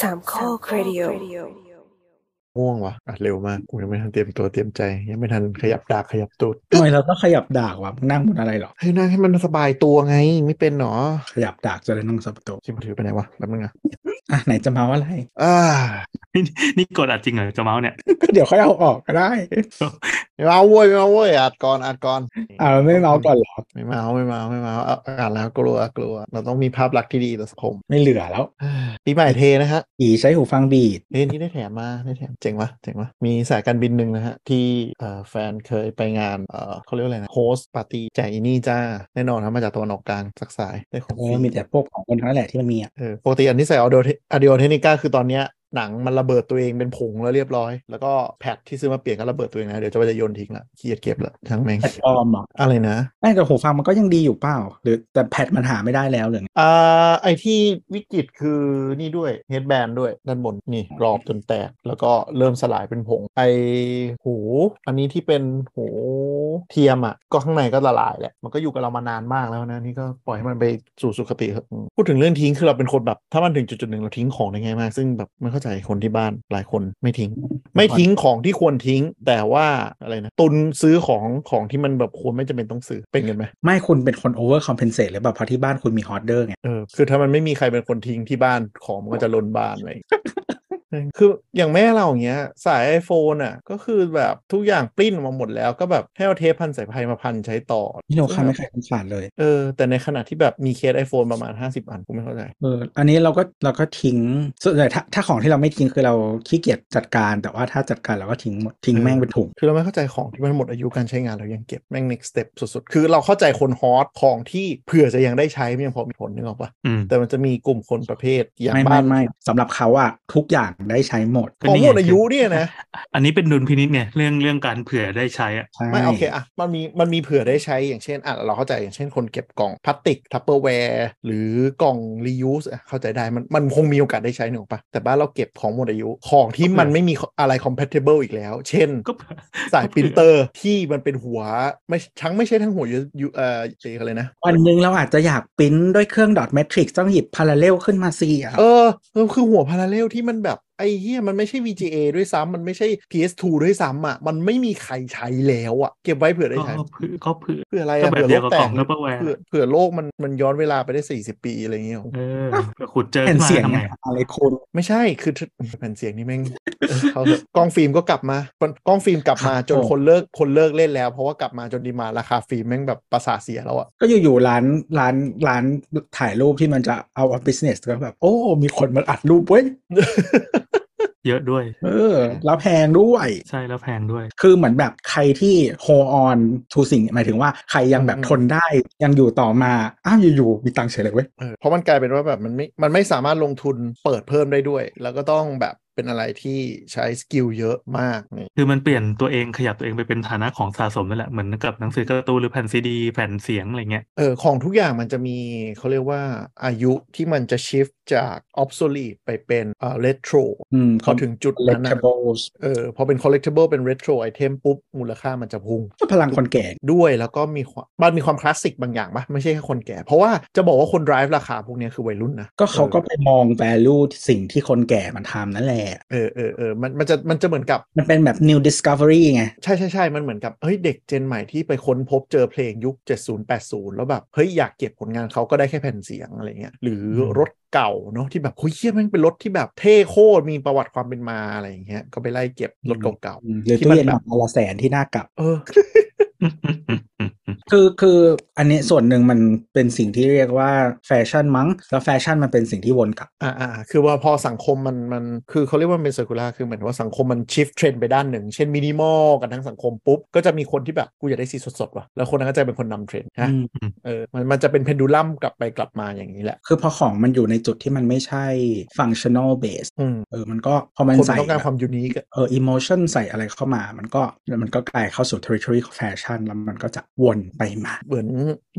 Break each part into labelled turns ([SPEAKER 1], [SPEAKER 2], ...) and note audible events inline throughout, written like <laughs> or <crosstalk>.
[SPEAKER 1] สามข้อครดิโอ
[SPEAKER 2] ง่วงวะอ่ะเร็วมากกูยังไม่ทันเตรียมตัวเตรียมใจ ยังไม่ทันขยับดากขยับตูด
[SPEAKER 3] ทำไมเราต้องขยับดากวะนั่งบนอะไรหรอ
[SPEAKER 2] ให้นั่งให้มันสบายตัวไง ไม่เป็นหรอ
[SPEAKER 3] ขยับดากจะได้นั่งสับโตะ
[SPEAKER 2] ชิมถือไปไหนวะแป๊บนึงอ่ะ
[SPEAKER 3] อ่ะไหนจะมาว่าอะไร <laughs>
[SPEAKER 2] อ่า
[SPEAKER 4] นี่กดอัดจริงเหรอจะเมาส์เนี่ย
[SPEAKER 3] ก็เดี๋ยวค่อยเอาออกก็ได้
[SPEAKER 2] ไม่เอาเว้ยไม่เอาเว้ยอัดก่อนอัดก่อน
[SPEAKER 3] อ่าไม่เมาก่อนเหรอ
[SPEAKER 2] ไม่เมาไม่เมาไม่เมาเอาอ่านแล้วกลัวกลัว เราต้องมีภาพลักษณ์ที่ดีต่อสังคม
[SPEAKER 3] ไม่เหลือแล้ว
[SPEAKER 2] อ่าปีใหม่เทนะฮะ
[SPEAKER 3] อีใช้หูฟังบีด
[SPEAKER 2] เฮ้ยนี่ได้แถมมาได้แถมเจ๋งวะเจ๋งวะมีสายการบินหนึ่งนะฮะ ที่เอ่อแฟนเคยไปงานเอ่อเขาเรียกว่าอะไรนะโฮสปาร์ตี้แจกอินี่จ้า แน่นอนครับมาจากตะวันออกกลางสักสายได้ของ
[SPEAKER 3] เอ
[SPEAKER 2] ฟรี
[SPEAKER 3] อมีแต่พวกของคนทั้งนั้นแหละที่มันมีอ่ะ
[SPEAKER 2] เออปกติอันที่ใส่ออเดออเดโอเทคนิก้าคือตอนเนี้ยหนังมันระเบิดตัวเองเป็นผงแล้วเรียบร้อย แล้วก็แพทที่ซื้อมาเปลี่ยนก็ระเบิดตัวเองนะ เดี๋ยวจะไปจะโยนทิ้งละเกียดเก็บละทั้งแม่ง
[SPEAKER 3] แพดออมเหรอ
[SPEAKER 2] อะไรนะ
[SPEAKER 3] ไม่แต่หูฟังมันก็ยังดีอยู่เปล่า หรือแต่แพดมันหาไม่ได้แล้วหรือไง
[SPEAKER 2] อ่าไอที่วิกฤตคือนี่ด้วยเฮดแบนด้วยด้านบนนี่กรอบจนแตกแล้วก็เริ่มสลายเป็นผงไอหูอันนี้ที่เป็นหูเทียมอ่ะก็ข้างในก็ละลายแหละมันก็อยู่กับเรามานานมากแล้วนะนี่ก็ปล่อยให้มันไปสู่สุคติเถอะอืมพูดถึงเรื่องทิ้งคือเราเป็นคนแบบ ถ้ามันถึงจุดจุดๆหนึ่งเราทิ้งของได้ง่ายมาก ซึ่งแบบไม่เข้าใจคนที่บ้านหลายคนไม่ทิ้ง ไม่ทิ้งของที่ควรทิ้ง แต่ว่าอะไรนะตุนซื้อของของที่มันแบบควรไม่จำเป็นต้องซื้อเป็นกันไหม
[SPEAKER 3] ไม่คุณเป็นคนโอเวอร์คอมเพนเซตหรือเปล่าเพราะที่บ้านคุณมีฮอตเดอร์ไง
[SPEAKER 2] เออคือถ้ามันไม่มีใครเป็นคนทิ้งที่บ้านของมันก็ <laughs> จะล้นบ้านอะไรอย่างเงี้ย คืออย่างแม่เราอย่างเงี้ย สาย iPhone อ่ะ ก็คือแบบทุกอย่างปริ้นออกมาหมดแล้วก็แบบให้เอาเทปพันสายพายมาพันใช้ต่อ
[SPEAKER 3] นี่เราค่าไม่ใครคนขาดเลย
[SPEAKER 2] เออ แต่ในขณะที่แบบมีเคส iPhone ประมาณ 50 อันกูไม่เข้าใจ
[SPEAKER 3] เออ อันนี้เราก็เราก็ทิ้งส่วนใหญ่ถ้าถ้าของที่เราไม่ทิ้งคือเราขี้เกียจจัดการ แต่ว่าถ้าจัดการเราก็ทิ้งหมดทิ้งแม่งเป็นถุง
[SPEAKER 2] คือเราไม่เข้าใจของที่มันหมดอายุการใช้งานเรายังเก็บแม่ง next step สุดๆ คือเราเข้าใจคนฮอตของที่เผื่อจะยังได้ใช้มันยังพอมีผลนึกออกปะ
[SPEAKER 4] อืม
[SPEAKER 2] แต่มันจะมีกลุ่มคนประเภทอย่าง
[SPEAKER 3] ไม่
[SPEAKER 2] บ้า
[SPEAKER 3] ไม่
[SPEAKER 2] น
[SPEAKER 3] ไม่สำหรับเขาอะทุกอย่างได้ใช้หมด
[SPEAKER 2] ของหมดอายุเนี่ยนะ
[SPEAKER 4] อันนี้เป็นดุลพินิจไงเรื่องเรื่องการเผื่อได้ใช้อะ
[SPEAKER 3] ใช่
[SPEAKER 2] ไม่โอเคอะมันมีมันมีเผื่อได้ใช้อย่างเช่นอ่ะเราเข้าใจอย่างเช่นคนเก็บกล่องพลาสติกทัพเปอร์แวร์หรือกล่องรียูสเข้าใจได้มันมันคงมีโอกาสได้ใช้หนึ่งปะแต่บ้านเราเก็บของหมดอายุของที่มันไม่มีอะไร compatible อีกแล้ว เช่น
[SPEAKER 4] ก็เผื่อ
[SPEAKER 2] สายปรินเตอร์ที่มันเป็นหัวไม่ทั้งไม่ใช่ทั้งหัวยูยูเอ่อเอะไรนะ
[SPEAKER 3] วันหนึ่งเราอาจจะอยากปริ้นด้วยเครื่องดอทแมทริกซ์ต้องหยิบพาราเลลขึ้นมาสี่อะ
[SPEAKER 2] เออเออคือหัวพาราเลลที่มันแบบไอ้เหี้ยมันไม่ใช่ VGA ด้วยซ้ำมันไม่ใช่ PS2 ด้วยซ้ำอ่ะมันไม่มีใครใช้แล้วอ่ะเก็บไว้เผื่อได้ใช้
[SPEAKER 4] ก็เผื่อก็เผื่อ
[SPEAKER 2] เพื่ออะไร
[SPEAKER 4] ก็
[SPEAKER 2] อะ
[SPEAKER 4] แบบ
[SPEAKER 2] เผื่อ
[SPEAKER 4] เดี
[SPEAKER 2] โล
[SPEAKER 4] ยว
[SPEAKER 2] ก
[SPEAKER 4] กับ
[SPEAKER 2] แต
[SPEAKER 4] ก
[SPEAKER 2] ก
[SPEAKER 4] ล่อง Tupperware
[SPEAKER 2] เผื่อเผื่อโลกมันมันย้อนเวลาไปได้ 40 ปีอะไรอย่างเงี้ยโอ้โห
[SPEAKER 4] เออเผื่อขุดเจอ
[SPEAKER 3] แผ่น
[SPEAKER 4] ขึ้นมา
[SPEAKER 3] เสียง
[SPEAKER 4] ทำไง
[SPEAKER 3] อะไรคุณ
[SPEAKER 2] ไม่ใช่คือแผ่นเสียงนี่แม่งเออเขาเถอะกล้องฟิล์มก็กลับมา กล้องฟิล์มกลั
[SPEAKER 4] <laughs>
[SPEAKER 2] บมาจนคนเลิกคนเลิกเล่นแล้ว เพราะว่ากลับมาจนดีมาราคาฟิล์มแม่งแบบประสาทเสียแล้วอะ
[SPEAKER 3] ก็อยู่ๆร้านร้านร้านถ่ายรูปที่มันจะเอาเอาบิสเนสก็แบบ โอ้ มีคนมาอัดรูปเว้ย
[SPEAKER 4] เยอะด้วย
[SPEAKER 3] เออ แล้วแพงด้วย
[SPEAKER 4] ใช่แล้วแพงด้วย
[SPEAKER 3] คือเหมือนแบบใครที่ hold on to สิ่งหมายถึงว่าใครยังแบบทนได้ยังอยู่ต่อมา อ้าวอยู่ๆมีตังค์เฉยเลยเว้ย
[SPEAKER 2] เออเพราะมันกลายเป็นว่าแบบมันไม่มันไม่สามารถลงทุนเปิดเพิ่มได้ด้วย แล้วก็ต้องแบบเป็นอะไรที่ใช้สกิลเยอะมากนี่
[SPEAKER 4] คือมันเปลี่ยนตัวเองขยับตัวเองไปเป็นฐานะของสะสมนั่นแหละเหมือนกับหนังสือการ์ตูนหรือแผ่นซีดี แผ่นเสียงอะไรเงี้ย <laughs>
[SPEAKER 2] เออของทุกอย่างมันจะมีเขาเรียกว่าอายุที่มันจะชิฟจาก obsolete ไปเป็นเอ่อ retro
[SPEAKER 3] อืม
[SPEAKER 2] พอถึงจุด
[SPEAKER 3] เล็ก
[SPEAKER 2] นั้น
[SPEAKER 3] เท
[SPEAKER 2] อะ
[SPEAKER 3] เบิลส์
[SPEAKER 2] เออพอเป็น collectible เป็น retro item ปุ๊บ มูลค่ามันจะพุ่ง
[SPEAKER 3] พลังคนแก่
[SPEAKER 2] ด้วยแล้วก็มีความมันมีความคลาสสิกบางอย่างปะไม่ใช่แค่คนแก่ เพราะว่าจะบอกว่าคน drive ราคาพวกเนี้ยคือวัยรุ่นนะ
[SPEAKER 3] ก็เขาก็ไปมอง value ที่สิ่งที่คนแก่มันทำนั่นแหละ
[SPEAKER 2] เออเออเออมันมันจะมันจะเหมือนกับ
[SPEAKER 3] มันเป็นแบบ new discovery ไง
[SPEAKER 2] ใช่ใช่ใช่มันเหมือนกับ เฮ้ย เด็กเจนใหม่ที่ไปค้นพบเจอเพลงยุค 70 80 แล้วแบบ เฮ้ย อยากเก็บผลงานเขาก็ได้แค่แผ่นเสียงอะไรเงี้ยหรือรถเก่าเนาะที่แบบเฮ้ยเชี่ยแม่งเป็นรถที่แบบเท่โคตรมีประวัติความเป็นมาอะไรอย่างเงี้ยก็ไปไล่เก็บรถเก่า
[SPEAKER 3] หรือ
[SPEAKER 2] ที่
[SPEAKER 3] ตู้
[SPEAKER 2] มัน
[SPEAKER 3] เย็น
[SPEAKER 2] แบบ
[SPEAKER 3] แบบละแสนที่หน้ากลับ
[SPEAKER 2] ๆเออ
[SPEAKER 3] คือคืออันนี้ส่วนหนึ่งมันเป็นสิ่งที่เรียกว่าแฟชั่นมั้ง แล้วแฟชั่นมันเป็นสิ่งที่วนกลับ
[SPEAKER 2] อ่าอ่าคือว่าพอสังคมมันมันคือเขาเรียกว่ามันเป็นเซอร์คูลาคือเหมือนว่าสังคมมันชิฟเทรนไปด้านหนึ่ง เช่นมินิมอลกันทั้งสังคมปุ๊บ ก็จะมีคนที่แบบกูอยากได้สีสดๆว่ะแล้วคนนั้นก็จะเป็นคนนำเทรนด์นะ
[SPEAKER 3] อืม
[SPEAKER 2] เออมันมันจะเป็นเพนดูลัมกลับไปกลับมาอย่างนี้แหละ
[SPEAKER 3] คือพอของมันอยู่ในจุดที่มันไม่ใช่ functional base
[SPEAKER 2] อืม
[SPEAKER 3] เออมันก็พอมัน
[SPEAKER 2] คนมั
[SPEAKER 3] ใส่
[SPEAKER 2] นต้องการความยูนิค
[SPEAKER 3] เออ emotion ใส่อะไรเข้ามา มันก็มันก็กลายเข้าสู่ territory ของแฟชั่นแล้วมันก็จะวน ไปมา
[SPEAKER 2] เหมือน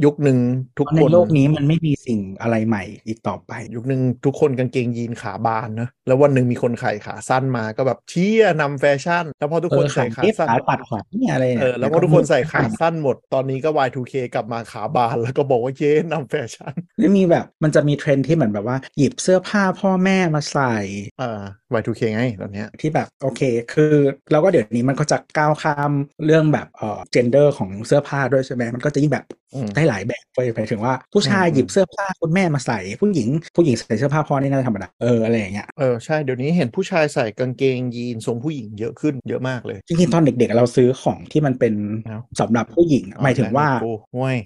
[SPEAKER 2] ยุคหนึ่งทุก
[SPEAKER 3] ใน
[SPEAKER 2] คน
[SPEAKER 3] โลกนี้มันไม่มีสิ่งอะไรใหม่อีกต่อไป
[SPEAKER 2] ยุคหนึ่งทุกคนกางเกงยีนขาบานเนอะแล้ววันหนึ่งมีคนขายขาสั้นมาก็แบบเชี่ยนำแฟชั่น แล้วพอทุกคน
[SPEAKER 3] เออ
[SPEAKER 2] ใส่ขา
[SPEAKER 3] เอฟ
[SPEAKER 2] สั้น
[SPEAKER 3] ขาปัดขวัญเนี่ยอะไรเนี่ย
[SPEAKER 2] เออแล้วพอทุกคนใส่ขาสั้นหมดตอนนี้ก็ Y2K กลับมาขาบานแล้วก็บอกว่าเย้นำแฟชั่น
[SPEAKER 3] แล้วมีแบบมันจะมีเทรนด์ที่เหมือนแบบว่า หยิบเสื้อผ้าพ่อแม่มาใส่
[SPEAKER 2] อ่า Y2K ไงตอนเนี้ย
[SPEAKER 3] ที่แบบโอเค คือเราก็เดี๋ยวนี้มันก็จะก้าวข้ามเรื่องแบบเอ่อเจนเดอร์ของเสื้อผ้าด้วยใช่ไหมมันก็จะยิ่งแบบ
[SPEAKER 2] อืม
[SPEAKER 3] ได้หลายแบบไปไปถึงว่าผู้ชาย
[SPEAKER 2] อืม
[SPEAKER 3] หยิบเสื้อผ้าคุณแม่มาใส่ ผู้หญิงผู้หญิงใส่เสื้อผ้าพ่อนี่น่าจะธรรมดาเอออะไรอย่างเงี้ย
[SPEAKER 2] เออใช่เดี๋ยวนี้เห็นผู้ชายใส่กางเกงยีนทรงผู้หญิงเยอะขึ้นเยอะมากเลย
[SPEAKER 3] จริงๆตอนเด็กๆ เราซื้อของที่มันเป็น
[SPEAKER 2] ครับ
[SPEAKER 3] สำหรับผู้หญิงอะหมายถึงว่า
[SPEAKER 2] โอ้ห่วย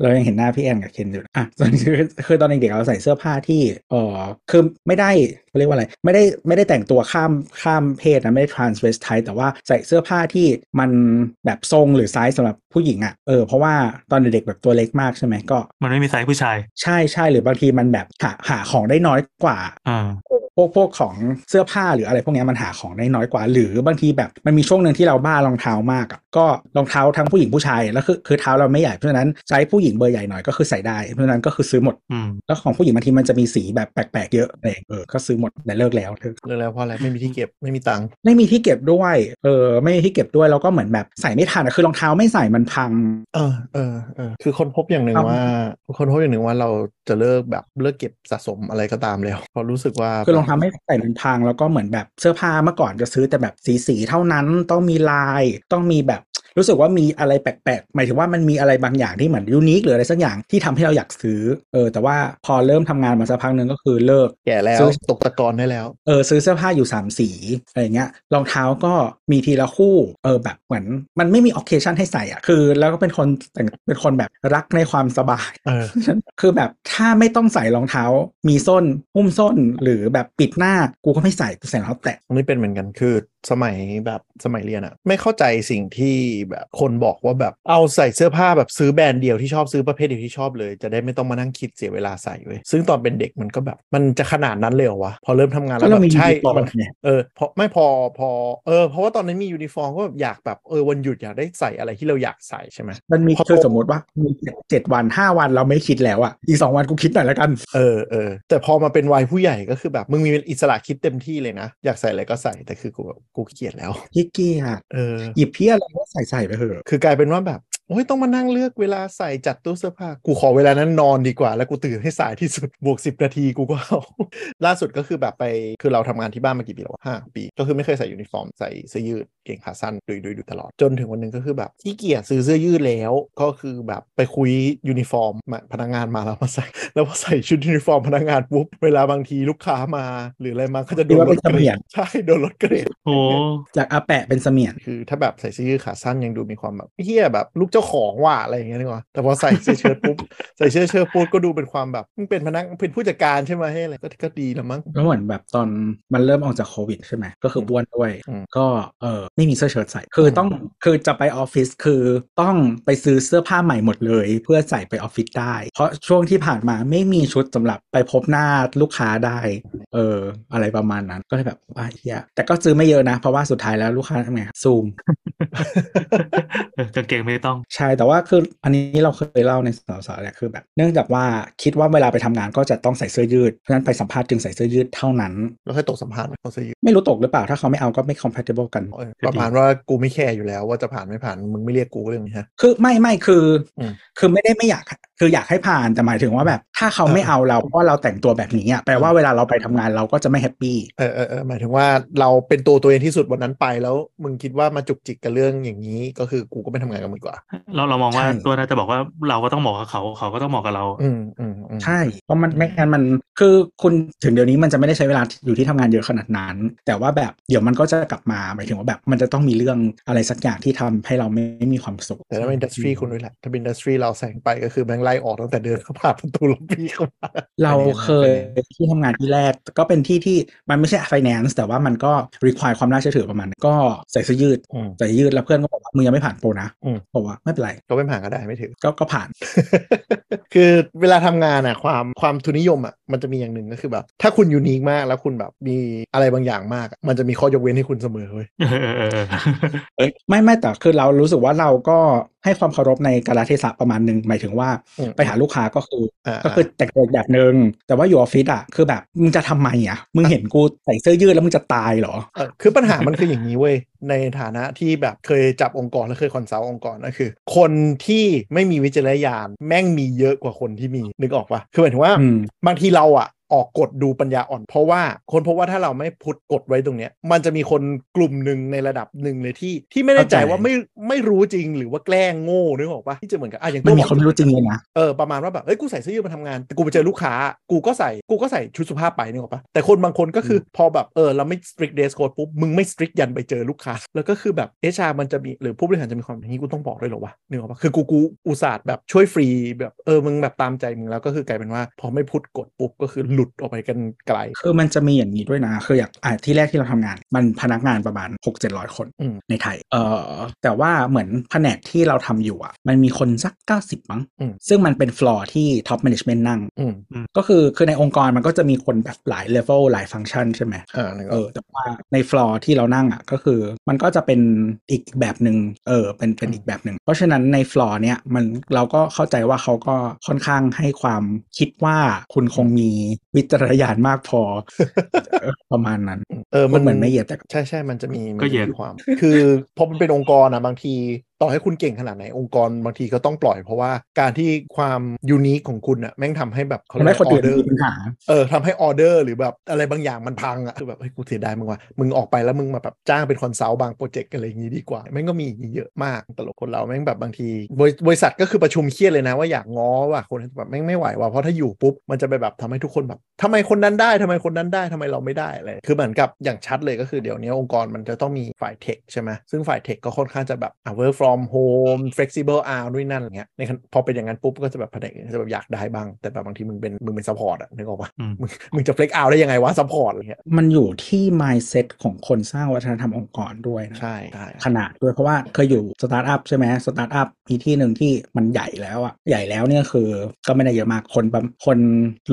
[SPEAKER 3] เรายังเห็นหน้าพี่แอนกับเคนอยู่นะอ่ะ <laughs> ส่วนคือคือตอนเด็กๆเราใส่เสื้อผ้าที่เออคือไม่ได้เขาเรียกว่าอะไร ไม่ได้ไม่ได้แต่งตัวข้ามข้ามเพศนะไม่ได้ transvestite แต่ว่าใส่เสื้อผ้าที่มันแบบทรงหรือไซส์สำหรับผู้หญิงอะ่ะเออเพราะว่าตอนเด็กๆแบบตัวเล็กมากใช่ไหมก็
[SPEAKER 4] มันไม่มีไซส์ผู้ชาย
[SPEAKER 3] ใช่ใช่หรือบางทีมันแบบหาหาของได้น้อยกว่า
[SPEAKER 4] อ่า
[SPEAKER 3] พวกพวกของเสื้อผ้าหรืออะไรพวกเนี้ยมันหาของได้น้อยกว่า หรือบางทีแบบมันมีช่วงหนึ่งที่เราบ้ารองเท้ามากอะก็รองเท้าทั้งผู้หญิงผู้ชายแล้วคือคือเท้าเราไม่ใหญ่เพราะฉะนั้นไซส์ผู้หญิงเบอร์ใหญ่หน่อยก็คือใส่ได้เพราะฉะนั้นก็คือซื้อหมด
[SPEAKER 4] อืม
[SPEAKER 3] แล้วของผู้หญิงบางทีมันจะมีสีแบบแปลกๆเยอะอะไรอย่างเออก็ซื้อหมดแต่เลิกแล้วเธอ
[SPEAKER 2] เลิกแล้วเพราะอะไรไม่มีที่เก็บไม่มีตังค์
[SPEAKER 3] ไม่มีที่เก็บด้วยเออไม่มีที่เก็บด้วยแล้วก็เหมือนแบบใส่ไม่ทันอะคือรองเท้าไม่ใส่มันพัง
[SPEAKER 2] เออเออเออคือคนพบอย่างหนึ่ง
[SPEAKER 3] ครับ
[SPEAKER 2] ว่าคนพบอย่างหนึ่งว่าเราจะเลิกแบบเลิกเก็บสะสมอะไรก็ตามแล้วเพราะรู้สึกว่า
[SPEAKER 3] คือรองเท้าไม่ใส่มันพังแล้วก็เหมือนแบบเสื้อผ้าเมื่อก่อนจะซื้อแต่แบบสีสีๆเท่านั้นต้องมีลายต้องมีแบบรู้สึกว่ามีอะไรแปลกๆหมายถึงว่ามันมีอะไรบางอย่างที่เหมือนยูนิคหรืออะไรสักอย่างที่ทำให้เราอยากซื้อเออแต่ว่าพอเริ่มทำงานมาสักพักหนึ่งก็คือเลิก
[SPEAKER 2] แก่แล้ว
[SPEAKER 3] ซื้อ
[SPEAKER 2] ตกตะกอนได้แล้ว
[SPEAKER 3] เออซื้อเสื้อผ้าอยู่ 3 สีอะไรเงี้ยรองเท้าก็มีทีละคู่เออแบบเหมือนมันไม่มีออ c a s i o n ให้ใส่อะคือ แล้วก็เป็นคนแต่งเป็นคนแบบรักในความสบาย
[SPEAKER 2] เออ
[SPEAKER 3] คือแบบถ้าไม่ต้องใส่รองเท้า มีส้นหุ้มส้นหรือแบบปิดหน้ากูก็ไม่ใส่กูใส่รองเท้าแตะ
[SPEAKER 2] อันนี้เป็นเหมือนกันคือสมัยแบบสมัยเรียนอะไม่เข้าใจสิ่งที่แบบคนบอกว่าแบบเอาใส่เสื้อผ้าแบบซื้อแบรนด์เดียวที่ชอบซื้อประเภทเดียวที่ชอบเลย จะได้ไม่ต้องมานั่งคิดเสียเวลาใส่เว้ยซึ่งตอนเป็นเด็กมันก็แบบมันจะขนาดนั้นเลยเหรอวะพอเริ่มทำงานแล้ว
[SPEAKER 3] ก็
[SPEAKER 2] แบ
[SPEAKER 3] เรามี
[SPEAKER 2] บใช่
[SPEAKER 3] ยูนิฟอร์ม
[SPEAKER 2] มัน
[SPEAKER 3] ไง
[SPEAKER 2] เออเพราะไม่พอพอเออเพราะว่าตอนนั้นมียูนิฟอร์มก็แบบอยากแบบเออวันหยุดอยากได้ใส่อะไรที่เราอยากใส่ใช่ไหม
[SPEAKER 3] มันมี
[SPEAKER 2] พอ
[SPEAKER 3] คือสมมติว่ามีเจ็ดวันห้าวันเราไม่คิดแล้วอ่ะอีกสองวันกูคิดหน่อยละกัน
[SPEAKER 2] เออเออแต่พอมาเป็นวัยผู้ใหญ่ก็คือแบบมึงมีอิสระคิดเต็มที่เลยนะ อยากใส่อะไรก็ใส่แต่คือกูแบบกูเกลียดแล้ว
[SPEAKER 3] พี่เกียร์
[SPEAKER 2] เออ
[SPEAKER 3] หยิบเพี้ยอะไรก็ใส่ใส่ไปเถอะ
[SPEAKER 2] คือกลายเป็นว่าแบบโอ้ยต้องมานั่งเลือกเวลาใส่จัดตู้เสื้อผ้า กูขอเวลานั้นนอนดีกว่า แล้วกูตื่นให้สายที่สุด บวก 10 นาทีกูก็เอา <laughs> ล่าสุดก็คือแบบไปคือเราทำงานที่บ้านมากี่ปีแล้วห้าปี ก็คือไม่เคยใส่ยูนิฟอร์มใส่เสื้อยืดเกงขาสั้นดุยดุยดุยตลอด จนถึงวันหนึ่งก็คือแบบขี้เกียจซื้อเสื้อยืดแล้ว ก็คือแบบไปคุยยูนิฟอร์มมาพนักงานมาแล้วมาใส่ <laughs> แล้วพอใส่ชุดยูนิฟอร์มพนักงานปุ๊บเวลาบางทีลูกค้ามา หรืออะไรมาก็จะโดนลดเกรดใช่โดนลดเกรด
[SPEAKER 4] โอ้ <laughs>
[SPEAKER 3] จากอาแปะเป็นเสมียน
[SPEAKER 2] คือถ้าแบบใส่เสื้อยืดขาสั้นยังดูมีความแบบเฮียแบบลูกเจ้าของว่ะอะไรอย่างเงี้ยนึกว่าแต่พอใส่เสื้อเชิ้ตปุ๊บ <laughs> ใส่เสื้อเชิ้ตปุ๊บก็ดูเป็นความแบบมึงเป็นพนักเป็นผู้จัดการใช่ไหมให้อะไรก็ก็ดีละมั้ง
[SPEAKER 3] แล้วเหมือนแบบตอนมันเริ่มออกจากโควิดใช่ไหมก็คืออ้วนด้วย
[SPEAKER 2] อืม
[SPEAKER 3] ก็เออไม่มีเสื้อเชิ้ตใส่คือต้อง
[SPEAKER 2] อืม
[SPEAKER 3] คือจะไปออฟฟิศคือต้องไปซื้อเสื้อผ้าใหม่หมดเลย เพื่อใส่ไปออฟฟิศได้ เพราะช่วงที่ผ่านมาไม่มีชุดสำหรับไปพบหน้าลูกค้าได้ เอออะไรประมาณนั้นก็เลยแบบว่าเฮียแต่ก็ซื้อไม่เยอะนะ เพราะว่าสุดท้ายแล้วลูกค้าทำไงซูม
[SPEAKER 4] เออกางเกงไม่ต้อง
[SPEAKER 3] ใช่แต่ว่าคืออันนี้เราเคยเล่าในสาวๆแหละคือแบบ เนื่องจากว่าคิดว่าเวลาไปทำงานก็จะต้องใส่เสื้อยืดเพราะฉะนั้นไปสัมภาษณ์จึงใส่เสื้อยืดเท่านั้น
[SPEAKER 2] แล้วค่อยตกสัมภาษณ์เขาเสื้อยืด
[SPEAKER 3] ไม่รู้ตกหรือเปล่าถ้าเขาไม่เอาก็ไม่ compatible กัน
[SPEAKER 2] เออประมาณว่ากูไม่แคร์อยู่แล้วว่าจะผ่านไม่ผ่านมึงไม่เรียกกูก็เรื่องนี้ฮะ
[SPEAKER 3] คือไม่ไม่คืออ
[SPEAKER 2] ม
[SPEAKER 3] คือไม่ได้ไม่อยากคืออยากให้ผ่านแต่หมายถึงว่าแบบ ถ้าเขา
[SPEAKER 2] เออ
[SPEAKER 3] ไม่เอาเราเพราะว่าเราแต่งตัวแบบนี้อะแปลว่าเวลาเราไปทำงานเราก็จะไม่แฮปปี้
[SPEAKER 2] เออเออเออหมายถึงว่าเราเป็นตัวตัวเองที่สุดวันนั้นไปแล้ว มึงคิดว่ามาจุกจิกกับเรื่องอย่างนี้ ก็คือกูก็ไม่ทำงานกับมึงดีกว่า
[SPEAKER 4] เราเรามองว่าตัวน่าจะบอกว่าเราก็ต้องเหมาะกับเขาเขาก็ต้องเหมาะกับเรา
[SPEAKER 2] อืมอืมอืม
[SPEAKER 3] ใช่เพราะมันไม่งั้นมันคือคุณถึงเดี๋ยวนี้มันจะไม่ได้ใช้เวลาอยู่ที่ทำงานเยอะขนาดนั้น แต่ว่าแบบเดี๋ยวมันก็จะกลับมาหมายถึงว่าแบบมันจะต้องมีเรื่องอะไรสักอย่างที่ทำให้เราไม่ไม่มีความสุข
[SPEAKER 2] แต่ถ้าเป็นอินดัสทรีคุณด้วยแหละถ้าเป็นอินดัสทรีเราแสงไปก็คือแบงไล่ออกตั้งแต่เดินเข้าผ่านประตูล็อบบี้เข้ามา
[SPEAKER 3] เราเคยที่ทำงานที่แรกก็เป็นที่ที่มันไม่ใช่ finance แต่ว่ามันก็ require ความน่าเชื่อถือประมาณนั้นก็ใส่เสื้อยืด
[SPEAKER 2] อืม
[SPEAKER 3] ใส่เสื้อยืดแล้วเพื่อนก็บอกว่ามึงยังไม่ผ่านโปรนะ
[SPEAKER 2] อืม
[SPEAKER 3] บอกว่าไม่เป็นไร
[SPEAKER 2] ก็ไม่ผ่านก็ได้ไม่ถือ
[SPEAKER 3] ก็ก็ผ่าน
[SPEAKER 2] <laughs> คือเวลาทำงานอะความความทุนนิยมอะมันจะมีอย่างหนึ่งก็คือแบบ ถ้าคุณยูนิคมากแล้วคุณแบบมีอะไรบางอย่างมากอะมันจะมีข้อยกเว้นให้คุณเสมอเว้ย
[SPEAKER 4] เออเออเออ
[SPEAKER 3] ไม่ไม่แต่คือเรารู้สึกว่าเราก็ ให้ความเคารพในกาลเทศะประมาณหนึ่งหมายถึงว่า
[SPEAKER 2] อืม
[SPEAKER 3] ไปหาลูกค้าก็คืออา ก็คือแต่งตัวอีกแบบหนึ่งแต่ว่าอยู่ออฟฟิศอะคือแบบมึงจะทำไมอะมึงเห็นกูใส่เสื้อยืดแล้วมึงจะตายเหรอ
[SPEAKER 2] เออคือปัญหามันคืออย่างนี้เว้ย ในฐานะที่แบบเคยจับองค์กรและเคยคอนซัลท์องค์กรก็คือ คนที่ไม่มีวิจารณญาณแม่งมีเยอะกว่าคนที่มีนึกออกปะคือหมายถึงว่า
[SPEAKER 3] อืม
[SPEAKER 2] บางทีเราอะออกกฎดูปัญญาอ่อน เพราะว่าคนเพราะว่าถ้าเราไม่พุทธกฎไว้ตรงเนี้ย มันจะมีคนกลุ่มหนึ่งในระดับหนึ่งเลยที่ที่ไม่แน่ใจ
[SPEAKER 3] เข้าใจ
[SPEAKER 2] ว่าไม่ไม่รู้จริงหรือว่าแกล้งโง่นึกออกปะที่จะเหมือนกับอ่ะอย่าง
[SPEAKER 3] มัน
[SPEAKER 2] ตัว
[SPEAKER 3] มีคนไม่รู้จริงเลยนะ
[SPEAKER 2] เออประมาณว่าแบบเอ้ยกูใส่เสื้อยืดมาทำงานแต่กูไปเจอลูกค้ากูก็ใส่กูก็ใส่ชุดสุภาพไปนึกออกปะแต่คนบางคนก็คืออพอแบบเออเราไม่ strict dress code ปุ๊บมึงไม่ strict ยันไปเจอลูกค้า แล้วก็คือแบบเอชามันจะมีหรือผู้บริหารจะมีความอย่างนี้กูต้องบอกด้วยเหรอวะนึกออกปะคือกูกูอุตส่าห์แบบช่วยฟรีแบบเออมึงแบบตามใจมึงแล้วก็คือกลายเป็นว่า พอไม่พูดกดปุ๊บก็คือหลุดออกไปกันไกล
[SPEAKER 3] คือมันจะมีอย่างนี้ด้วยนะ คืออย่างอ่ะที่แรกที่เราทำงาน มันพนักงานประมาณ 6 7 0 0 คน
[SPEAKER 2] อืม
[SPEAKER 3] ในไทย เอ่อ แต่ว่าเหมือนแผนกที่เราทำอยู่อ่ะ มันมีคนสัก 90 มั้ง
[SPEAKER 2] อืม
[SPEAKER 3] ซึ่งมันเป็นฟลอร์ที่ท็อปแม a จเมนต์นั่ง
[SPEAKER 2] อืม
[SPEAKER 3] ก็คือคือในองค์กรมันก็จะมีคนแบบหลายเลเวลหลายฟังก์ชันใช่ไหม
[SPEAKER 2] อ่านึกอ
[SPEAKER 3] เอ
[SPEAKER 2] อก
[SPEAKER 3] อแต่ว่าในฟลอร์ที่เรานั่งอ่ะก็คือมันก็จะเป็นอีกแบบหนึ่งเออเป็นเป็น
[SPEAKER 2] อืม
[SPEAKER 3] อีกแบบหนึ่งเพราะฉะนั้นในฟลอร์เนี้ยมันเราก็เข้าใจว่าเขาก็ค่อนข้างให้ความคิดว่าคุณคงมีวิจารณญาณมาก
[SPEAKER 2] <laughs>
[SPEAKER 3] พอเออประมาณนั้น
[SPEAKER 2] เออ
[SPEAKER 3] มั
[SPEAKER 2] มัน น
[SPEAKER 3] เหมือนไม่เหยียดแต่ก็
[SPEAKER 2] ใช่ใช่มันจะมีมัน
[SPEAKER 4] ก็
[SPEAKER 2] จะ
[SPEAKER 4] เหยียด
[SPEAKER 2] มีความ คือพอมันเป็นองค์กรนะบางที ต่อให้คุณเก่งขนาดไหนองค์กรบางทีก็ต้องปล่อยเพราะว่าการที่ความยูนิคของคุณอ่ะแม่งทำให้แบบเขาเรียก
[SPEAKER 3] ทำให้คนอื่น
[SPEAKER 2] ออเดอร์
[SPEAKER 3] มีปัญหา
[SPEAKER 2] เออทำให้ออเดอร์หรือแบบอะไรบางอย่างมันพังอ่ะคือแบบเฮ้ยกูเสียดายมึงว่ะมึงออกไปแล้วมึงมาแบบจ้างเป็นคอนซัลท์บางโปรเจกต์อะไรอย่างงี้ดีกว่าแม่งก็มีอย่างงี้เยอะมากตลกคนเราแม่งแบบบางทีบริบริษัทก็คือประชุมเครียดเลยนะว่าอยากง้อว่ะคนแบบแม่งไม่ไหวว่ะเพราะถ้าอยู่ปุ๊บมันจะไปแบบทำให้ทุกคนแบบทำไมคนนั้นได้ทำไมคนนั้นได้ทำไมเราไม่ได้อะไรคือเหมือนกับอย่างชัดเลยก็คือเดี๋ยวนี้องค์กรมันจะต้องมีฝ่ายเทคใช่ไหมซึ่งฝ่ายเทคก็ค่อนข้างจะแบบอ่ะ work from home flexible hour นู่นนนั่นอะไรเงี้ยในขณะพอเป็นอย่างนั้นปุ๊บก็จะแบบแผนกอื่นก็จะแบบอยากได้บ้างแต่แบบบางทีมึงเป็นมึงเป็น support อะนึกออกปะ
[SPEAKER 4] อืม
[SPEAKER 2] มึงมึงจะ flex out ได้ยังไงวะ support อะไรเงี้ย
[SPEAKER 3] มันอยู่ที่ mindset ของคนสร้างวัฒนธรรมองค์กรด้วยนะ
[SPEAKER 2] ใช่ใช่
[SPEAKER 3] ขนาดด้วยเพราะว่าเคยอยู่สตาร์ทอัพใช่ไหมสตาร์ทอัพมีที่หนึ่งที่มันใหญ่แล้วอ่ะใหญ่แล้วเนี่ยคือก็ไม่ได้เยอะมากคนประคน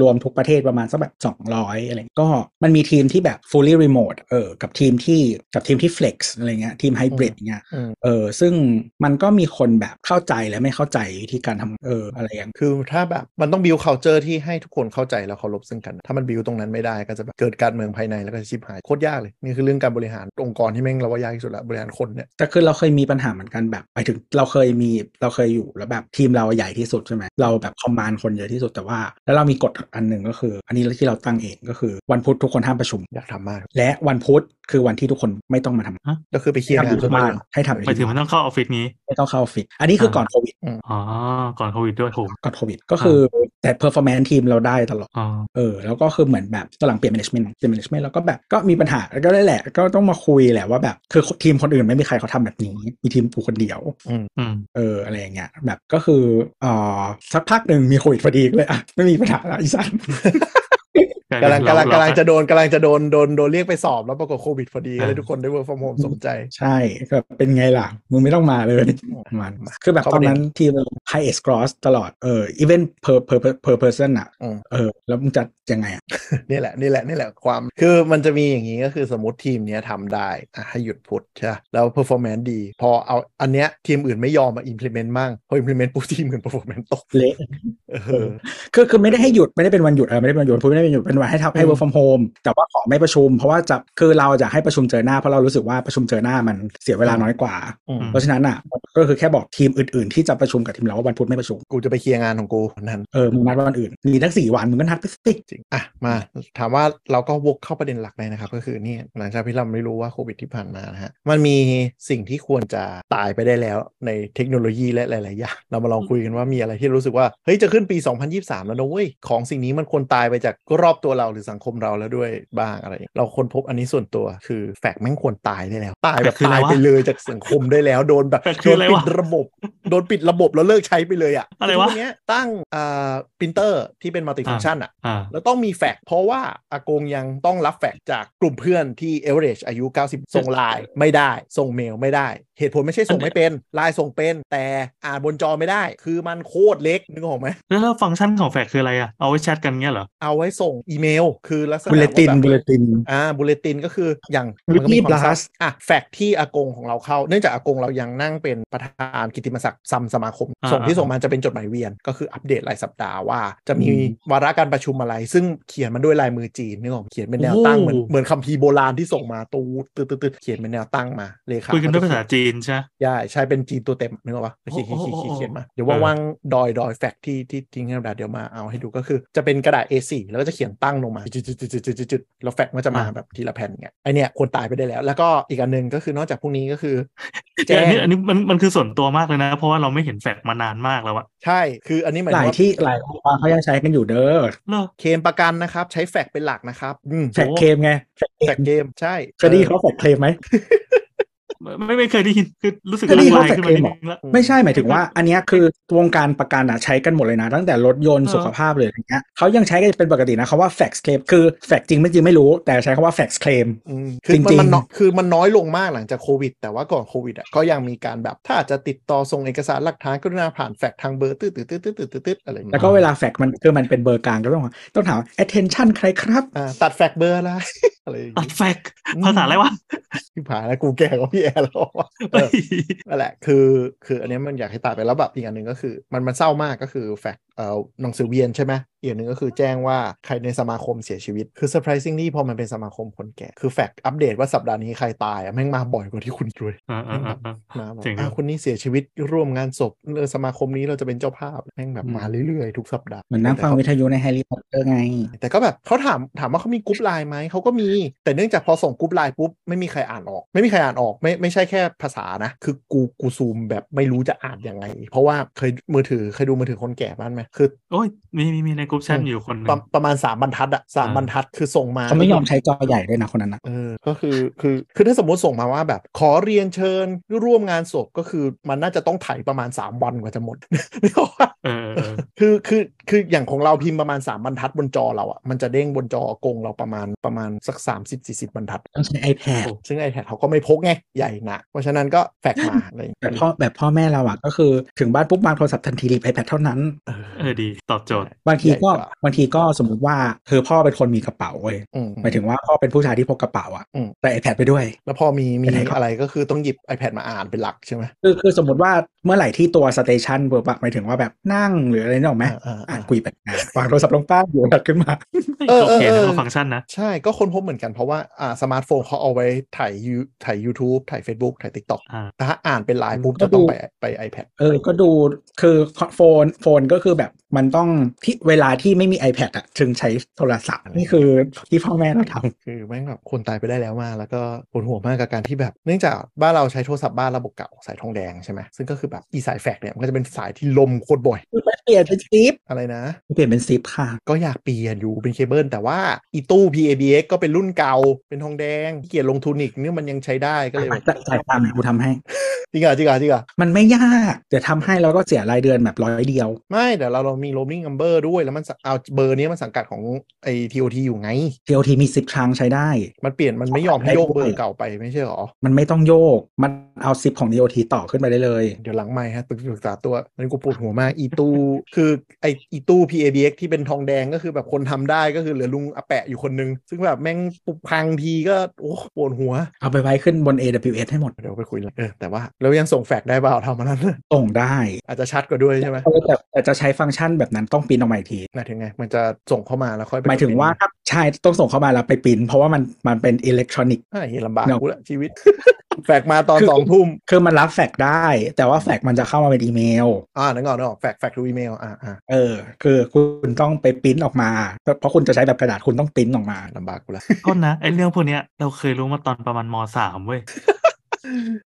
[SPEAKER 3] รวมทุกประเทศประมาณสักแบบ 200อะไรก็มันมีทีมที่แบบ fully remote เออกับทีมที่กับทีมที่ flex อะไรเงี้ยทีม hybrid เงี้ย
[SPEAKER 2] อืม
[SPEAKER 3] เออซึ่งมันก็มีคนแบบเข้าใจและไม่เข้าใจวิธีการทำเอออะไรอย่าง
[SPEAKER 2] คือถ้าแบบมันต้อง build culture ที่ให้ทุกคนเข้าใจแล้วเคารพซึ่งกัน ถ้ามัน build ตรงนั้นไม่ได้ก็จะแบบเกิดการเมืองภายในแล้วก็จะชิบหายโคตรยากเลย นี่คือเรื่องการบริหารองค์กรที่แม่งเราว่ายากที่สุดละบริหารคนเนี่ย
[SPEAKER 3] แต่คือเราเคยมีปัญหาเหมือนกันแบบไปถึงเราเคยมีเราเคยอยู่แล้วแบบทีมเราใหญ่ที่สุดใช่ไหมเราแบบคอมมานด์คนเยอะที่สุดแต่ว่าแล้วเรามีกฎอันหนึ่งก็คือ อันนี้ที่เราตั้งเองก็คือวันพุธทุกคนห้ามประชุม
[SPEAKER 2] อยากทำมาก
[SPEAKER 3] และวันพุธคือวันที่ทุกคนไม่ต้องมาทำงาน
[SPEAKER 2] ก็คือไปเคลียร์
[SPEAKER 3] ให้
[SPEAKER 2] งา
[SPEAKER 3] ทำอน ยู่ที่บ้านให้ทำอยู่
[SPEAKER 4] ไปถึง
[SPEAKER 3] ที่
[SPEAKER 4] มั
[SPEAKER 3] บ้าน
[SPEAKER 4] นต้องเข้าออฟฟิศนี้
[SPEAKER 3] ไม่ต้องเข้าออฟฟิศอันนี้คือก่อนโควิด
[SPEAKER 4] อ๋อ ก่อนโควิดด้วยโห
[SPEAKER 3] ก่อนโควิดก็คือแต่เพอร์ฟอร์แมนซ์ทีมเราได้ตลอด
[SPEAKER 4] อ๋อ
[SPEAKER 3] เออแล้วก็คือเหมือนแบบตอนหลังเปลี่ยน management เปลี่ยน management แล้วก็แบบก็มีปัญหาแล้วก็ได้แหละ ก็ต้องมาคุยแหละว่าแบบคือทีมคนอื่นไม่มีใครเขาทำแบบนี้มีทีมกูคนเดียว
[SPEAKER 4] อืม
[SPEAKER 3] เอออะไรอย่างเงี้ยแบบก็คือเอ่อสักพักหนึ่งมีโควิดพอดีก็เลยอ่ะไม่มีปัญหาละอีสัน <laughs>
[SPEAKER 2] กำลังกำลังกำลังจะโดนกำลังจะโดนโดนโดนเรียกไปสอบแล้วปรากฏโควิดพอดี
[SPEAKER 4] อ่า
[SPEAKER 2] ก็เลยทุกคนได้ work from home สมใจ
[SPEAKER 3] ใช่ก็เป็นไงล่ะ มึงไม่ต้องมาเลยประมันคือแบบตอนนั้นทีม highest cross ตลอดเออ even per per per- per person อ่ะ
[SPEAKER 2] อืม
[SPEAKER 3] เออแล้วมึงจะยังไงอ่ะ
[SPEAKER 2] นี่แหละนี่แหละนี่แหละความ คือมันจะมีอย่างนี้ก็คือสมมติทีมเนี้ยทำได้อ่ะให้หยุดพุทธใช่ปะแล้ว performance ดี พอเอาอันเนี้ยทีมอื่นไม่ยอมมา implement มั่งพอ implement ปุ๊บ <laughs> ทีมอื่น performance ตก
[SPEAKER 3] เละ
[SPEAKER 2] เออ
[SPEAKER 3] คือคือไม่ได้ให้หยุดไม่ได้เป็นวันหยุดเออไม่ได้เป็นวันหยุดพูดไม่ได้เป็นวันหยุดเป็นวันให้ทำให้ work from home แต่ว่าขอไม่ประชุม เพราะว่าจะคือเราจะให้ประชุมเจอหน้าเพราะเรารู้สึกว่าประชุมเจอหน้ามันเสียเวลาน้อยกว่า
[SPEAKER 2] อืม
[SPEAKER 3] เพราะฉะนั้นอ่ะก็คือแค่บอกทีมอื่นๆ ที่จะประชุมกับทีมเราว่าวันพุธไม่ประชุม
[SPEAKER 2] กูจะไปเคลียร์งานของกูนั่น
[SPEAKER 3] เออมึงนัดวันอื่น มีทั้งสี่วัน มึงก็นัดไปสิ
[SPEAKER 2] จริงอ่ะมา ถามว่าเราก็วกเข้าประเด็นหลักเลยนะครับ ก็คือเนี่ยหลังจากพี่ลำไม่รู้ว่าโควิดที่ผ่านมานะฮะมันมีสิ่งที่ควรจะตายไปได้แล้วในเทคโนโลยีและหลาย ๆ อย่าง เรามาลองคุยกันว่ามีอะไรที่รู้สึกว่า เฮ้ย จะขึ้นปี 2023 แล้วนะเว้ย ของสิ่งนี้มันควรตายไปจากรอบตัวเราหรือสังคมเราแล้วด้วยบ้างอะไรอย่างเงี้ยเราค้นพบอันนี้ส่วนตัวคือแฟกแม่งควรตายได้แล้ว ตายแบบ
[SPEAKER 4] คืออะ
[SPEAKER 2] ตายว
[SPEAKER 4] ไระ
[SPEAKER 2] ไปเลยจากสังคมได้แล้วโดนแบบ
[SPEAKER 4] <laughs> แฟกคื
[SPEAKER 2] โด
[SPEAKER 4] อน อะไร
[SPEAKER 2] ปิ
[SPEAKER 4] วะ
[SPEAKER 2] ดระบบ โดนปิดระบบแล้วเลิกใช้ไปเลยอ่ะ
[SPEAKER 4] อะไรวะ
[SPEAKER 2] ทุกวันเนี้ยตั้งอ่าพิมพ์เตอร์ที่เป็นมัลติฟังชันอ่ะ
[SPEAKER 4] อ่า
[SPEAKER 2] แล้วต้องมีแฟกซ์เพราะว่าอากงยังต้องรับแฟกซ์จากกลุ่มเพื่อนที่ average อายุ 90 ส่งไลน์ไม่ได้ ส่งเมลไม่ได้ เหตุผลไม่ใช่ส่งไม่เป็นไลน์ส่งเป็น แต่อ่านบนจอไม่ได้ คือมันโคตรเล็กนึกออกไหม
[SPEAKER 4] แล้วฟังก์ชันของแฟกคืออะไรอ่ะ เอาไว้แชทกันเงี้ยเหรอ
[SPEAKER 2] เอาไว้ส่งอี อีเมล คือลักษณะ
[SPEAKER 3] บุลเลติน
[SPEAKER 2] ว่าแบบ
[SPEAKER 3] บุลเลติน
[SPEAKER 2] อ่าบูเลตินก็คืออย่าง
[SPEAKER 3] มันก็มี
[SPEAKER 2] ควาซับ
[SPEAKER 3] blast
[SPEAKER 2] อ่ะแฟกที่อากงของเราเข้า เนื่องจากอากงเรายังนั่งเป็นประธานกิตติมศักดิ์ซัมสมาคม
[SPEAKER 4] อ่า
[SPEAKER 2] ส่งที่
[SPEAKER 4] อ่า
[SPEAKER 2] ส่งมาจะเป็นจดหมายเวียน ก็คืออัปเดตรายสัปดาห์ว่า จะมี
[SPEAKER 3] อืม
[SPEAKER 2] วาระการประชุมอะไร ซึ่งเขียนมันด้วยลายมือจีนนึกออกเขียนเป็นแนวตั้งเหมือนเหมือนคำพีร์โบราณที่ส่งมาตูดตืดตืดเขียนเป็นแนวตั้งมาเลขา
[SPEAKER 4] คุยกันด้วย
[SPEAKER 2] ก็
[SPEAKER 4] ภา
[SPEAKER 2] จะ
[SPEAKER 4] ษาจีนใช่ไหม
[SPEAKER 2] ใช่ใช่เป็นจีนตัวเต็มนึกออกปะเขียนเขียนเขียนเขียนเขียนมาเดี๋ยวว่า
[SPEAKER 4] เออ
[SPEAKER 2] ว่างดอยดอยแฟกที่ที่ทิ้งให้เราดาเดี๋ยวมาเอาให้ดูก็คือ จะเป็นกระดาษ A4 แล้วก็จะเขียนตั้งลงมาจุดๆๆๆๆๆแล้วแฟกมันจะมาแบบทีละแผ่นเงี้ยไอเนี้ยควรตายไปได้แล้ว แล้วก็อีกอันหนึ่งก็คือนอกจากพวกนี้ก็คือ แจ้
[SPEAKER 4] อัน
[SPEAKER 2] ง
[SPEAKER 4] นี้อันนี้มันมันคือส่วนตัวมากเลยนะ เพราะว่าเราไม่เห็นแฟกมานานมากแล้วอะ
[SPEAKER 2] ใช่คืออันนี้หมาย
[SPEAKER 3] ห
[SPEAKER 2] ถึ
[SPEAKER 3] ลาง ย
[SPEAKER 2] ว่า
[SPEAKER 3] ที่หลายองค์กรเขายังใช้กันอยู่เด้อ
[SPEAKER 4] เหรอ
[SPEAKER 2] เคมประกันนะครับ ใช้แฟกเป็นหลักนะครับอืม
[SPEAKER 3] แฟกเคมไงแฟก
[SPEAKER 2] แฟกเกมใช่
[SPEAKER 3] เคยไดีเขาแฟกเคมไหม
[SPEAKER 4] ไม่ไม่เคยได้ยินคือรู้สึก
[SPEAKER 3] เคยได้ยิน
[SPEAKER 4] ลำ
[SPEAKER 3] ว่า
[SPEAKER 4] ลายขึ้นมานิดนึงละ
[SPEAKER 3] ไม่ใช่หมายถึงว่า อันเนี้ยคือวงการประกันอะใช้กันหมดเลยนะ ตั้งแต่รถยนต์
[SPEAKER 4] เออ
[SPEAKER 3] สุขภาพเลยอะไรเงี้ยเขายังใช้กันเป็นปกตินะคำว่า fax claim คือ fax จริงไม่จริงไม่รู้ แต่ใช้คำว่า fax claim
[SPEAKER 2] อืมคือมั
[SPEAKER 3] จริ
[SPEAKER 2] น
[SPEAKER 3] งๆ
[SPEAKER 2] มันน้อยคือมันน้อยลงมากหลังจากโควิด แต่ว่าก่อนโควิดอ่ะก็ยังมีการแบบถ้าจะติดต่อส่งเอกสารหลักฐานกรุณาผ่านแฟกทางเบอร์ตืดตืดตืดตืดตืดอะไรอย่าง
[SPEAKER 3] แล้
[SPEAKER 2] เงี้
[SPEAKER 3] วย ก็เวลา fax มันคือมันเป็นเบอร์กลางก็ต้องว่าต้องถามว่า attention ใครครับ
[SPEAKER 2] อ่าตัดแฟกเบอร์อะไร อะไรอย่าง
[SPEAKER 4] ตั
[SPEAKER 2] งี้
[SPEAKER 4] ดแฟกภาษาอะไรวะ
[SPEAKER 2] ที่ผ่านแล้วกูแก่กว่าพี่แอร์แล้วว่ะเออนั่นแหละคือคืออันเนี้ยมันอยากให้ตัดไปแล้วแบบอีกอันหนึ่งก็คือ มันมันเศร้ามากก็คือแฟกเอ่อหนังสือเวียนใช่ไหมอีกอันหนึ่งก็คือแจ้งว่าใครในสมาคมเสียชีวิต คือ surprisingly พอมันเป็นสมาคมคนแก่ คือแฟกอัปเดตว่าสัปดาห์นี้ใครตายอะแม่งมาบ่อยกว่าที่คุณด้วย
[SPEAKER 4] อ่าอ่าอ่าอ่า
[SPEAKER 2] มาแบบ
[SPEAKER 4] เจ๋งครับ
[SPEAKER 2] อ่ะคนนี้เสียชีวิตร่วมงานศพเออสมาคมนี้เราจะเป็นเจ้าภาพแม่งแบบมาเรื่อยๆทุกสัปดาห์
[SPEAKER 3] เหมือนนั่งฟังวิทยุในแฮร์รี่พอตเตอร์ไง
[SPEAKER 2] แต่ก็แบบเขาถามถามว่าเขามีกรุ๊ปไลน์ไหมเขาก็มี แต่เนื่องจากพอส่งกรุ๊ปไลน์ปุ๊บไม่มีใครอ่านออก ไม่มีใครอ่านออกไม่ไม่ใช่แค่ภาษานะ คือกูกูซูมแบบไม่รู้จะอ่านยังไง เพราะว่าเคยมือถือเคยดูมือถือคนแก่บ้างไหมคือ
[SPEAKER 4] โอ้ยมีมีมีในกลุ่มแชทอยู่คนหนึ่
[SPEAKER 2] ประ
[SPEAKER 4] ง
[SPEAKER 2] ประมาณ 3 บรรทัดอะสาม
[SPEAKER 4] อ่า
[SPEAKER 2] บรรทัดคือส่งมา
[SPEAKER 3] เขาไม่ยอมใช้จอใหญ่ด้วยนะคนนั้นนะ
[SPEAKER 2] เออ ก็คือ คือ คือถ้าสมมติส่งมาว่าแบบขอเรียนเชิญร่วมงานศพก็คือมันน่าจะต้องไถ่ายประมาณ 3 วันกว่าจะหมด <laughs> นึกออกปะ
[SPEAKER 4] เออเออ
[SPEAKER 2] คือคือคืออย่างของเราพิมพ์ประมาณ 3 บรรทัดบนจอเราอะมันจะเด้งบนจอกงเราประมาณประมาณสัก 30 40 บรรทัด
[SPEAKER 3] ต้องใช้ iPad
[SPEAKER 2] ซึ่ง iPad เขาก็ไม่พกไง ใหญ่หนะ เพราะฉะนั้นก็แฟกมาอะไรอย่าง
[SPEAKER 3] แต่
[SPEAKER 2] เงี้ย
[SPEAKER 3] พ่อแบบพ่อแม่เราอะก็คือถึงบ้านปุ๊บวางโทรศัพท์ทันทีรีบ iPad เท่านั้น
[SPEAKER 4] เออดีตอบโจทย์
[SPEAKER 3] บางทีก็
[SPEAKER 2] ใหญ่ว่า
[SPEAKER 3] บางทีก็สมมติว่าคือพ่อเป็นคนมีกระเป๋าเว้ย
[SPEAKER 2] อืม
[SPEAKER 3] หมายถึงว่าพ่อเป็นผู้ชายที่พกกระเป๋าอะ
[SPEAKER 2] อืม
[SPEAKER 3] แต่ iPad ไปด้วย
[SPEAKER 2] แล้วพอมีมี
[SPEAKER 3] ไปไหนครับ
[SPEAKER 2] อะไรก็คือต้องหยิบ iPad มาอ่านเป็นหลักใช่ไหม
[SPEAKER 3] คือคือสมมติว่าเมื่อไหร่ที่ตัวสเตชันเบอร์ปะหมายถึงว่าแบบนั่งหรืออะไรนี่หรอกไหม
[SPEAKER 2] อ่าอ่าอ่า
[SPEAKER 3] อ่านคุยแบบอ่าวางโทรศัพท์ลงป้าอยู่ดักขึ้นมา
[SPEAKER 2] เออ
[SPEAKER 4] โอเค
[SPEAKER 2] เออเอ
[SPEAKER 4] นะ
[SPEAKER 2] อ
[SPEAKER 4] ว่าฟังก์ชันนะ
[SPEAKER 2] ใช่ก็คนพบเหมือนกันเพราะว่าอ่าสมาร์ทโฟนเขาเอาไว้ถ่ายยูถ่าย YouTube ถ่าย Facebook ถ่าย TikTok
[SPEAKER 4] อ่า
[SPEAKER 2] แต่ถ้าอ่านเป็นไลน์ปุ๊บจะต้องไปไป iPad
[SPEAKER 3] เออก็ดูคือโฟนโฟนก็คือแบบมันต้องที่เวลาที่ไม่มี iPad อะถึงใช้โทรศัพท์นี่คือที่พ่อแม่เราทำ
[SPEAKER 2] คือแม่งแบบคนตายไปได้แล้วมากแล้วก็ปวดหัวมากกับการที่แบบ เนื่องจากบ้านเราใช้โทรศัพท์บ้านระบบเก่าสายทองแดงใช่ไหมซึ่งก็คือแบบอีสายแฟกซ์เนี่ยมันก็จะเป็นสายที่ลมโคตรบ่อย
[SPEAKER 3] ไม่เปลี่ยนเป็นซิป
[SPEAKER 2] อะไรนะ
[SPEAKER 3] ไม่เปลี่ยนเป็นซิปค่ะ
[SPEAKER 2] ก็อยากเปลี่ยนอยู่เป็นเคเบิลแต่ว่าอีตู้ PABX ก็เป็นรุ่นเก่าเป็นทองแดงขี้เกียรลงทุนอีกเนี่ยมันยังใช้ได้ก็เลยแบบ
[SPEAKER 3] จ่ายจ่ายตามไหนกูทำให้
[SPEAKER 2] จริงเหรอจริงเหรอจริงเหรอ
[SPEAKER 3] มันไม่ยาก เดี๋ยวทำให้แล้วก็เสียรายเดือนแบบร้อยเดียว
[SPEAKER 2] ไม่แต่เราเรามีโรม m ิ่ง n ัมเบอร์ด้วยแล้วมันสะเอาเบอร์เนี้ยมันสังกัดของไอทีโอทีอยู่ไง
[SPEAKER 3] TOT มี 10 ครั้งใช้ได้
[SPEAKER 2] มันเปลี่ยนมันไม่ยอมให้โยกเบอร์เก่าไปไม่ใช่เหรอ
[SPEAKER 3] มันไม่ต้องโยก มันเอา 10 ของ TOT ต่อขึ้นไปได้เลย
[SPEAKER 2] เดี๋ยวหลังไม่ฮะปรึกษาตัวนั้นกูปวดหัวมาก อีตู้ คือไออีตู้ PABX ที่เป็นทองแดงก็คือแบบคนทำได้ก็คือเหลือลุงอาแปะอยู่คนนึง ซึ่งแบบแม่งปุบพังทีก็โอ้ปวดหัว
[SPEAKER 3] เอาไปไว้ขึ้นบน AWS ให้หมด
[SPEAKER 2] เดี๋ยวไปคุยหลังเออแต่ว่าเรายังส่งแฟกซ์ได้เปล่าทำมันนั้น
[SPEAKER 3] ส่งได้
[SPEAKER 2] อาจจะชัดกว่าด้วยใช่ไหม
[SPEAKER 3] เออแต่แต่จะใช้ฟังก์ชันแบบนั้นต้องปริ้นออกมาอีกที
[SPEAKER 2] หมายถึงไง มันจะส่งเข้ามาแล้วค่อยไป
[SPEAKER 3] หมายถึงว่าถ้าใช่ต้องส่งเข้ามาแล้วไปปริ้น เพราะว่ามันมันเป็นอิเล็กทรอนิกส์
[SPEAKER 2] ไอ้เหี้ยลำบาก
[SPEAKER 3] เนอะ
[SPEAKER 2] กูละชีวิต <laughs> แฟกซ์มาตอน
[SPEAKER 3] คือ
[SPEAKER 2] สองทุ่ม
[SPEAKER 3] คือมันรับแฟกซ์ได้ แต่ว่าแฟกซ์มันจะเข้ามาเป็นอีเมล
[SPEAKER 2] อ่านั่นก่อนนึกออกแฟกซ์แฟกซ์ทูอีเมลอ่าอ่า
[SPEAKER 3] เออ คือคุณต้องไปปริ้นออกมา เพราะคุณจะใช้แบบกระดาษคุณต้องปริ้นออกมา
[SPEAKER 2] ลำบากกูละ
[SPEAKER 4] ก็นะไอเรื่องพวกเนี้ยเราเคยรู้มาตอนประมาณมสามเว้ย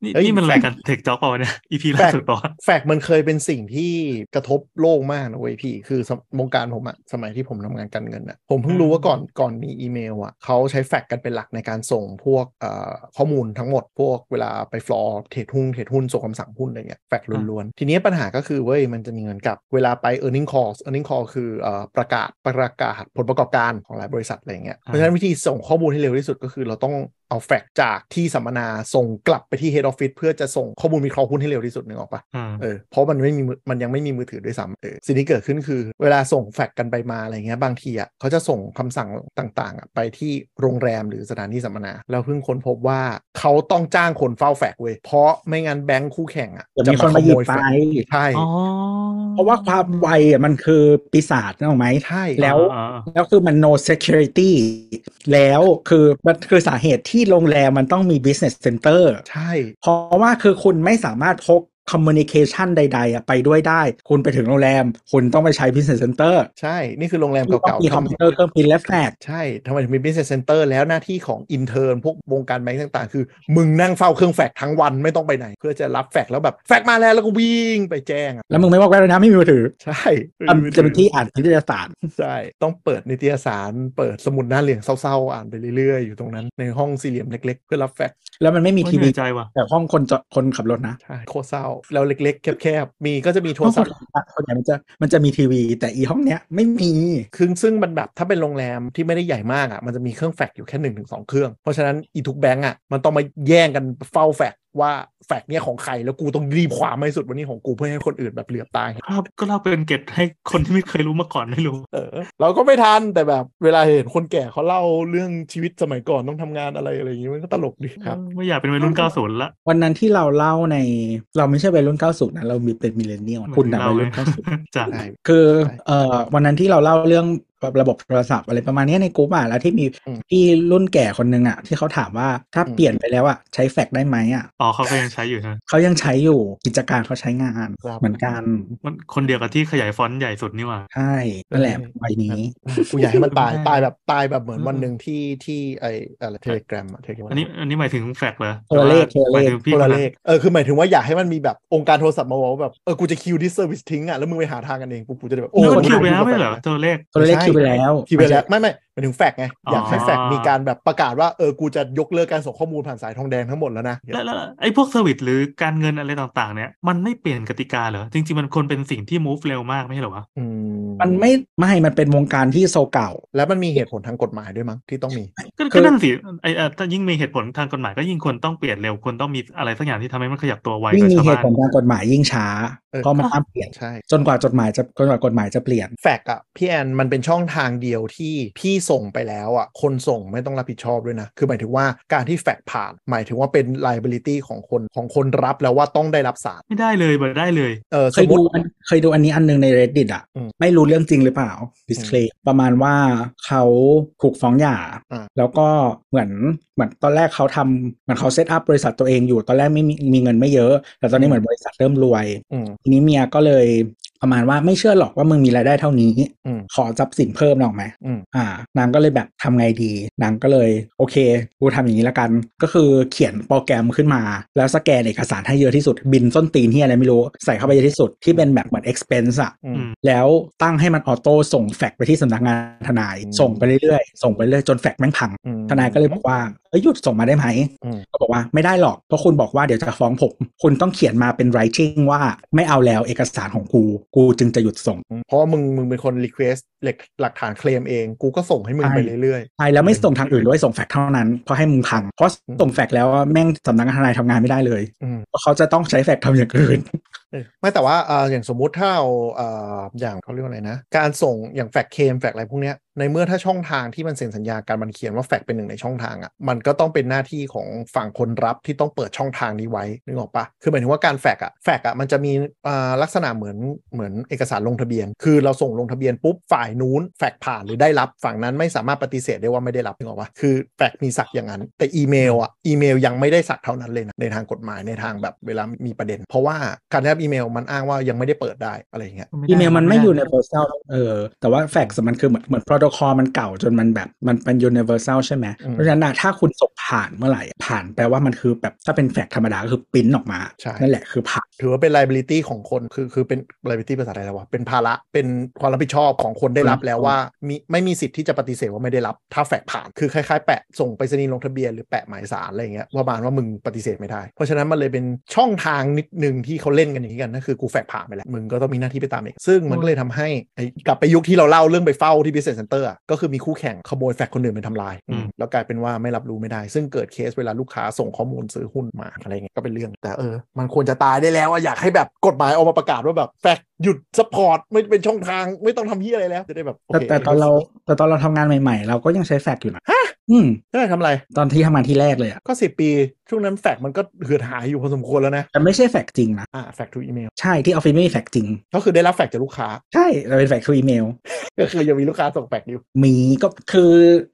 [SPEAKER 4] นี่
[SPEAKER 2] เอ้ย
[SPEAKER 4] นี่มัน
[SPEAKER 2] แฟก
[SPEAKER 4] รายการเทคจ็อกเปล่าวะเนี่ยอีพีล่าสุดเปล่าวะ
[SPEAKER 2] แฟกต์มันเคยเป็นสิ่งที่กระทบโลกมากนะเว้ยพี่ คือสมวงการผมอะสมัยที่ผมทำงานการเงินอะผมเพิ่งรู้ว่าก่อนก่อนมีอีเมลอะเขาใช้แฟกต์กันเป็นหลักในการส่งพวกเอ่อข้อมูลทั้งหมด พวกเวลาไปฟลอร์เทรดหุ้นเทรดหุ้นส่งคำสั่งหุ้นอะไรเงี้ยแฟกต์ล้วนๆ ทีนี้ปัญหาก็คือเว้ยมันจะมีเงินกลับเวลาไป e a r n i n g call earning call คือเอ่อประกาศประกาศผลประกอบการของหลายบริษัทอะไรเงี้ยเพราะฉะนั้นวิธีส่งข้อมูลให้เร็วที่สุดก็คือเราต้อง เอาแฟกต์จากที่สัมมนาส่งกลับไปที่ head office เพื่อจะส่งข้อมูลวิเคราะห์หุ้นให้เร็วที่สุดนึกออกปะ
[SPEAKER 4] อืม
[SPEAKER 2] เออเพราะมันไม่มีมือมันยังไม่มีมือถือด้วยซ้ำเออสิ่งที่เกิดขึ้นคือ เวลาส่งแฟกซ์กันไปมาอะไรเงี้ยบางทีอ่ะเขาจะส่งคำสั่งต่างๆอ่ะไปที่โรงแรมหรือสถานที่สัมมนา แล้วเพิ่งค้นพบว่าเขาต้องจ้างคนเฝ้าแฟกซ์เว้ยเพราะไม่งั้นแบงค์คู่แข่งอ่ะ
[SPEAKER 3] จะมีคนมาหยิบไป
[SPEAKER 2] ใช่
[SPEAKER 4] อ๋อ
[SPEAKER 3] เพราะว่าความไวอะมันคือปีศาจนึกออกไหม
[SPEAKER 2] ใช่
[SPEAKER 3] แล้ว
[SPEAKER 4] อ่าอ่า
[SPEAKER 3] แล้วคือมัน no security แล้วคือมันคือสาเหตุที่โรงแรมมันต้องมี business center
[SPEAKER 2] ใช่
[SPEAKER 3] เพราะว่าคือคุณไม่สามารถพก communication ใดๆอะไปด้วยได้ คุณไปถึงโรงแรม คุณต้องไปใช้ business center
[SPEAKER 2] ใช่นี่คือโรงแรม
[SPEAKER 3] คุณต้อ
[SPEAKER 2] เก่าง
[SPEAKER 3] มี
[SPEAKER 2] ๆ
[SPEAKER 3] คอมพิวเตอร์เครื่องพิมพ์และแฟกซ์
[SPEAKER 2] ใช่ทำไมถึงมี business center แล้วหน้าที่ของ intern พวกวงการแบงค์ต่างๆ คือ มึงนั่งเฝ้าเครื่องแฟกซ์ทั้งวันไม่ต้องไปไหน เพื่อจะรับแฟกซ์แล้วแบบแฟกซ์มาแล้วแล้วก็วิ่งไปแจ้งอะ
[SPEAKER 3] แล้วมึงไม่วอกแวกเลยนะไม่มีมือถือ
[SPEAKER 2] ใช่
[SPEAKER 3] อ่ะจะเป็นที่อ่านนิตยสาร
[SPEAKER 2] ใช่ต้องเปิดนิตยสาร เปิดสมุดหน้าเหลืองเศร้าๆ อ่านไปเรื่อยๆ อยู่ตรงนั้นในห้องสี่เหลี่ยมเล็ก ๆ เพื่อรับแฟกซ์
[SPEAKER 3] แล้วมันไม่มี
[SPEAKER 4] โอ้ย
[SPEAKER 3] ที
[SPEAKER 4] เห
[SPEAKER 3] วี
[SPEAKER 4] นื่อยใจว่ะ
[SPEAKER 3] แต่ห้องคนจอคนขับรถนะ
[SPEAKER 2] ใช่โคตรเศร้าแล้วเล็ก ๆ แคบๆมีก็จะมีโท
[SPEAKER 3] ห้
[SPEAKER 2] ร
[SPEAKER 3] องค
[SPEAKER 2] ศัพ
[SPEAKER 3] น
[SPEAKER 2] ท์
[SPEAKER 3] ขับรถคนใหญ่มันจะมันจะมีทีวี แต่อีห้องเนี้ยไม่มี
[SPEAKER 2] คือซึ่งมันแบบถ้าเป็นโรงแรมที่ไม่ได้ใหญ่มากอะ่ะมันจะมีเครื่องแฟกซ์อยู่แค่1นถึงสเครื่อง เพราะฉะนั้นอีทุกแบงก์อ่ะมันต้องมาแย่งกันเฝ้าแฟกซ์ว่าแฟกซ์เนี่ยของใครแล้วกูต้องรีบคว้ามาให้สุดวันนี้ของกูเพื่อให้คนอื่นแบบเหลือบตาย
[SPEAKER 4] ครับก็เล่าเป็นเกร็ดให้คนที่ไม่เคยรู้มาก่อนได้รู้
[SPEAKER 2] เออ เราก็ไม่ทันแต่แบบเวลาเห็นคนแก่เขาเล่าเรื่องชีวิตสมัยก่อนต้องทำงานอะไรอะไรอย่างงี้มันก็ตลกดีครับ
[SPEAKER 4] ไม่อยากเป็นวัยรุ่น 90 ละ
[SPEAKER 3] วันนั้นที่เราเล่าในเราไม่ใช่วัยรุ่น 90 นะเรามีเป็นมิเลเนียลคุณนะวัยรุ่น
[SPEAKER 4] <laughs> จาก
[SPEAKER 2] ใช่
[SPEAKER 3] 90 คือ
[SPEAKER 2] ใช่
[SPEAKER 3] เอ่อวันนั้นที่เราเล่าเรื่องแบบระบบโทรศัพท์อะไรประมาณเนี้ยในกลุ่มอ่ะแล้วที่มี
[SPEAKER 2] อืม
[SPEAKER 3] พี่รุ่นแก่คนนึงอ่ะที่เขาถามว่าถ้า
[SPEAKER 2] อืม
[SPEAKER 3] เปลี่ยนไปแล้วอ่ะใช้แฟกซ์ได้ไหมอ่ะ
[SPEAKER 4] อ๋อเขาก็ยังใช้อยู่นะ
[SPEAKER 3] เขายังใช้อยู่กิจการเขาใช้งาน
[SPEAKER 2] ครับ
[SPEAKER 3] เหมือนกัน
[SPEAKER 4] มันคนเดียวกับที่ขยายฟอนต์ใหญ่สุดนี่หว่า
[SPEAKER 3] ใช่นั่นแหละใบนี้
[SPEAKER 2] กูอยากให้มัน
[SPEAKER 4] <laughs>
[SPEAKER 2] ตาย
[SPEAKER 4] ใช่
[SPEAKER 2] ตายแบบตายแบบเหมือน
[SPEAKER 4] อืม
[SPEAKER 2] วันหนึ่งที่ที่ไออะไรเทเลกราอะเทเลกรา
[SPEAKER 4] อันนี้อันนี้หมายถึงแฟกซ์เหรอ
[SPEAKER 3] โทรเลข
[SPEAKER 4] หรือว่าห
[SPEAKER 3] โทรเลข
[SPEAKER 4] มายถึงพี่
[SPEAKER 2] โท
[SPEAKER 4] ค
[SPEAKER 2] ร
[SPEAKER 4] น
[SPEAKER 2] เล
[SPEAKER 4] นั้น
[SPEAKER 2] ขเออคือหมายถึงว่าอยากให้มันมีแบบองค์การโทรศัพท์มาบอกว่าแบบเออกูจะคิวดิสเซอร์วิสทิ้งอ่ะแล้วมึงไปหาทางกันเองกูกูจะได้แบบ
[SPEAKER 3] โอ้
[SPEAKER 4] นึก
[SPEAKER 3] โห
[SPEAKER 4] ว่าคิวไปแล้ว
[SPEAKER 2] กู
[SPEAKER 4] ไม่
[SPEAKER 2] จะ
[SPEAKER 4] ใช่เหรอโทรเลข
[SPEAKER 3] ตัวเลขคิวไปแล้ว
[SPEAKER 2] คิวไปแล้วไม่ไม่หมายถึงแฟกซ์ไงอยากให้
[SPEAKER 4] อ๋อ
[SPEAKER 2] แฟกซ์มีการแบบประกาศว่าเออกูจะยกเลิกการส่งข้อมูลผ่านสายทองแดงทั้งหมดแล้วนะ
[SPEAKER 4] แล้วแล้วไอ้พวกเซอร์วิสหรือการเงินอะไรต่างๆ เนี่ยมันไม่เปลี่ยนกติกาเหรอ จริง ๆ มันควรเป็นสิ่งที่ move เร็วมากไม่ใช่เหรอวะ
[SPEAKER 2] อื
[SPEAKER 3] มันไม่ไม่มันเป็นวงการที่โซเก่า
[SPEAKER 2] แล้วมันมีเหตุผลทางกฎหมายด้วยมั้งที่ต้องมี
[SPEAKER 4] ก็
[SPEAKER 3] คื
[SPEAKER 4] ก็
[SPEAKER 3] อ
[SPEAKER 4] นั่นสิไอ้เอ่อถ้ายิ่งมีเหตุผลทางกฎหมายก็ยิ่งควรต้องเปลี่ยนเร็วควรต้องมีอะไรสักอย่างที่ทำให้มันขยับตัวไว
[SPEAKER 3] ยิ่ง
[SPEAKER 4] กว่า
[SPEAKER 3] มี
[SPEAKER 4] ชาว
[SPEAKER 3] เหตุผ
[SPEAKER 4] บ้าน
[SPEAKER 3] ลทางกฎหมายยิ่งช้า
[SPEAKER 2] เออ
[SPEAKER 3] เพราะมันห้ามเปลี่ยน
[SPEAKER 2] ใช่
[SPEAKER 3] จนกว่าจดหมายจะจนกว่ากฎหมายจะเปลี่ยน
[SPEAKER 2] แฟกซ์อ่ะพี่แอนมันเป็นช่องทางเดียวที่พี่ส่งไปแล้วอ่ะคนส่งไม่ต้องรับผิดชอบด้วยนะคือหมายถึงว่าการที่แฟกซ์ผ่าน หมายถึงว่าเป็น liability ของคนของคนรับแล้วว่าต้องได้รับสาร
[SPEAKER 4] ไม่ได้เลยบ่ได้เลย
[SPEAKER 2] เออ
[SPEAKER 3] เค
[SPEAKER 2] สม
[SPEAKER 3] ย
[SPEAKER 2] ม
[SPEAKER 3] ดู
[SPEAKER 2] ติ
[SPEAKER 3] อันเคยดูอันนี้อันหนึงใน reddit อ่ะ
[SPEAKER 2] อืม
[SPEAKER 3] ไม่รู้เรื่องจริงหรือเปล่า display ประมาณว่าเขาถูกฟ้องหย่า
[SPEAKER 2] อ่า
[SPEAKER 3] แล้วก็เหมือนเหมือนตอนแรกเขาทำเหมือนเขาเซตอัพบริษัทตัวเองอยู่ ตอนแรกไม่มีมีเงินไม่เยอะ แต่ตอนนี้เหมือนบริษัทเริ่มรวย
[SPEAKER 2] อืม
[SPEAKER 3] ทีนี้เมียก็เลยประมาณว่าไม่เชื่อหรอกว่ามึงมีรายได้เท่านี้
[SPEAKER 2] อืม
[SPEAKER 3] ขอจับสินเพิ่มหน่อยไหม
[SPEAKER 2] อืม
[SPEAKER 3] อ่านางก็เลยแบบทำไงดี นางก็เลยโอเค กูทำอย่างนี้ละกัน ก็คือเขียนโปรแกรมขึ้นมา แล้วสแกนเอกสารให้เยอะที่สุด บินส้นตีนที่อะไรไม่รู้ ใส่เข้าไปเยอะที่สุด ที่เป็นแบบเหมือน expense อะ
[SPEAKER 2] อืม
[SPEAKER 3] แล้วตั้งให้มันออโต้ส่งแฟกซ์ไปที่สำนักงานทนาย
[SPEAKER 2] อืม
[SPEAKER 3] ส่งไปเรื่อยๆ ส่งไปเรื่อยจนแฟกซ์แม่งพัง
[SPEAKER 2] อืม
[SPEAKER 3] ทนายก็เลยบอกว่าเอ้ยหยุดส่งมาได้ไหม
[SPEAKER 2] อืม
[SPEAKER 3] ก็บอกว่าไม่ได้หรอก เพราะคุณบอกว่าเดี๋ยวจะฟ้องผม คุณต้องเขียนมาเป็น writing ว่าไม่เอาแล้วเอกสารของกู กูจึงจะหยุดส่ง
[SPEAKER 2] เพราะว่ามึงมึงเป็นคนรีเควสหลักฐานเคลมเอง กูก็ส่งให้มึง
[SPEAKER 3] ใช่
[SPEAKER 2] ไปเรื่อย
[SPEAKER 3] ใช่แล้วไม่ส่งทางอื่นด้วยส่งแฟกซ์เท่านั้นเพราะให้มึงพังเพราะส่งแฟกซ์แล้วอะแม่งสำนักงานทนายทำงานไม่ได้เลย
[SPEAKER 2] อืม
[SPEAKER 3] เพราะเขาจะต้องใช้แฟกซ์ทำอย่างอื่น
[SPEAKER 2] ๆเออไม่แต่ว่าเอ่ออย่างสมมุติถ้าเอาเอ่ออย่างเขาเรียกว่าอะไรนะ การส่งอย่างแฟกเคมแฟกอะไรพวกเนี้ยในเมื่อถ้าช่องทางที่มันเซ็นสัญญาการมันเขียนว่าแฟกเป็นหนึ่งในช่องทางอ่ะมันก็ต้องเป็นหน้าที่ของฝั่งคนรับที่ต้องเปิดช่องทางนี้ไว้นึกออกปะคือหมายถึงว่าการแฟกอ่ะแฟกอ่ะมันจะมีเอ่อลักษณะเหมือนเหมือนเอกสารลงทะเบียน คือเราส่งลงทะเบียนปุ๊บฝ่ายนู้นแฟกผ่านหรือได้รับฝั่งนั้นไม่สามารถปฏิเสธได้ว่าไม่ได้รับนึกออกปะคือแฟกมีสักอย่างนั้น แต่อีเมลอ่ะอีเมลยังไม่ได้สักเท่านั้นเลยนะในทางกฎหมายในทางแบบเวลามีประเด็น เพราะว่าการได้รับอีเมลมันอ้างว่ายังไม่ได้เปิดได้อะไรอย่างเงี้ย
[SPEAKER 3] อีเมลมันไม่ universal เออแต่ว่าแฟกซ์มันคือเหมือนเหมือนโปรโตคอลมันเก่าจนมันแบบมันเป็น universal ใช่ไหม
[SPEAKER 2] อืม
[SPEAKER 3] เพราะฉะนั้นน่ะถ้าคุณส่งผ่านเมื่อไหร่ผ่านแปลว่ามันคือแบบถ้าเป็นแฟกซ์ธรรมดาก็คือปริ้นออกมา
[SPEAKER 2] ใช่
[SPEAKER 3] นั่นแหละคือผ่าน
[SPEAKER 2] ถือว่าเป็น liability ของคนคือคือเป็น liability ภาษาไทยแล้ววะเป็นภาระเป็นความรับผิดชอบของคนได้รับ
[SPEAKER 3] อืม
[SPEAKER 2] แล้วว่ามีไม่มีสิทธิ์ที่จะปฏิเสธว่าไม่ได้รับ ถ้าแฟกผ่านคือคล้ายๆ แปะส่งไปสนีย์ลงทะเบียนหรือแปะหมายสารอะไรอย่างเงี้ยว่าบานว่ามึงปฏิเสธไม่ได้ เพราะฉะนั้นมันเลยเป็นช่องทางนิดนึงที่เขาเล่นกันอย่าง นี้กันนั่นคือกูแฝกผ่าไปแล้ว มึงก็ต้องมีหน้าที่ไปตามเองซึ่งมันก็เลยทำให้ไอ้กลับไปยุคที่เราเล่าเรื่องไปเฝ้าที่ business center อะก็คือมีคู่แข่งขโมยแฝกคนอื่นไปทำลาย
[SPEAKER 4] อืม
[SPEAKER 2] แล้วกลายเป็นว่าไม่รับรู้ไม่ได้ ซึ่งเกิดเคสเวลาลูกค้าส่งข้อมูลซื้อหุ้นมาอะไรเงี้ยก็เป็นเรื่องแต่เออมันควรจะตายได้แล้วอะอยากให้แบบกฎหมายออกมาประกาศว่าแบบแฝกหยุดสปอร์ตไม่เป็นช่องทางไม่ต้องทำที่อะไรแล้วจะได้แบบโอ
[SPEAKER 3] แต่
[SPEAKER 2] เค
[SPEAKER 3] แต่ตอนเราแต่ตอนเราทำงานใหม่ๆ เราก็ยังใช้แฟกซ์อยู่นะอืม
[SPEAKER 2] เอ้ยทำอะไร
[SPEAKER 3] ตอนที่ทำงานที่แรกเลยอะ
[SPEAKER 2] ก็สิปีช่วงนั้นแฟกซ์มันก็เหือดหายอยู่พอสมควรแล้วนะ
[SPEAKER 3] แต่ไม่ใช่แฟกซ์จริงนะ
[SPEAKER 2] อ่าแฟกซ์ทูอีเมล
[SPEAKER 3] ใช่ที่ออฟฟิศไม่มีแฟกซ์จริง
[SPEAKER 2] ก็คือได้รับแฟกซ์จากลูกค้า <laughs>
[SPEAKER 3] ใช่เราเป็นแฟกซ์ทรูอีเมล
[SPEAKER 2] ก็คือยังมีลูกค้าส่งแฟกซ์อยู่
[SPEAKER 3] มีก็คือ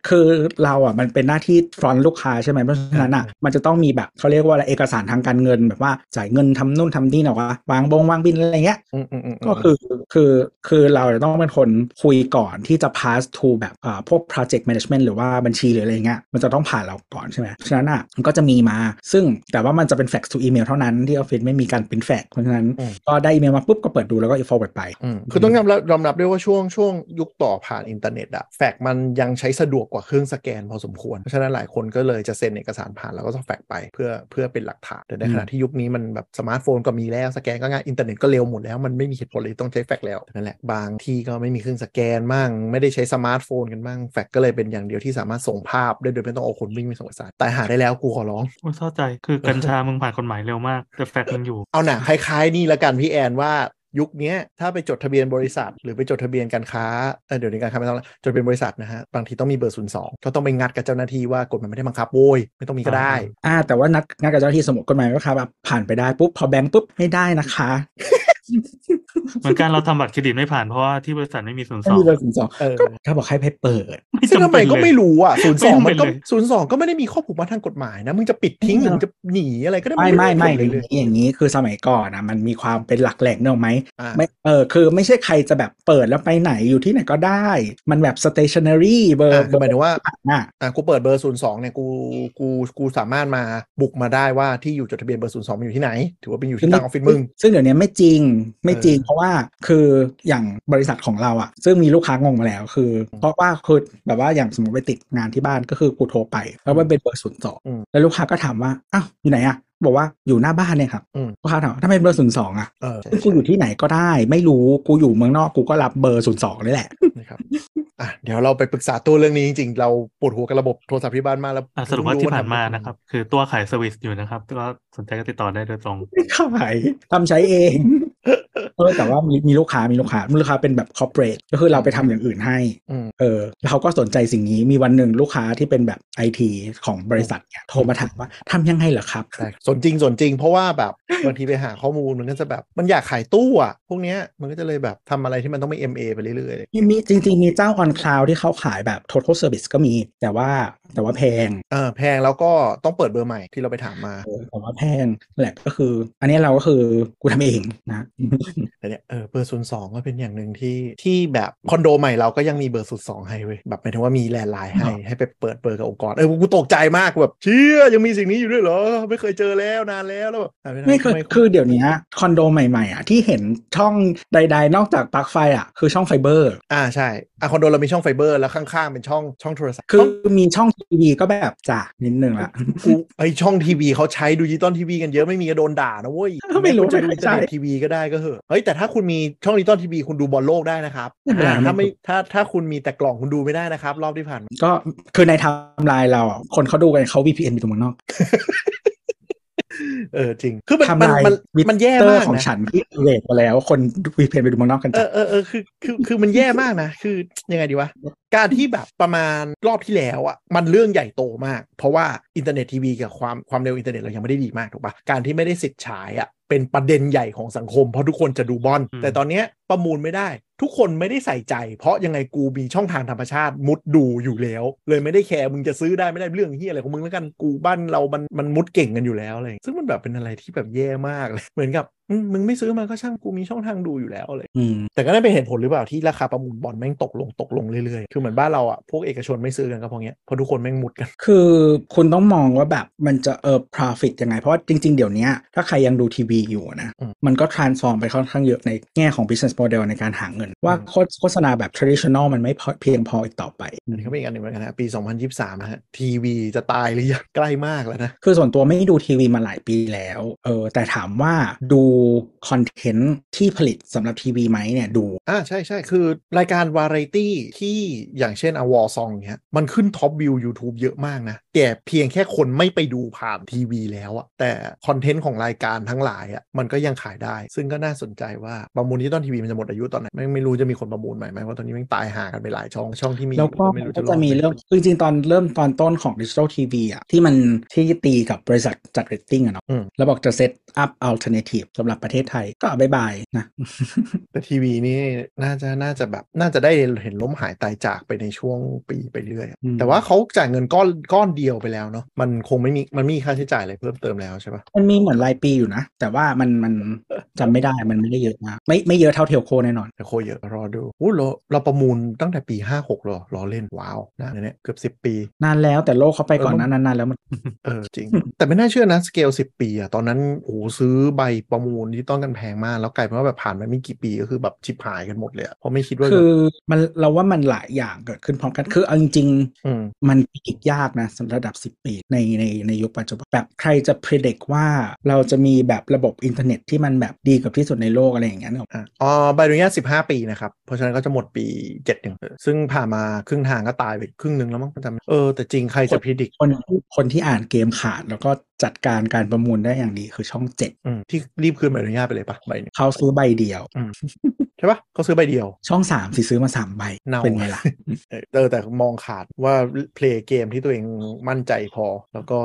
[SPEAKER 3] คือเราอ่ะมันเป็นหน้าที่ฟรอนต์ลูกค้าใช่ไหมเพราะฉะนั้นอ่ะมันจะต้องมีแบบเขาเรียกว่าอะไรเอกสารทางการเงินแบบว่าจ่ายเงินทำนู่นทำนี่หนอวะวางบงวางบินอะไรเงี้ย
[SPEAKER 2] อืมอืมอืมม
[SPEAKER 3] ก็คือคือคือเราจะต้องเป็นคนคุยก่อนที่จะ pass to แบบอ่าพวก project management หรือว่าบัญชีหรืออะไรเงี้ยมันจะต้องผ่านเราก่อนใช่ไหมฉะนั้นอ่ะมันก็จะมีมา ซึ่งแต่ว่ามันจะเป็น fax to email เท่านั้นที่ออฟฟิศไม่มีการเป็น fax เพราะฉะนั้นก็ได้อีเมลมาปุ๊บก็เปิดดูแล้วก็ forward ไป
[SPEAKER 2] อืมคือต้องยอมรับยอมรับด้วยว่าช่วงช่วงยุคต่อผ่านอินเทอร์เน็ตอะแฟกซ์มันยังใช้สะดวกกว่าเครื่องสแกนพอสมควร เพราะฉะนั้นหลายคนก็เลยจะเซ็นเอกสารผ่านแล้วก็ส่งแฟกซ์ไปเพื่อเพื่อเป็นหลักฐานแต่ในขณะที่ยุคนี้มันแบบสมาร์ทโฟนก็มีแล้วสแกนก็ง่ายอินเทอร์เน็ตก็เร็วหมดแล้วมันไม่มีเหตุผลเลยต้องใช้แฟกซ์แล้วนั่นแหละบางที่ก็ไม่มีเครื่องสแกนมั่งไม่ได้ใช้สมาร์ทโฟนกันมั่งแฟกซ์ก็เลยเป็นอย่างเดียวที่สามารถส่งภาพได้โดยไม่ต้องเอาคนวิ่งไปส่งเอกสารแต่หาได้แล้วกูขอร้อง
[SPEAKER 4] โอ้ยเศร้าใจคือกัญชามึงผ่านกฎหมายเร็วมาก แต่แฟกต์มึงอยู่
[SPEAKER 2] เอาหนะคล้าย ๆ นี่ละกันพี่แอนว่ายุคเนี้ยถ้าไปจดทะเบียนบริษัท หรือไปจดทะเบียนการค้าเอ่อเดี๋ยวนี้การค้าไม่ต้องละจดทะเป็นบริษัทนะฮะบางทีต้องมีเบอร์ศูนย์สองก็ต้องไปงัดกับเจ้าหน้าที่ว่ากฎหมันไม่ได้บังคับโว้ยไม่ต้องมีก็ได้
[SPEAKER 3] อ่าแต่ว่านัดงานกับเจ้าหน้าที่สมมติกฎหมายก็ครับผ่านไปได้ปุ๊บพอแบงค์ปุ๊บไม่ได้นะคะ
[SPEAKER 4] เหมือนกันเราทำบัตรเครดิตไม่ผ่านเพราะว่าที่บริษัทไม่มีส่วนส
[SPEAKER 3] ไม่
[SPEAKER 4] อง
[SPEAKER 3] มีเบอร์ศูนย์สอง
[SPEAKER 2] เออ
[SPEAKER 3] ก็ถ้าบอกให้ไปเปิด
[SPEAKER 4] ไม่
[SPEAKER 2] ซึ่ง
[SPEAKER 4] จำ
[SPEAKER 2] ทำไม
[SPEAKER 4] เป็น
[SPEAKER 2] ก็
[SPEAKER 4] เลย
[SPEAKER 2] ไม่รู้อ่ะศูนย์สองมัน
[SPEAKER 4] ไม่จำเป็น
[SPEAKER 2] ก็
[SPEAKER 4] เลย
[SPEAKER 2] ศูนย์สองก็ไม่ได้มีข้อผูกมัดทางกฎหมายนะมึงจะปิดทิ้งหรือมึงจะหนีอะไรก็ได้
[SPEAKER 3] ไม่ไม่ไม่
[SPEAKER 2] ด้ผล
[SPEAKER 3] อ
[SPEAKER 2] เลย
[SPEAKER 3] ย่างนี้อย่างนี้คือสมัยก่อนนะมันมีความเป็นหลักแหล่งเนกอะไหม
[SPEAKER 2] อ่ะ
[SPEAKER 3] ไม่เออคือไม่ใช่ใครจะแบบเปิดแล้วไปไหนอยู่ที่ไหนก็ได้ มันแบบ stationary เบอ
[SPEAKER 2] อ่ะ
[SPEAKER 3] ร์
[SPEAKER 2] คือหมายถึงว่า
[SPEAKER 3] น่ะ
[SPEAKER 2] อ่ะกูเปิดเบอร์ 02เนี่ยกูกูกูสามารถมาบุกมาได้ว่าที่อยู่จดทะเบียนเบอร์ 02มันอยู่ที่ไหน ถือว่าเป็นอยู่ที่ตั้งออฟฟิศมึง
[SPEAKER 3] ซึ่งเดี๋ยวนี้ไม่จริงไม่
[SPEAKER 2] เออ
[SPEAKER 3] จริง เพราะว่าคืออย่างบริษัทของเราอะซึ่งมีลูกค้างงมาแล้วคือ เพราะว่าคือแบบว่าอย่างสมมติไปติดงานที่บ้านก็คือกูโทรไปแล้วมันเป็นเบอร์ศูนย์สอง
[SPEAKER 2] อืม
[SPEAKER 3] แล้วลูกค้าก็ถามว่าอ้าวอยู่ไหนอะบอกว่าอยู่หน้าบ้านเนี่ยครับ
[SPEAKER 2] อืม
[SPEAKER 3] ลูกค้าถามว่าทำไมเบอร์ศูนย์สองอะ
[SPEAKER 2] เออใช่
[SPEAKER 3] ซึ่งกูอยู่ที่ไหนก็ได้ ไม่รู้กูอยู่เมืองนอกกูก็รับเบอร์ศูนย์สองนี่แหละ
[SPEAKER 2] นะครับอ่ะเดี๋ยวเราไปปรึกษาตัวเรื่องนี้จริงๆ เราปวดหัวกับระบบโทรศัพท์ที่บ้านมากแล้ว
[SPEAKER 4] อ่ะสรุปว่าที่ผ่านมา
[SPEAKER 2] ทำไ
[SPEAKER 4] นะครับ คือตัวขายเซอร์วิสอยู่นะครับก็สนใจก็ติดต่อได้โดยตรง
[SPEAKER 3] ไม่ขายทำใช้เอง เออแต่ว่ามีมีลูกค้ามีลูกค้ามีลูกค้าเป็นแบบคอร์เปรสก็คือเราไปทำอย่างอื่นให้
[SPEAKER 2] อืม
[SPEAKER 3] เออแล้วเขาก็สนใจสิ่งนี้มีวันหนึ่งลูกค้าที่เป็นแบบไอทีของบริษัทเนี่ยโทรมาถามว่าทำยังไงเหรอครับ
[SPEAKER 2] ใช่สนจริงสนจริง เพราะว่าแบบ <laughs> บางทีไปหาข้อมูลมันก็จะแบบมันอยากขายตู้อ่ะ พวกเนี้ยมันก็จะเลยแบบทำอะไรที่มันต้องไม่ MA ไปเรื่อยๆเลย
[SPEAKER 3] มีมีจริง ๆ มีเจ้าออนคลาวที่เขาขายแบบ total service ก็มี แต่ว่าแต่ว่าแพง
[SPEAKER 2] เออแพงแล้วก็ต้องเปิดเบอร์ใหม่ที่เราไปถามมา
[SPEAKER 3] เออแต่ว่าแพงแหละก็คือ อันนี้เราก็คือกูทำเองนะ
[SPEAKER 2] แต่เนี่ยเออเบอร์ศูนย์สองก็เป็นอย่างหนึ่งที่ที่แบบคอนโดใหม่เราก็ยังมีเบอร์ศูนย์สองให้เว้ยแบบหมายถึงว่ามีแลนด์ไลน์ให้ให้ไปเปิดเบอร์กับองค์กรเออกูตกใจมากแบบเชี่ยยังมีสิ่งนี้อยู่ด้วยเหรอไม่เคยเจอแล้วนานแล้วแล้วแบบอ่ะด้
[SPEAKER 3] ไม่เคย
[SPEAKER 2] ทำ
[SPEAKER 3] คือเดี๋ยวนี้คอนโดใหม่ๆอ่ะที่เห็นช่องใด ๆ นอกจากปลั๊กไฟอ่ะคือช่องไฟเบอร์
[SPEAKER 2] อ่าใช่อ่ะคอนโดเรามีช่องไฟเบอร์แล้วข้างๆ เป็นช่องช่องโทรศัพท์
[SPEAKER 3] คือมีช่องทีวีก็แบบจ้ะนิดนึงละ
[SPEAKER 2] กูไอช่องทีวีเขาใช้ดูดิจิตอลทีวีกันเยอะไม่มีก็โดนด่านะเว้ย
[SPEAKER 3] ไม่รู้
[SPEAKER 2] จะใช้
[SPEAKER 3] ใช่
[SPEAKER 2] ทีวีก็ได้ก็เหอะเฮ้ยแต่ถ้าคุณมีช่องดิจิตอลทีวีคุณดูบอลโลกได้นะครับอ่าถ้าไม่ถ้าถ้าคุณมีแต่กล่องคุณดูไม่ได้นะครับ รอบที่ผ่านมา
[SPEAKER 3] ก็คือในไทม์ไลน์เราอ่ะคนเขาดูกันเขา VPN ไปตรงเมืองนอก
[SPEAKER 2] เออจริง คือมัน
[SPEAKER 3] ไทม์
[SPEAKER 2] มัน
[SPEAKER 3] ไลน์
[SPEAKER 2] มัน
[SPEAKER 3] วิ
[SPEAKER 2] มันแย่
[SPEAKER 3] เตอ
[SPEAKER 2] มา
[SPEAKER 3] ร์
[SPEAKER 2] ก
[SPEAKER 3] ของ
[SPEAKER 2] นะ
[SPEAKER 3] ฉันที่เลทไปแล้วคน VPN ไปดูเมืองนอกกัน
[SPEAKER 2] เอ
[SPEAKER 3] จ้ะ
[SPEAKER 2] อเออเออคือคือคือมันแย่มากนะคือยังไงดีวะการที่แบบประมาณรอบที่แล้วอ่ะมันเรื่องใหญ่โตมาก เพราะว่าอินเทอร์เน็ตทีวีกับความความเร็วอินเทอร์เน็ตเรายังไม่ได้ดีมากถูกปะการที่ไม่ได้สิทธิ์ฉายอ่ะ เป็นประเด็นใหญ่ของสังคมเพราะทุกคนจะดูบอล
[SPEAKER 4] อืม
[SPEAKER 2] แต่ตอนเนี้ยประมูลไม่ได้ ทุกคนไม่ได้ใส่ใจ เพราะยังไงกูมีช่องทางธรรมชาติมุดดูอยู่แล้ว เลยไม่ได้แคร์มึงจะซื้อได้ไม่ได้เรื่องเฮียอะไรของมึงแล้วกันกูบ้านเรามันมันมุดเก่งกันอยู่แล้วอะไรอย่างเงี้ยซึ่งมันแบบเป็นอะไรที่แบบแย่มากเลย เหมือนกับอืมมึงไม่ซื้อมาก็ช่างกูมีช่องทางดูอยู่แล้วอะไร
[SPEAKER 3] อืม
[SPEAKER 2] แต่ก็นั่นเป็นเหตุผลหรือเปล่าที่ราคาประมูลบอลแม่งตกลงตกลงเรื่อยๆ คือเหมือนบ้านเราอ่ะพวกเอกชนไม่ซื้อกันก็เพราะเงี้ยเพราะทุกคนแม่งมุดกัน <laughs>
[SPEAKER 3] คือคุณต้องมองว่าแบบมันจะเออ profit ยังไง เพราะว่าจริง ๆ เดี๋ยวนี้ถ้าใครยังดูทีวีอยู่นะ
[SPEAKER 2] อืม
[SPEAKER 3] มันก็ transform ไปค่อนข้างเยอะในแง่ของ business model ในการหาเงิน ว่า
[SPEAKER 2] อืม
[SPEAKER 3] โฆษโฆษณาแบบ traditional มันไม่พอเพียงพออีกต่อไป
[SPEAKER 2] อันนี้ก็เป็นอีกอันหนึ่งเหมือนกันนะปี 2023นะฮะทีวีจะตายหรือยัง <laughs> ใกล้มากแล้วนะ
[SPEAKER 3] คือส่วนตัวไม่ได้ดูทีวีมาหลายปีแล้ว เออแต่ถามว่าดู คอนเทนต์ที่ผลิตสำหรับทีวีไหมเนี่ยดู
[SPEAKER 2] อ่าใช่ใช่คือรายการวาไรตี้ที่อย่างเช่นอวอซองเนี้ยมันขึ้นท็อปวิว YouTube เยอะมากนะแต่เพียงแค่คนไม่ไปดูผ่านทีวีแล้วอะแต่คอนเทนต์ของรายการทั้งหลายอะมันก็ยังขายได้ ซึ่งก็น่าสนใจว่าประมูลที่ต้นทีวีมันจะหมดอายุตอนไหนไม่ไม่รู้จะมีคนประมูลใหม่ไหมเพราะตอนนี้แมันตายหากันไปหลายช่องช่องที่มี
[SPEAKER 3] แล้วก็
[SPEAKER 2] ไม่รู้จะ
[SPEAKER 3] ก็จะมีเรื่องจริงๆ ตอนเริ่มตอนต้นของดิจิทัลทีวีอ่ะที่มันที่ตีกับบริษัทจัดเรตติ้งอะเนาะ
[SPEAKER 2] อืม
[SPEAKER 3] แล้วบอกจะเซตอัพอัลเทอร์เนทีฟสำหรับประเทศไทยก็บายบายนะ
[SPEAKER 2] แต่ทีวีนี่น่าจะน่าจะแบบน่าจะได้เห็นล้มหายตายจากไปในช่วงปีไปเรื่อยอะ
[SPEAKER 3] อืม
[SPEAKER 2] แต่ว่าเขาจ่ายเงินก้อนก้อนเดียวไปแล้วเนาะมันคงไม่มีมันไม่มีค่าใช้จ่ายอะไรเพิ่มเติมแล้วใช่ปะ
[SPEAKER 3] มันมีเหมือนรายปีอยู่นะ แต่ว่ามันมันจำไม่ได้มันไม่ได้เยอะมากไม่ไม่เยอะเท่าเทลโคแน่นอน
[SPEAKER 2] แต่โคเยอะรอดูอู้เราเราประมูลตั้งแต่ปี 56เหรอรอเล่นว้าวนะเนี่ยเกือบ 10 ปี
[SPEAKER 3] นานแล้วแต่โลกเขาไปก่อนหนั้นนานๆแล้วมัน
[SPEAKER 2] เออ จริง แต่ไม่น่าเชื่อนะ สเกล 10 ปีอะตอนนั้นโอ้โหซื้อใบประมูลที่ต้องกันแพงมาก แล้วกลายเป็นว่าแบบผ่านไปไม่กี่ปีก็คือแบบชิบหายกันหมดเลยอะเพราะไม่คิดว่า
[SPEAKER 3] คือมันเราว่ามันหลายอย่างเกิดขึ้นพร้อมกัน คือเอาจริงๆ
[SPEAKER 2] อืม
[SPEAKER 3] มันอีกยากนะสำหรับระดับ 10 ปีในในในยุคปัจจุบันแบบใครจะพิจิตรว่าเราจะมีแบบระบบอินเทอร์เน็ตที่มันแบบดีกับที่สุดในโลกอะไรอย่างเงี้ยนึกออกปะ
[SPEAKER 2] อ่ะอ๋อใบอนุญาต15 ปีนะครับ เพราะฉะนั้นก็จะหมดปี 71เออซึ่งผ่านมาครึ่งทางก็ตายไปครึ่งหนึ่งแล้วมั้งจำเออแต่จริงใครจะพิจิตร
[SPEAKER 3] คนคนที่อ่านเกมขาดแล้วก็จัดการการประมูลได้อย่างดีคือช่อง
[SPEAKER 2] อืมที่รีบคืนใบอนุญาตไปเลยปะใบหนึง
[SPEAKER 3] 7 เขาซื้อใบเดียว
[SPEAKER 2] ใช่ปะเขาซื้อใบเดียว
[SPEAKER 3] ช่อง 3 สิซื้อมา 3 ใบ
[SPEAKER 2] เน่า
[SPEAKER 3] เป็นไงล่ะ
[SPEAKER 2] เออเออแต่มองขาดว่าเพลย์เกมที่ตัวเองมั่นใจพอ แล้วก็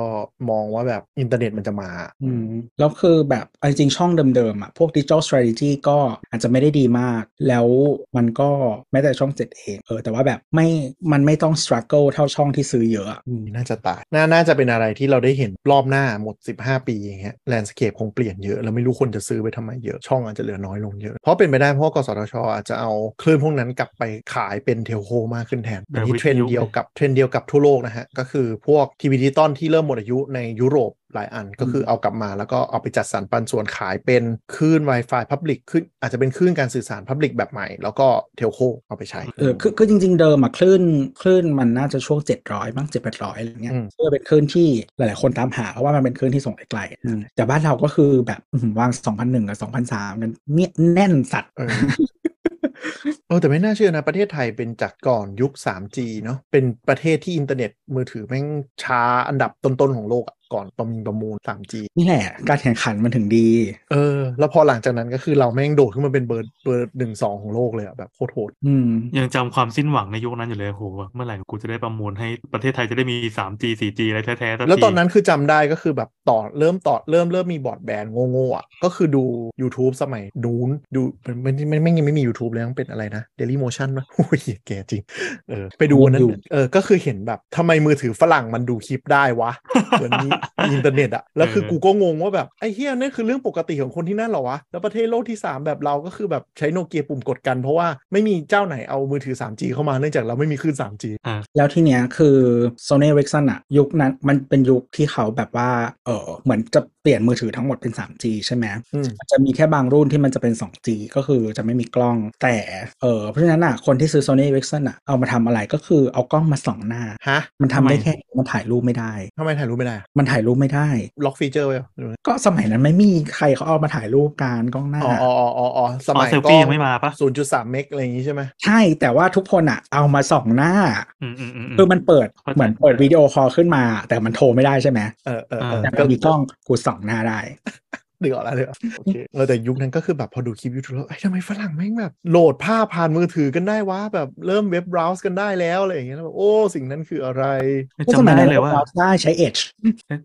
[SPEAKER 2] มองว่าแบบอินเทอร์เน็ตมันจะมา
[SPEAKER 3] อืมแล้วคือแบบเอาจริงๆช่องเดิมๆอ่ะพวกดิจิทัล strategy ก็อาจจะไม่ได้ดีมาก แล้วมันก็แม้แต่ช่อง 7 เองเออแต่ว่าแบบไม่มันไม่ต้อง struggle เท่าช่องที่ซื้อเยอะอะ
[SPEAKER 2] น่าจะตายน่าน่าจะเป็นอะไรที่เราได้เห็นรอบหน้าหมด 15 ปีอย่างเงี้ยแลนด์สเคปคงเปลี่ยนเยอะ แล้วไม่รู้คนจะซื้อไปทำไมเยอะ ช่องอาจจะเหลือน้อยลงเยอะ เพราะเป็นไปได้เพราะว่ากสทชอาจจะเอาคลื่นพวกนั้นกลับไปขายเป็นเทลโคมากขึ้นแทน
[SPEAKER 4] แบบ
[SPEAKER 2] อันนี้
[SPEAKER 4] วิทยุ
[SPEAKER 2] เทรนด์เดียวกับเทรนด์เดียวกับทั่วโลกนะฮะ ก็คือพวกทีวีดิจิตอลที่เริ่มหมดอายุในยุโรปหลายอันก็คือเอากลับมาแล้วก็เอาไปจัดสรรปันส่วนขายเป็นคลื่น Wi-Fi Public ขึ้นอาจจะเป็นคลื่นการสื่อสาร Public แบบใหม่ แล้วก็เทลโคเอาไปใช้
[SPEAKER 3] เออคือคือจริง ๆ เดิมอะคลื่นคลื่นมันน่าจะช่วง 700บ้าง700อะไรเงี้ย
[SPEAKER 2] อืม
[SPEAKER 3] เพื่อเป็นคลื่นที่หลาย ๆ คนตามหาเพราะว่ามันเป็นคลื่นที่ส่งไกลๆอะแต่บ้านเราก็คือแบบอื้อหือวาง 2001 กับ 2003กันเนี้ยแน่นสัตว์
[SPEAKER 2] เออ เออแต่ไม่น่าเชื่อนะ ประเทศไทยเป็นจากก่อนยุค 3G เนาะเป็นประเทศที่อินเทอร์เน็ตมือถือแม่งช้าอันดับต้น ๆ ของโลกอะก่อนประมีประมูล 3G
[SPEAKER 3] นี่แหละ การแข่งขันมันถึงดี
[SPEAKER 2] เออ แล้วพอหลังจากนั้นก็คือเราแม่งโดดขึ้นมาเป็นเบอร์เบอร์หนึ่งสองของโลกเลยอะแบบโคตรโหด
[SPEAKER 3] อืม
[SPEAKER 4] ยังจำความสิ้นหวังในยุคนั้นอยู่เลยโหเมื่อไหร่กูจะได้ประมูลให้ประเทศไทยจะได้มี 3G 4G อะไรแท้ๆสัก
[SPEAKER 2] แล้วตอน
[SPEAKER 4] ที
[SPEAKER 2] นั้นคือจำได้ก็คือแบบต่อเริ่มต่อเริ่มเริ่มมีบอร์ดแบนโง่ๆอะก็คือดู YouTube สมัยดูนดูมันไม่ไม่ยังไม่มี YouTube เลยมันเป็นอะไรนะ Daily Motion ป่ะ <laughs> โอ้ยแกจริงเออไปดูอันนั้น
[SPEAKER 3] ดูอยู่
[SPEAKER 2] เออก็คือเห็นแบบทำไมมือถือฝรั่งมันดูคลิปได้วะ เหมือนมีอินเทอร์เน็ตอะแล้วคือ
[SPEAKER 4] เออ
[SPEAKER 2] กูก็งงว่าแบบ ไอ้เฮียนั่นคือเรื่องปกติของคนที่นั่นเหรอวะ แล้วประเทศโลกที่ 3 แบบเราก็คือแบบใช้โนเกียปุ่มกดกัน เพราะว่าไม่มีเจ้าไหนเอามือถือ 3G เข้ามาเนื่องจากเราไม่มีคลื่น 3G
[SPEAKER 3] แล้วที่เนี้ยคือ Sony Ericsson อะยุคนั้นมันเป็นยุคที่เขาแบบว่าเออเหมือนจะเปลี่ยนมือถือทั้งหมดเป็น 3G ใช่ไหม
[SPEAKER 2] อืม
[SPEAKER 3] จะมีแค่บางรุ่นที่มันจะเป็น 2G ก็คือจะไม่มีกล้อง แต่เออเพราะฉะนั้นอ่ะ คนที่ซื้อ Sony Ericsson อ่ะ เอามาทำอะไรก็คือเอากล้องมาส่องหน้า
[SPEAKER 2] ฮะ
[SPEAKER 3] มันทำได้
[SPEAKER 4] ทำไม
[SPEAKER 3] แค่นี้มันถ่ายรูปไม่ได้
[SPEAKER 2] ทำไมถ่ายรูปไม่ได้อะ
[SPEAKER 3] มันถ่ายรูปไม่ได้
[SPEAKER 2] ล็อกฟีเจอร์ไว้เหรอหรือไง
[SPEAKER 3] ก็สมัยนั้นไม่มีใครเขาเอามาถ่ายรูปการกล้องหน้า
[SPEAKER 2] อ๋ออ๋ออ๋ออ๋อส
[SPEAKER 4] อ๋อ
[SPEAKER 2] มัย
[SPEAKER 4] เซล
[SPEAKER 2] กล้
[SPEAKER 4] ฟี่
[SPEAKER 2] อ
[SPEAKER 4] ยังไม่มาปะ
[SPEAKER 2] 0.3 เมกอะไรอย่างงี้ใช่ไหม
[SPEAKER 3] ใช่แต่ว่าทุกคนอ่ะ เอามาส่องหน้า
[SPEAKER 4] อืมอืมอืมอืม
[SPEAKER 3] คือมันเปิด
[SPEAKER 4] เข้าใจ
[SPEAKER 3] เหมือนเปิดวิดีโอคอลขึ้นมา แต่มันโทรไม่ได้ใช่ไหม
[SPEAKER 2] เออเออเออ
[SPEAKER 3] แต่มันมีกล้องกูส่องหน้าได้
[SPEAKER 2] เดือดแล้วเดือดโอเคเออแต่ยุคนั้นก็คือแบบพอดูคลิปยูทูบแล้วไอ้ยทำไมฝรั่งแม่งแบบโหลดภาพผ่านมือถือกันได้วะแบบเริ่มเว็บเบราว์กันได้แล้วอะไรอย่างเงี้ยแล้วแบบโอ้สิ่งนั้นคืออะไร
[SPEAKER 4] จำได้เลยว่า
[SPEAKER 3] ก็สมันั้นได้ใช้ Edge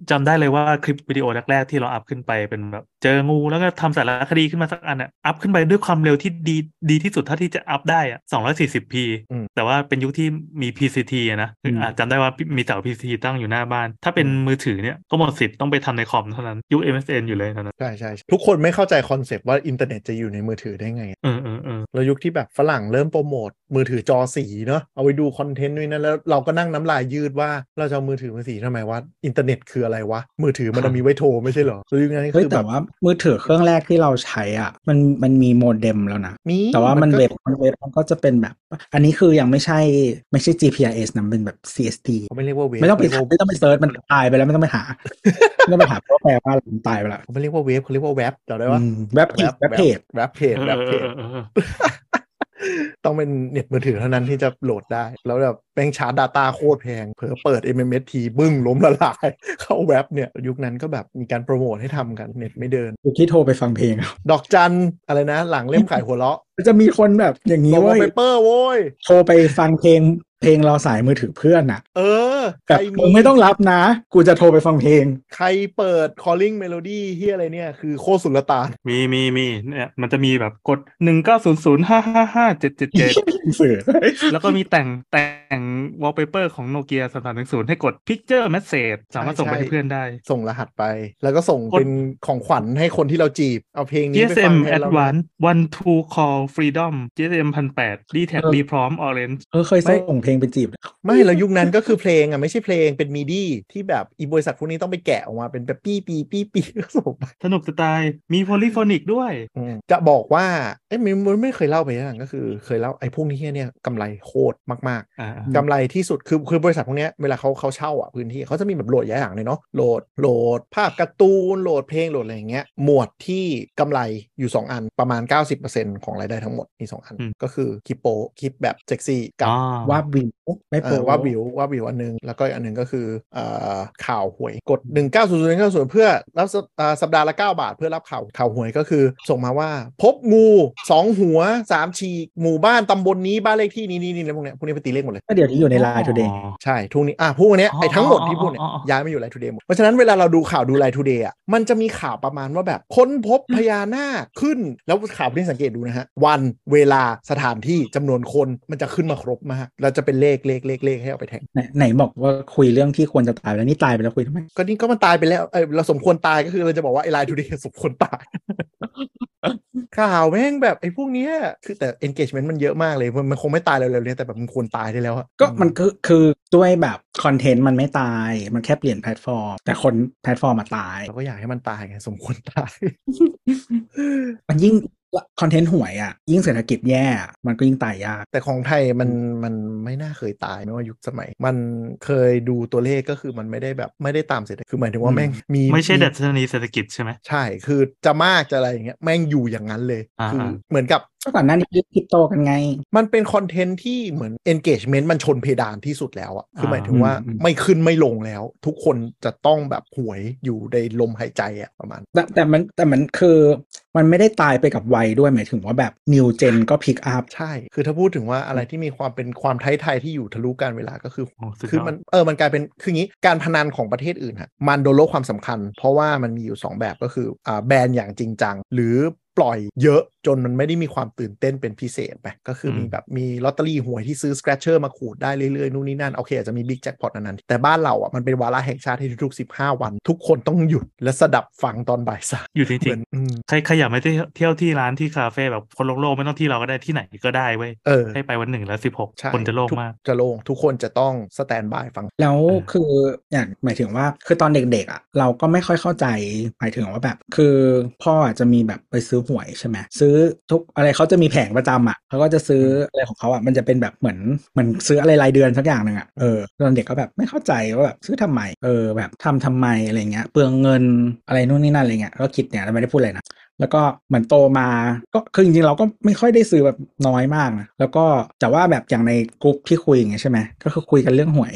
[SPEAKER 4] จำได้เลยว่าคลิปวิดีโอแรกๆที่เราอัพขึ้นไปเป็นแบบ เจองูแล้วก็ทำสารคดีขึ้นมาสักอันอ่ะอัพขึ้นไปด้วยความเร็วที่ดีดีที่สุดเท่าที่จะอัพได้อ่ะ 240p
[SPEAKER 2] อืม
[SPEAKER 4] แต่ว่าเป็นยุคที่มี PCT อะนะคือ
[SPEAKER 3] ม
[SPEAKER 4] อาจจำได้ว่ามีเสา PCT ตั้งอยู่หน้าบ้าน ถ้าเป็นมือถือเนี่ยก็หมดสิทธิ์ต้องไปทำในคอมเท่านั้นยุค MSN อยู่เลยเท่านั้น
[SPEAKER 2] ใช่ใช่ใช่ทุกคนไม่เข้าใจคอนเซปต์ว่าอินเทอร์เน็ตจะอยู่ในมือถือได้ไง
[SPEAKER 4] เออเออเออ
[SPEAKER 2] แล้วยุคที่แบบฝรั่งเริ่มโปรโมท มือถือจอสีเนาะเอาไปดูคอนเทนต์ด้วยนะแล้วเราก็นั่งน้ำลายยืดว่าเราจะเอามือถือมาสีทำไมวะอินเทอร์เน็ตคืออะไรวะ มือถือมันเอามีไว้โทรไม่ใช่เหรอแล้วยุคนั้นก็
[SPEAKER 3] เฮ้ย
[SPEAKER 2] คือแบ
[SPEAKER 3] แต่
[SPEAKER 2] บ
[SPEAKER 3] ว่ามือถือเครื่องแรกที่เราใช้อ่ะมันมันมีโมเด็มแล้วนะ
[SPEAKER 2] มี
[SPEAKER 3] แต่ว่ามัน
[SPEAKER 2] ก็
[SPEAKER 3] เว็บมันเว็บมันก็จะเป็นแบบ อันนี้คือยังไม่ใช่ไม่ใช่ GPRS นะมันเป็นแบบ CST
[SPEAKER 2] เขาไม่เรียกว่าเวฟ
[SPEAKER 3] ไม่ต้องไป
[SPEAKER 2] เขา
[SPEAKER 3] ไม่ต้องไปเซิร์ชมันตายไปแล้วไม่ต้องไปหา ไม่ต้องไปหาเพราะแปลว่ามันตายไปแล้ว
[SPEAKER 2] เขาไม่เรียกว่าเวฟ ฟเขาเรียกว่าแว็บจำได้ปะ
[SPEAKER 3] อืมแว็บอีกแว็บเพจ
[SPEAKER 2] แว็บเพจ
[SPEAKER 4] เออ
[SPEAKER 2] แว็บเพจ
[SPEAKER 4] เออ
[SPEAKER 3] <laughs>
[SPEAKER 4] เออเออ
[SPEAKER 2] ต้องเป็นเน็ตมือถือเท่านั้นที่จะโหลดได้ แล้วแบบแม่งชาร์จ Data โคตรแพง เผลอเปิด MMS ทีบึ้งล้มละลาย <laughs> เข้าเว็บเนี่ย ยุคนั้นก็แบบมีการโปรโมทให้ทำกัน เน็ตไม่เดิน
[SPEAKER 3] อยู่ที่โทรไปฟังเพลงอะ
[SPEAKER 2] ดอกจันอะไรนะ หลังเล่มขายหัว
[SPEAKER 3] <laughs>
[SPEAKER 2] เราะ
[SPEAKER 3] จะมีคนแบบอย่างนี้
[SPEAKER 2] โลโก้
[SPEAKER 3] เว้ย
[SPEAKER 2] เปเปอร์โว้ย
[SPEAKER 3] โทรไปฟังเพลงเพลงรอสายมือถือเพื่อนน่ะ
[SPEAKER 2] เออ ใค
[SPEAKER 3] แบ
[SPEAKER 2] ร
[SPEAKER 3] บมึงไม่ต้องรับนะ กูจะโทรไปฟังเพลง
[SPEAKER 2] ใครเปิด calling melody ที่อะไรเนี่ย คือโคตรสุลต่าน
[SPEAKER 4] มีมีมีเนี่ยมันจะมีแบบกดหนึ่งเก้าศูนย์ศูนย์ห้าห้าห้าเจ็ดเจ็ดเจ็ด
[SPEAKER 3] สื่อ
[SPEAKER 4] <laughs> แล้วก็มีแต่งแต่งวอลเปเปอร์ของโนเกียสามสามหนึ่งศูนย์ให้กด Picture Message สามารถส่งไป
[SPEAKER 2] ใช่
[SPEAKER 4] ให้เพื่อนได้
[SPEAKER 2] ส่งรหัสไป แล้วก็ส่งเป็นของขวัญให้คนที่เราจีบ เอาเพลงนี้ไปฟั
[SPEAKER 4] GSM
[SPEAKER 2] งแทนเรานะ
[SPEAKER 4] Advance One Two Call Freedom GSM พันแปดดีแท็กดีพร้อมออเรนจ์
[SPEAKER 3] เออเคยส่งเพลงไปจีบ
[SPEAKER 2] ไม่แล้วยุคนั้นก็คือเพลงอ่ะ ไม่ใช่เพลงเป็นมีดี้ที่แบบอีบริษัทพวกนี้ต้องไปแกะออกมาเป็นแบบปี้ปีปี้ปีก็ส่งไป
[SPEAKER 4] สนุกจะตายมีโพลิฟอนิกด้วย
[SPEAKER 2] อืมจะบอกว่าเอ้ยมันไม่เคยเล่าไปนะก็คือเคยเล่าไอ้พวกนี้เนี่ยกำไรโคตรมาก
[SPEAKER 4] อ่า
[SPEAKER 2] ๆกำไรที่สุดคือคือบริษัทพวกเนี้ยเวลาเขาเขาเช่าอ่ะพื้นที่เขาจะมีแบบโหลดย้ายหลังเลยเนาะโหลดโหลดภาพการ์ตูนโหลดเพลงโหลดอะไรอย่างเงี้ยหมวดที่กำไรอยู่ 2 อันประมาณ 90%ของรายได้ทั้งหมดมีสองอัน
[SPEAKER 4] อืม
[SPEAKER 2] ก็คือคลิปโปคลิปแบบเซ็กซี่กับ
[SPEAKER 4] อ๋อ
[SPEAKER 3] ว่าวิวไม่โปร
[SPEAKER 2] เอ่อว่าบิวว่าบิวอันหนึง แล้วก็อีกอันหนึงก็คือเอ่อข่าวหวยกด 1 9 0 0 9 0 เพื่อรับสเอ่อสัปดาห์ละ 9 บาทเพื่อรับข่าวข่าวหวยก็คือ ส่งมาว่า พบงู 2 หัว 3 ฉีก หมู่บ้านตำบลนี้บ้านเลขที่นี้นี่นี่อะไรพวกเนี้ยพวกนี้ไปตีเลขหมดเลย
[SPEAKER 3] ก็เดี๋ยวนี้อยู่ในไลน์ทูเดย์
[SPEAKER 4] อ๋อ
[SPEAKER 2] ใช่ทุกนี้อ่ะพวกเนี้ย
[SPEAKER 4] อ๋อ
[SPEAKER 2] ไอ้ทั้งหมดที่
[SPEAKER 4] อ๋อ
[SPEAKER 2] พูดเนี่ย
[SPEAKER 4] อ๋ออ๋อ
[SPEAKER 2] ย้ายมาอยู่ไล n ์ทูเดย์หมด เพราะฉะนั้นเวลาเราดูข่าวดูไล n ์ทูเดย์อ่ะมันจะมีข่าวประมาณว่าแบบค้นพบพญานาคขึ้น แล้วข่าวที่สังเกตดูนะฮะ วันเวลาสถานที่จำนวนคนมันจะขึ้นมาครบมากแล้วจะเป็นเลขเลขเลขเลขให้เอาไปแทง
[SPEAKER 3] ไหนไหนบอกว่าคุยเรื่องที่ควรจะตายไปแล้วนี่ตายไปแล้วคุยทำไม
[SPEAKER 2] ก็นี่ก็มันตายไปแล้วเอ้ยเราสมควรตายก็คือเราจะบอกว่าไอ้ไลน์ทูเดย์สมควรตาย <laughs> ข่าวแม่งแบบไอ้พวกเนี้ยคือแต่ engagement มันเยอะมากเลย มันมันคงไม่ตายเร็วๆเนี้ยแต่แบบมันควรตายได้แล้วอะ
[SPEAKER 3] ก็มันคือคือด้วยแบบคอนเทนต์มันไม่ตาย มันแค่เปลี่ยนแพลตฟอร์ม แต่คนแพลตฟอร์มมาตาย
[SPEAKER 2] เราก็อยากให้มันตายไงสมควรตาย
[SPEAKER 3] มันยิ่งคอนเทนต์หวยอ่ะ ยิ่งเศรษฐกิจแย่อะมันก็ยิ่งตายยาก
[SPEAKER 2] แต่ของไทยมันมันไม่น่าเคยตายไม่ว่ายุคสมัย มันเคยดูตัวเลขก็คือมันไม่ได้แบบไม่ได้ตามเศรษฐกิจคือหมายถึงว่าแม่งมี
[SPEAKER 4] ไม่ใช่
[SPEAKER 2] มี
[SPEAKER 4] ดัชนีเศรษฐกิจใช่ไหม
[SPEAKER 2] ใช่คือจะมากจะอะไรอย่างเงี้ยแม่งอยู่อย่างนั้นเลย
[SPEAKER 4] อ่า
[SPEAKER 2] คืออา เหมือนกับ
[SPEAKER 3] ก็ก่อนหน้านี้คริปโตกันไง
[SPEAKER 2] มันเป็นคอนเทนต์ที่เหมือน engagement มันชนเพดานที่สุดแล้วอะคือหมายถึงว่า
[SPEAKER 3] อืม
[SPEAKER 2] ไม่ขึ้นไม่ลงแล้ว ทุกคนจะต้องแบบหวยอยู่ในลมหายใจอะประมาณ
[SPEAKER 3] แต่แต่มันแต่มันคือมันไม่ได้ตายไปกับวัยด้วยหมายถึงว่าแบบนิวเจนก็พิกอัพ
[SPEAKER 2] ใช่ คือถ้าพูดถึงว่าอะไรที่มีความเป็นความไทยไทยๆที่อยู่ทะลุการเวลาก็คือ
[SPEAKER 4] โอ้สุดยอด
[SPEAKER 2] คือมันเออมันกลายเป็นคืออย่างงี้การพนันของประเทศอื่นฮะมันโดนลดความสำคัญ เพราะว่ามันมีอยู่ 2 แบบก็คืออ่าแบนอย่างจริงจัง หรือปล่อยเยอะจนมันไม่ได้มีความตื่นเต้นเป็นพิเศษไปก็คือมี
[SPEAKER 4] อืม
[SPEAKER 2] แบบมีลอตเตอรี่หวยที่ซื้อ scratcher มาขูดได้เรื่อยๆนู่นนี่นั่นโอเคอาจจะมีบิ๊กแจ็คพอตอันนั้นแต่บ้านเราอ่ะมันเป็นวาระแห่งชาติที่ทุกๆ15 วัน ทุกคนต้องหยุดและสดับฟังตอนบ่ายสาม
[SPEAKER 4] อยู่จ
[SPEAKER 2] เห
[SPEAKER 4] ริ
[SPEAKER 2] มือ
[SPEAKER 4] ง
[SPEAKER 2] นอืม
[SPEAKER 4] ๆใครใครอยากไปเที่ยวเที่ยวที่ร้านที่คาเฟ่แบบคนโล่งๆไม่ต้องที่เราก็ได้ที่ไหนก็ได้เว้ย
[SPEAKER 2] เออ
[SPEAKER 4] ให้ไปวันหนึ่งแล้วสิบหก
[SPEAKER 2] ใช่
[SPEAKER 4] คนจะโล่ง
[SPEAKER 2] ทุ
[SPEAKER 4] มาก
[SPEAKER 2] จะโล่งทุกคนจะต้องสแตนบายฟัง
[SPEAKER 3] แล้ว
[SPEAKER 4] อ่า
[SPEAKER 3] คืออย่างหมายถึงว่าคือตอนเด็กๆอ่ะเราก็ไม่ค่อยเข้าใจหมายถึงว่าแบบ คือพ่ออาจจะมีแบบไปซื้อหวยใช่ไหมซื้อทุกอะไรเขาจะมีแผงประจำอ่ะเขาก็จะซื้ออะไรของเขาอ่ะมันจะเป็นแบบเหมือนเหมือนซื้ออะไรรายเดือนสักอย่างหนึ่งอ่ะเออตอนเด็กก็แบบไม่เข้าใจว่าแบบซื้อทำไมเออแบบทำทำไมอะไรเงี้ยเปลืองเงินอะไรนู่นนี่นั่นอะไรเงี้ยก็คิดเนี่ยแล้วไม่ได้พูดอะไรนะ แล้วก็เหมือนโตมาก็คือจริงๆเราก็ไม่ค่อยได้ซื้อแบบน้อยมากนะแล้วก็แต่ว่าแบบอย่างในกลุ่มที่คุยอย่างเงี้ยใช่ไหมก็คือคุยกันเรื่องหวย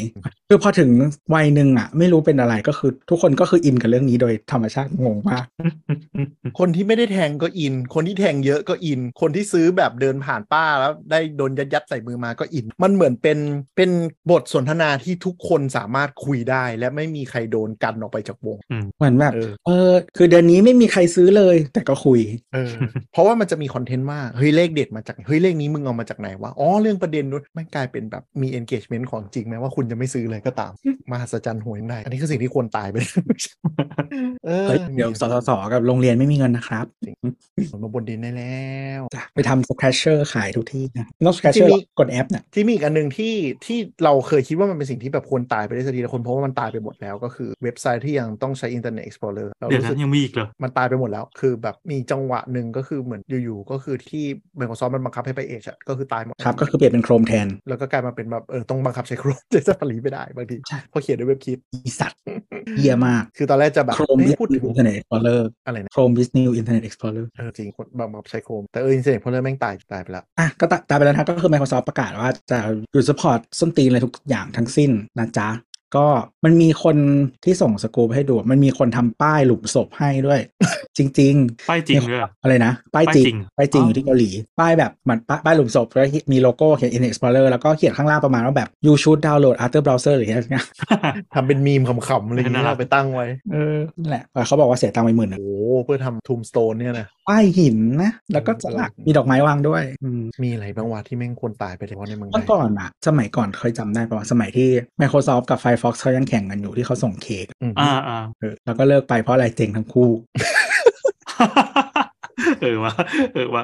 [SPEAKER 3] คือพอถึงวัยหนึ่งอ่ะ ไม่รู้เป็นอะไรก็คือทุกคนก็คืออินกับเรื่องนี้โดยธรรมชาติงงมาก
[SPEAKER 2] คนที่ไม่ได้แทงก็อิน คนที่แทงเยอะก็อิน คนที่ซื้อแบบเดินผ่านป้าแล้วได้โดนยัดยัดใส่มือมาก็อิน มันเหมือนเป็นเป็นบทสนทนาที่ทุกคนสามารถคุยได้ และไม่มีใครโดนกันออกไปจากวง
[SPEAKER 3] เหมือนแบบ
[SPEAKER 2] เออ
[SPEAKER 3] เออคือเดือนนี้ไม่มีใครซื้อเลย แต่ก็คุย
[SPEAKER 2] เออ เพราะว่ามันจะมีคอนเทนต์ว่าเฮ้ยเลขเด็ดมาจากเฮ้ยเลขนี้มึงเอามาจากไหนวะอ๋อเรื่องประเด็นนู้นมันกลายเป็นแบบมี engagement ของจริงแม้ว่าคุณจะไม่ซื้อเลยก็ตามมหัศจรรย์หวยได้อันนี้คือสิ่งที่ควรตายไปเลยเออ
[SPEAKER 3] เฮ้ยเดี๋ยวสสสกับโรงเรียนไม่มีเงินนะครับ
[SPEAKER 2] มาบนดินได้แล้ว
[SPEAKER 3] จ้ะไปทำสแครชเชอร์ขายทุกที่นะนอกสแครชเชอร์
[SPEAKER 2] ที่มี
[SPEAKER 3] กดแอปน่ะ
[SPEAKER 2] ที่มีอีกอันหนึ่งที่ที่เราเคยคิดว่ามันเป็นสิ่งที่แบบควรตายไปได้สักทีแต่คนเพราะว่ามันตายไปหมดแล้วก็คือเว็บไซต์ที่ยังต้องใช้ Internet Explorer เรา
[SPEAKER 4] เดี๋ยว
[SPEAKER 2] รู้
[SPEAKER 4] นั้
[SPEAKER 2] สึก
[SPEAKER 4] นยังมีอีกเหรอ
[SPEAKER 2] มันตายไปหมดแล้ว คือแบบ มีจังหวะหนึ่งก็คือเหมือนอยู่ๆก็คือที่ Microsoft มันบังคับให้ไปเอชก็คือตายหมด
[SPEAKER 3] ครับก็คือเปลี่ยนเป็นโครมแทน
[SPEAKER 2] แล้วก็กลายมาเป็นแบบเออต้องบังคับใช้โครม <laughs> ใช้สฟารีไม่ได้บางทีเพราะเขียนด้วยเว็บคิด
[SPEAKER 3] อีสัตว์เยี่ยมาก
[SPEAKER 2] คือตอนแรกจะแบบ
[SPEAKER 3] โครม
[SPEAKER 2] เอ้
[SPEAKER 3] บิ
[SPEAKER 2] ย
[SPEAKER 3] ส
[SPEAKER 2] พูด
[SPEAKER 3] นิ
[SPEAKER 2] ถึ
[SPEAKER 3] ว
[SPEAKER 2] ง
[SPEAKER 3] อินเทอร์เน็ตเอ็กซ์พลอเรอร์
[SPEAKER 2] อะไรนะ
[SPEAKER 3] โครมบิสนิวอินเทอร์เน็ตเอ็กซ์พลอเรอร์
[SPEAKER 2] เออจริงคนบางบังคับใช้โครมแต่เอออินเทอร์เน็ตพอเริ่มแม่งตายตายไปแล้ว
[SPEAKER 3] อ่ะก็ตาตามไปแล้วนะก็คือ Microsoft ประกาศว่าจะหยุดสปอร์ตส้นตีนอะไรทุกอย่างทั้งสิ้นนะจ๊ะ ก็มันมีคนที่ส่งสกูปให้ดู มันมีคนทำป้ายหลุมศพให้ด้วย <laughs> จริง
[SPEAKER 4] ป้ายจริงด้วยเหรอ
[SPEAKER 3] ๆ อะไรนะ ป้ายจริง
[SPEAKER 4] ป้า
[SPEAKER 3] ป้าย ยจ
[SPEAKER 4] จริ
[SPEAKER 3] ริง
[SPEAKER 4] ง
[SPEAKER 3] อยู่ที่เกาหลี ป้ายแบบเหมือนป้าป้ายหลุมศพแล้วมีโลโก้เขียน In Explorer แล้วก็เขียนข้างล่างประมาณว่าแบบ you should download after browser หรืออะไรเงี้ย
[SPEAKER 2] ทำเป็นมีมขำๆอะไร
[SPEAKER 3] <laughs>
[SPEAKER 2] อย่างเงี้ย
[SPEAKER 4] น่ารัก
[SPEAKER 2] เอาไปตั้งไว้
[SPEAKER 3] เออนั่นแหละเขาบอกว่าเสียตังค์ไปหมื่นหนึ่ง
[SPEAKER 2] โอ้โหเพื่อทำทูมสโตนเนี่ยนะ
[SPEAKER 3] ป้ายหินนะแล้วก็สลักมีดอกไม้วางด้วยอืม
[SPEAKER 2] มีอะไรบ้างวะที่แม่งควรตายไปแล้วในเมืองไท
[SPEAKER 3] เมื่อย ก่อนอะสมัยก่อนเคยจำได้ป่าวะสมัยที่ Microsoft กับ Firefox เขายังแข่งกันอยู่ที่เขาส่งเค้ก
[SPEAKER 2] อืม
[SPEAKER 4] อ่าอ่า
[SPEAKER 3] เออแล้วก็เลิกไปเพราะอะไรเจ๊งทั้งคู่ <laughs>
[SPEAKER 4] <laughs> เออวะเออวะ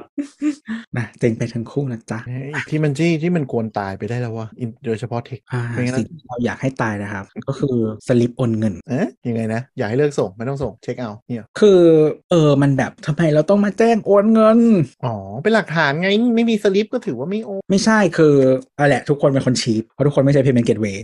[SPEAKER 3] นะเจ๊งไปทั้งคู่นะจ๊ะ
[SPEAKER 2] เอ้ยที่มันที่ที่มันควรตายไปได้แล้ววะอินโดยเฉพาะเทค
[SPEAKER 3] อ่า
[SPEAKER 2] ไม่งั้น
[SPEAKER 3] สิ่งที่เราอยากให้ตายนะครับ ก็คือสลิปโอนเงิน
[SPEAKER 2] เอ๊ะยังไงนะ อยากให้เลิกส่ง ไม่ต้องส่งเช็คเอาเนี่ย
[SPEAKER 3] คือเออมันแบบทำไมเราต้องมาแจ้งโอนเงิน
[SPEAKER 2] อ๋อ เป็นหลักฐานไงไม่มีสลิปก็ถือว่าไม่โอน
[SPEAKER 3] ไม่ใช่คืออะไรแหละทุกคนเป็นคนชีพเพราะทุกคนไม่ใช่ payment gateway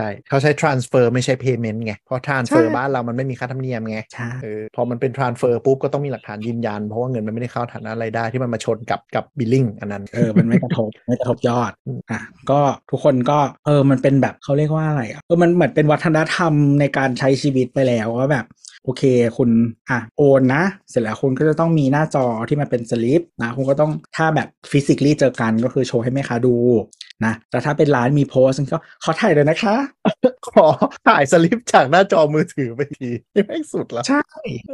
[SPEAKER 2] ใช่เขาใช้ transfer ไม่ใช่ payment ไง เพราะ transfer
[SPEAKER 3] ใช่
[SPEAKER 2] บ้านเรามันไม่มีค่าธรรมเนียมไง
[SPEAKER 3] ใช่
[SPEAKER 2] เออพอมันเป็น transfer ปุ๊บก็ต้องมีหลักฐานยืนยัน เพราะว่าเงินมันไม่ได้เข้าฐานะรายได้ที่มันมาชนกับกับ billing อัน <laughs> นั้น
[SPEAKER 3] เออมันไม่กระทบ ไม่กระทบยอดอ่ะก็ทุกคนก็เออมันเป็นแบบเขาเรียกว่าอะไรอะเออมันเหมือนเป็นวัฒนธรรมในการใช้ชีวิตไปแล้วว่าแบบ โอเคคุณอ่ะโอนนะ เสร็จแล้วคุณก็จะต้องมีหน้าจอที่มันเป็นสลิปนะคุณก็ต้องถ้าแบบฟิสิก a l เจอกันก็คือโชว์ให้แม่ค้าดูนะแต่ถ้าเป็นร้านมีโพสต์ก็ขอถ่ายเลยนะคะ
[SPEAKER 2] ขอถ่ายสลิปจากหน้าจอมือถือไปทีนี่แม่งสุดละ
[SPEAKER 3] ใช่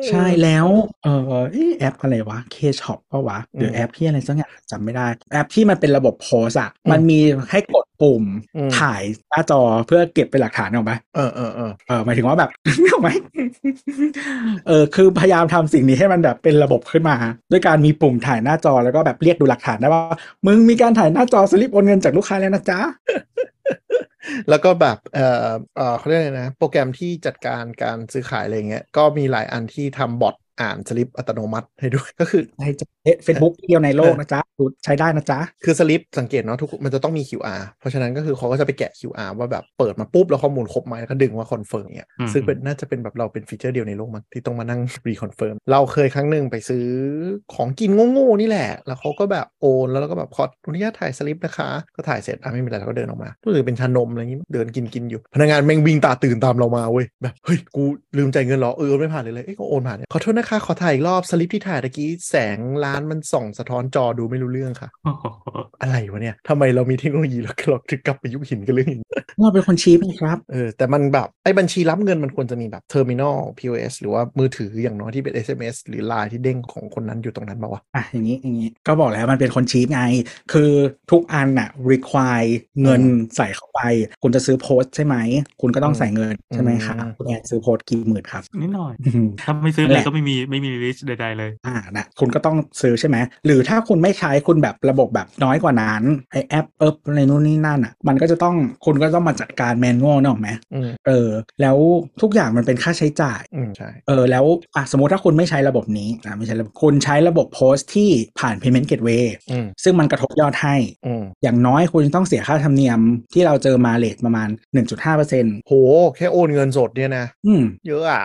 [SPEAKER 3] ใช่แล้วเออเอ๊ะแอปอะไรวะ K-Shop ปะวะหรือ
[SPEAKER 2] ม
[SPEAKER 3] แอปที่อะไรสักอย่างจำไม่ได้แอปที่มันเป็นระบบโพสอะ
[SPEAKER 2] อืม
[SPEAKER 3] มันมีให้กดปุ่ม
[SPEAKER 2] อืม
[SPEAKER 3] ถ่ายหน้าจอเพื่อเก็บเป็นหลักฐานออกไหม
[SPEAKER 2] เออเออเออ
[SPEAKER 3] เออหมายถึงว่าแบบ <laughs> ออกไหมเออคือพยายามทำสิ่งนี้ให้มันแบบเป็นระบบขึ้นมา ด้วยการมีปุ่มถ่ายหน้าจอแล้วก็แบบเรียกดูหลักฐานได้ว่ามึงมีการถ่ายหน้าจอสลิปโอนเงินจากลูกค้าแล้วนะจ๊ะ
[SPEAKER 2] แล้วก็แบบเออเออเขาเรียกอะไรนะ โปรแกรมที่จัดการการซื้อขายอะไรเงี้ย ก็มีหลายอันที่ทำบอทอ่านสลิปอัตโนมัติให้ด้วย <laughs> ก็คือ
[SPEAKER 3] ในเฟซบุ๊กเดียวในโลกนะจ๊ะดูใช้ได้นะจ๊ะ
[SPEAKER 2] คือสลิปสังเกตเนาะทุกมันจะต้องมี QR เพราะฉะนั้นก็คือเขาก็จะไปแกะ QR ว่าแบบเปิดมาปุ๊บ แล้วข้อมูลครบไหมแล้วก็ดึงว่าคอนเฟิร์มเนี่ย
[SPEAKER 4] อืม
[SPEAKER 2] ซึ่งเป็นน่าจะเป็นแบบเราเป็นฟีเจอร์เดียวในโลกมั้งที่ต้องมานั่งรีคอนเฟิร์มเราเคยครั้งหนึ่งไปซื้อของกินโง่ๆนี่แหละ แล้วเขาก็แบบโอนแล้วเราก็แบบขออนุญาตถ่ายสลิปนะคะ ก็ถ่ายเสร็จอ่ะไม่มีอะไรเราก็เดินออกมารู้สึกเป็นชานมอะไรอย่างงี้มั้งเดินกินกินอยู่ พนักงานแม่งวิ่งตาตื่นตามเรามาเว้ยแบบเฮ้ยกูลืมจ่ายเงินเหรอเออโอนไม่ผ่านเลยเลยเอ้ยก็โอนผ่านเนี่ยขอโทษนะคะขอถ่ายอีกรอบสลิปที่ถ่ายตะกี้แสงร้านมันส่องสะท้อนจอดูไม่รู้เรื่องค่ะ
[SPEAKER 4] โอ้โห
[SPEAKER 2] อะไรวะเนี่ย ทำไมเรามีเทคโนโลยีแล้วเราถึงกลับไปยุคหินกันเรื่องอย่างนี้
[SPEAKER 3] ว่าเป็นคนชี้ไหมครับ
[SPEAKER 2] เออ แต่มันแบบ ไอ้บัญชีรับเงินมันควรจะมีแบบเทอร์มินอล POS หรือว่ามือถืออย่างน้อยที่เป็น SMS หรือ Line ที่เด้งของคนนั้นอยู่ตรงนั้นมาวะ
[SPEAKER 3] อ่ะอย่างนี้อย่างนี้ก็บอกแล้วมันเป็นคนชีพไง คือทุกอันน่ะ require เงินใส่เข้าไป คุณจะซื้อโพสต์ใช่ไหม คุณก็ต้องใส่เงินใช่ไหมครับ
[SPEAKER 2] อืม
[SPEAKER 3] คุณแอนซื้อโพสต์กี่หมื่นครับ
[SPEAKER 4] นิดหน่อย
[SPEAKER 3] อืม
[SPEAKER 4] ถ้าไม่ซื้อ
[SPEAKER 3] นั่น
[SPEAKER 4] เล
[SPEAKER 3] แห
[SPEAKER 4] ย
[SPEAKER 3] ละ
[SPEAKER 4] ก็ไม่มีไม่มีลิสใดๆเลย
[SPEAKER 3] อ่านะคุณก็ต้องซื้อใช่ไหม หรือถ้าคุณไม่ใช้คุณแบบระบบแบบน้อยกว่านั้นไอแอปเอิบอะไรนู่นนี่นั่นอ่ะ มันก็จะต้องคุณก็ต้องมาจัดการแมนนวลนกออกไหม
[SPEAKER 2] อืม
[SPEAKER 3] เออ แล้วทุกอย่างมันเป็นค่าใช้จ่าย
[SPEAKER 2] อืม ใช่
[SPEAKER 3] เออแล้วอ่ะสมมติถ้าคุณไม่ใช้ระบบนี้นะไม่ใช้ระบบคุณใช้ระบบโพสต์ที่ผ่าน payment gateway
[SPEAKER 2] อืม
[SPEAKER 3] ซึ่งมันกระทบยอดให้
[SPEAKER 2] อืม
[SPEAKER 3] อย่างน้อยคุณจะต้องเสียค่าธรรมเนียมที่เราเจอมาเลทประมาณ 1.5%
[SPEAKER 2] โห แค่โอนเงินสดเนี่ยนะ
[SPEAKER 3] อืม
[SPEAKER 2] เยอะอ่ะ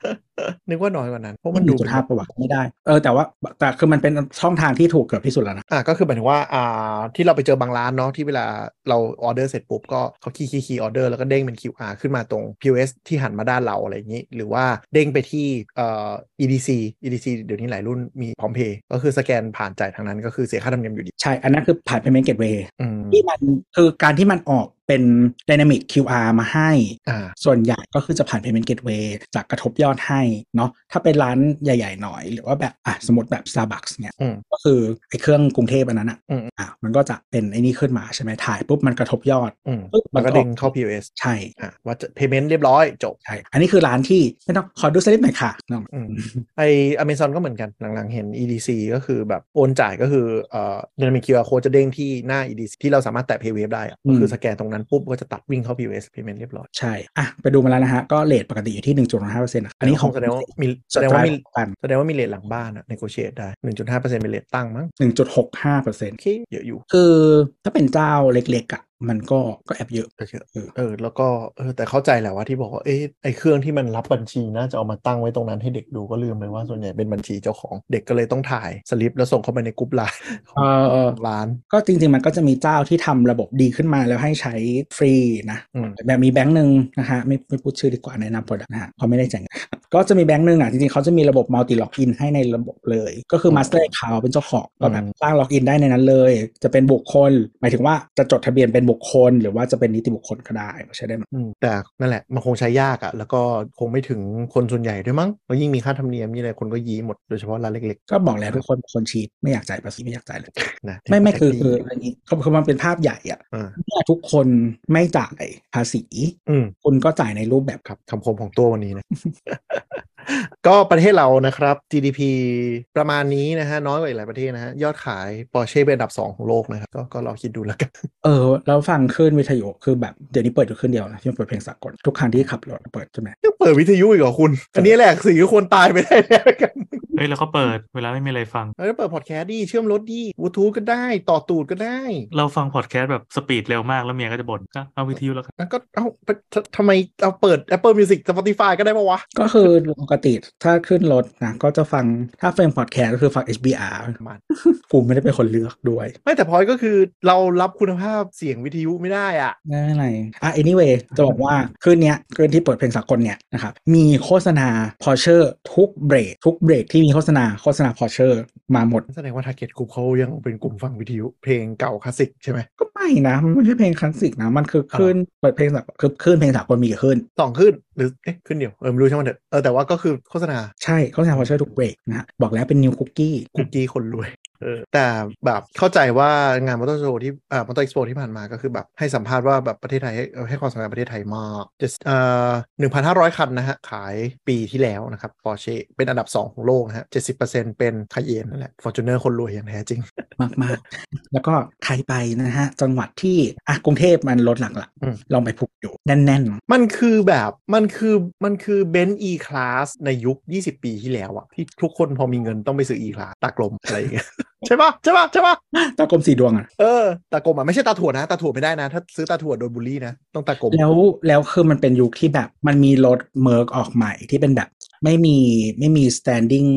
[SPEAKER 2] <laughs> นึกว่าน้อยกว่านั้น เพราะ
[SPEAKER 3] มั
[SPEAKER 2] มัน
[SPEAKER 3] น
[SPEAKER 2] ดู
[SPEAKER 3] ดู
[SPEAKER 2] เป็น
[SPEAKER 3] จุดห้าประวัติไม่ได้ เออแต่ว่าแต่คือมันเป็นช่องทางที่ถูกเกือบที่สุดแล้วนะ
[SPEAKER 2] อ่ะก็คือหมายถึงว่า อ่า ที่เราไปเจอบางร้านเนาะ ที่เวลาเราออเดอร์เสร็จปุ๊บก็เขาคีย์คีย์คีย์ออเดอร์แล้วก็เด้งเป็น QR ขึ้นมาตรง POS ที่หันมาด้านเราอะไรอย่างนี้ หรือว่าเด้งไปที่เอ่อ EDC EDC เดี๋ยวนี้หลายรุ่นมีพร้อมเพย์ก็คือสแกนผ่านจ่ายทางนั้นก็คือเสียค่าธรรมเนียมอยู่ดี
[SPEAKER 3] ใช่ อันนั้นคือผ่าน payment gateway
[SPEAKER 2] อืม
[SPEAKER 3] ที่มันคือการที่มันออกเป็น dynamic QR มาให้
[SPEAKER 2] อ่า
[SPEAKER 3] ส่วนใหญ่ก็คือจะผ่าน payment gateway จากกระทบยอดให้เนาะถ้าเป็นร้านใหญ่ ๆ หน่อย หรือว่าแบบอ่ะสมมติแบบ Starbucks เนี่ย
[SPEAKER 2] อืม
[SPEAKER 3] ก็คือไอ้เครื่องกรุงเทพอันนั้นอ่ะ
[SPEAKER 2] อืม
[SPEAKER 3] อ่ะมันก็จะเป็นไอ้นี่ขึ้นมาใช่ไหมถ่ายปุ๊บมันกระทบยอด
[SPEAKER 2] อืม
[SPEAKER 3] ปุ๊บ
[SPEAKER 2] แล้ว
[SPEAKER 3] มั
[SPEAKER 2] น ก็
[SPEAKER 3] ก็
[SPEAKER 2] เด้งเข้า POS
[SPEAKER 3] ใช่
[SPEAKER 2] อ่ะว่าจะ payment เรียบร้อยจบ
[SPEAKER 3] ใช่ อันนี้คือร้านที่ไม่ต้องขอดูสลิปหน่อยค่ะน้อง
[SPEAKER 2] อืม ไอ Amazon ก็เหมือนกัน หลังๆ เห็น EDC ก็คือแบบโอนจ่ายก็คือเอ่อ Dynamic QR Code จะเด้งที่หน้า EDC ที่เราสามารถแตะ PayWave ได้อะก็คือสแกนตรง นั้นปุ๊บก็จะตัดวิ่งเข้า POS payment เรียบร้อย
[SPEAKER 3] ใช่ อ่ะ ไปดูมาแล้วนะฮะ ก็เลทปกติอยู่ที่ 1.5%นะอันนี้ของ
[SPEAKER 2] แสดงว่ามีแส
[SPEAKER 3] ส
[SPEAKER 2] ด
[SPEAKER 3] แต
[SPEAKER 2] ง
[SPEAKER 3] ร
[SPEAKER 2] ว่า
[SPEAKER 3] ว่า
[SPEAKER 2] มี
[SPEAKER 3] มีกัน
[SPEAKER 2] แสดงว่ามีเลทหลังบ้านอะ negotiate ได้ 1.5%เป็นเลทตั้งมั้ง
[SPEAKER 3] 1.65%
[SPEAKER 2] โอเคเยอะอยู่
[SPEAKER 3] คือถ้าเป็นเจ้าเล็กๆอ่ะมันก็ก็แอบเยอะ
[SPEAKER 2] ก็เยอะเออแล้วก็เออแต่เข้าใจแหละว่าที่บอกว่าเอ๊ะไอเครื่องที่มันรับบัญชีน่าจะเอามาตั้งไว้ตรงนั้นให้เด็กดูก็ลืมเลยว่าส่วนใหญ่เป็นบัญชีเจ้าของเด็กก็เลยต้องถ่ายสลิปแล้วส่งเข้าไปในกลุ่มไลน์ข
[SPEAKER 3] เอ
[SPEAKER 2] อง
[SPEAKER 3] อเออ
[SPEAKER 2] ร้าน
[SPEAKER 3] ก็จริงๆ มันก็จะมีเจ้าที่ทำระบบดีขึ้นมาแล้วให้ใช้ฟรีนะ
[SPEAKER 2] อืม
[SPEAKER 3] แบบมีแบงค์หนึ่งนะฮะไม่ไม่พูดชื่อดีกว่าแนะนำโปรดักนะฮะเขาะไม่ได้แจายเงน ก็จะมีแบงค์หนึ่งอ่ะ จริงๆ เขาจะมีระบบมัลติล็อกอินให้ในระบบเลย ก็คือมาสเตอร์เขาเป็นเจ้าของก็แบบสร้างล็อกอินได้ในนั้นเลย จะเป็นบุคคล หมายถึงว่าจะจดทะเบียนเป็นบุคคล หรือว่าจะเป็นนิติบุคคลก็ได้ใช้ได้หมด
[SPEAKER 2] อืมแต่นั่นแหละมันคงใช้ยากอะแล้วก็คงไม่ถึงคนส่วนใหญ่ด้วยมั้งแล้วยิ่งมีค่าธรรมเนียมนี่อะไรคนก็ยี้หมดโดยเฉพาะร้านเล็ก
[SPEAKER 3] ก็บอกแล้วทุกคนเป็นคนชีทไม่อยากจ่ายภาษีไม่อยากจ่ายเลย
[SPEAKER 2] ๆนะ
[SPEAKER 3] ไม่ไม่คือคืออันนี้เขาเขามันเป็นภาพใหญ่อ่ะ
[SPEAKER 2] อ่า
[SPEAKER 3] เมื่อทุกคนไม่จ่ายภาษี
[SPEAKER 2] อืม
[SPEAKER 3] คุณก็จ่ายในรูปแบบ
[SPEAKER 2] ครับคำคมของตัววันนี้นะ <laughs> ก็ประเทศเรานะครับ GDP ประมาณนี้นะฮะ น้อยกว่าอีกหลายประเทศนะฮะ ยอดขายปอร์เช่เป็นอันดับ 2 ของโลกนะครับ ก็ก็ลองคิดดูแล้วกัน <laughs>
[SPEAKER 3] เออแล้วฟังคลื่นวิทยุคือแบบเดี๋ยวนี้เปิดอยู่คลื่นเดียวนะยังเปิดเพลงสากลทุกครั้งที่ขับรถเปิดใช่ไหม
[SPEAKER 2] ยังเปิดวิทยุอีกเหรอคุณ อันนี้แหละสิ่งที่ควรตายไปได้แล้วกัน <laughs>
[SPEAKER 4] เฮ้ยแล้วก็เปิดเวลาไม่มีอะไรฟัง
[SPEAKER 2] แล้วเปิดพอดแคสต์ดิเชื่อมรถดิบลูทูธก็ได้ต่อตูดก็ได้
[SPEAKER 4] เราฟังพอดแคสต์แบบสปีดเร็วมากแล้วเมียก็จะบ่นก็เอาวิทยุแล้วกัน
[SPEAKER 2] แล้วก็เอ้าททำไมเอาเปิด Apple Music Spotify ก็ได้ปะวะ
[SPEAKER 3] ก็คือปกติถ้าขึ้นรถนะก็จะฟังถ้าเฟรมพอดแคสต์ก็คือฟัง HBR
[SPEAKER 2] มัน
[SPEAKER 3] กูไม่ได้เป็นคนเลือกด้วย
[SPEAKER 2] ไม่แต่พอยก็คือเรารับคุณภาพเสียงวิทยุไม่ได้อะ
[SPEAKER 3] ไม่เป็นไรอ่ะ anyway จะบอกว่าคลื่นเนี้ยคลื่นที่เปิดเพลงสากลเนี่ยนะครับมีโฆษณา Porsche ทุกเบรกทุกเบรกที่มีโฆษณาโฆษณา Porsche มาหมด
[SPEAKER 2] แสดงว่าทาร์เก็ตกลุ่มเขายังเป็นกลุ่มฟังวิทยุเพลงเก่าคลาสสิกใช่ไหม
[SPEAKER 3] ก็ไม่นะมันไม่ใช่เพลงคลาสสิกนะมันคือคลื่นเปิดเพลงสากลคือคลื่นเพลงสากลมีกี่คลื่น
[SPEAKER 2] สองขึ้นหรือเอ๊ะขึ้นเดียวเออไม่รู้ช่างมันเถอะเออแต่ว่าก็คือโฆษณา
[SPEAKER 3] ใช่โฆษณา Porsche ทุกเบรกนะฮะบอกแล้วเป็น New Cookie
[SPEAKER 2] คุกกี้คนรวยเออแต่แบบเข้าใจว่างานมอเตอร์โชว์ที่อ่ามอเตอร์เอ็กซ์โปที่ผ่านมาก็คือแบบให้สัมภาษณ์ว่าแบบประเทศไทยให้ให้ความสำคัญประเทศไทยมากจะเอ่อหนึ่งพันห้าร้อยคันนะฮะ ขายปีที่แล้วนะครับปอร์เช่เป็นอันดับ 2 ของโลกนะฮะเจ็ดสิบเปอร์เซ็นต์เป็นคาเยนนั่นแหละฟอร์จูเนอร์คนรวยอย่างแท้จริง
[SPEAKER 3] มากมากๆ แล้วก็ใครไปนะฮะ จังหวัดที่ อ่ะ กรุงเทพมันลดหลักละ
[SPEAKER 2] อืม
[SPEAKER 3] ลองไปผูกอยู่ แน่น
[SPEAKER 2] มันคือแบบมันคือมันคือเบนซ์อีคลาสในยุค 20 ปีที่แล้วอะที่ทุกคนพอมีเงินต้องไปซื้ออีคลาสตากลมอะไรอย่างเงี้ย <laughs> ใช่ปะใช่ปะใช่ปะ
[SPEAKER 3] ๆ ตากลมสีดวงอ่ะ
[SPEAKER 2] เออตากลมอ่ะไม่ใช่ตาถั่วนะตาถั่วไม่ได้นะ ถ้าซื้อตาถั่วโดนบูลลี่นะ ต้องตากลม
[SPEAKER 3] แล้ว แล้วคือมันเป็นยุคที่แบบ มันมีรถเมอร์กออกใหม่ที่เป็นแบบ ไม่มี ไม่มี standing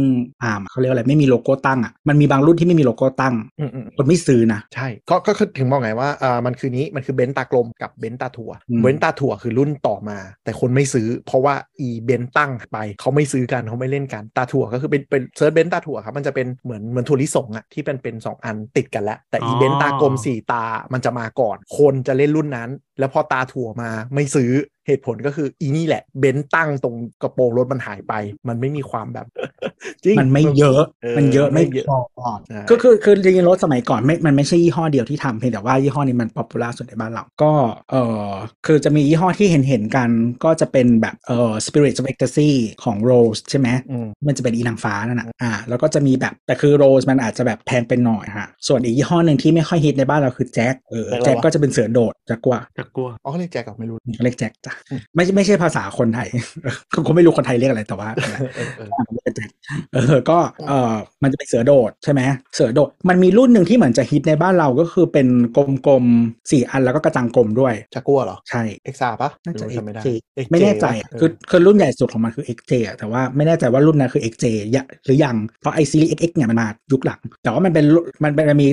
[SPEAKER 3] arm เขาเรียกว่าอะไร ไม่มีโลโก้ตั้งอ่ะ มันมีบางรุ่นที่ไม่มีโลโก้ตั้ง
[SPEAKER 2] อืมอืม
[SPEAKER 3] คนไม่ซื้อนะ
[SPEAKER 2] ใช่ก็ก็ก็ถึงบอกไงว่าอ่ามันคือนี้มันคือเบนซ์ตากลมกับเบนซ์ตาถั่ว
[SPEAKER 3] อืม
[SPEAKER 2] เบนซ์ตาถั่วคือรุ่นต่อมา แต่คนไม่ซื้อ เพราะว่าอีเบนซ์ตั้งไปเขาไม่ซื้อกันเขาไม่เล่นกันตาถั่วก็คือเป็นเป็นเซิร์ชเบนซ์ตาถั่วครับมันจะเป็นเหมือนเหมือนถั่วลิสงอะที่เป็นเป็นสองอันติดกันแล้วแต่อีเบนซ์ตากลมสี่ตามันจะมาก่อน คนจะเล่นรุ่นนั้น แล้วพอตาถั่วมาไม่ซื้อเหตุผลก็คืออีนี่แหละเบนซ์ตั้งตรงกระโปรงรถมันหายไป มันไม่มีความแบบ <laughs> จริง
[SPEAKER 3] มันไม่เยอะ
[SPEAKER 2] เออ
[SPEAKER 3] มันเยอะไม่
[SPEAKER 2] ไม่เยอะ
[SPEAKER 3] พอ
[SPEAKER 2] ใช่
[SPEAKER 3] ก็คือคือจริงๆรถสมัยก่อนไม่ มันไม่ใช่ยี่ห้อเดียวที่ทำเพียงแต่ว่ายี่ห้อนี้มันป๊อปปูล่าสุดในบ้านเรา ก็เออคือจะมียี่ห้อที่เห็นเห็นๆกันก็จะเป็นแบบเออ Spirit of Ecstasy ของ Rose ใช่ไหม
[SPEAKER 2] อืม
[SPEAKER 3] มันจะเป็นอีนางฟ้านั่นนะอ่า แล้วก็จะมีแบบ แต่คือโรสมันอาจจะแบบแพงไปหน่อยฮะ ส่วนอีกยี่ห้อหนึ่งที่ไม่ค่อยฮิตในบ้านเราคือแจ็ค เออ
[SPEAKER 2] แจ็คอะไรวะ
[SPEAKER 3] แจ็คก็จะเป็นเสือโดดจักว่า
[SPEAKER 4] จะกลัว
[SPEAKER 2] อ๋อเขาเรียกแจกกับไม่รู้
[SPEAKER 3] เขาเรียกแจ็คจ้ะ ไม่ใช่ไม่ใช่ภาษาคนไทย <laughs> ก็ไม่รู้คนไทยเรียกอะไร
[SPEAKER 2] <laughs>
[SPEAKER 3] แต่ว่า เออ ก็ เออมันจะเป็นเสือโดดใช่ไหม เสือโดด มันมีรุ่นหนึ่งที่เหมือนจะฮิตในบ้านเราก็คือเป็นกลมๆสี่อันแล้วก็กระจังกลมด้วย
[SPEAKER 2] จากกัวเหรอ
[SPEAKER 3] ใช่
[SPEAKER 2] เอ็กซาปะ
[SPEAKER 3] น่าจะ
[SPEAKER 2] หรือจำไม่ได้
[SPEAKER 3] XJ
[SPEAKER 2] XJ
[SPEAKER 3] ไม่แน่ใจ
[SPEAKER 2] ปะ
[SPEAKER 3] คือคือรุ่นใหญ่สุดของมันคือ XJ อะแต่ว่าไม่แน่ใจว่ารุ่นนั้นคือ XJ ยะหรือยัง เพราะไอซีรีส์ XX เนี่ยมันมายุคหลัง แต่ว่ามันเป็นรุ่นมันเป็นมันมี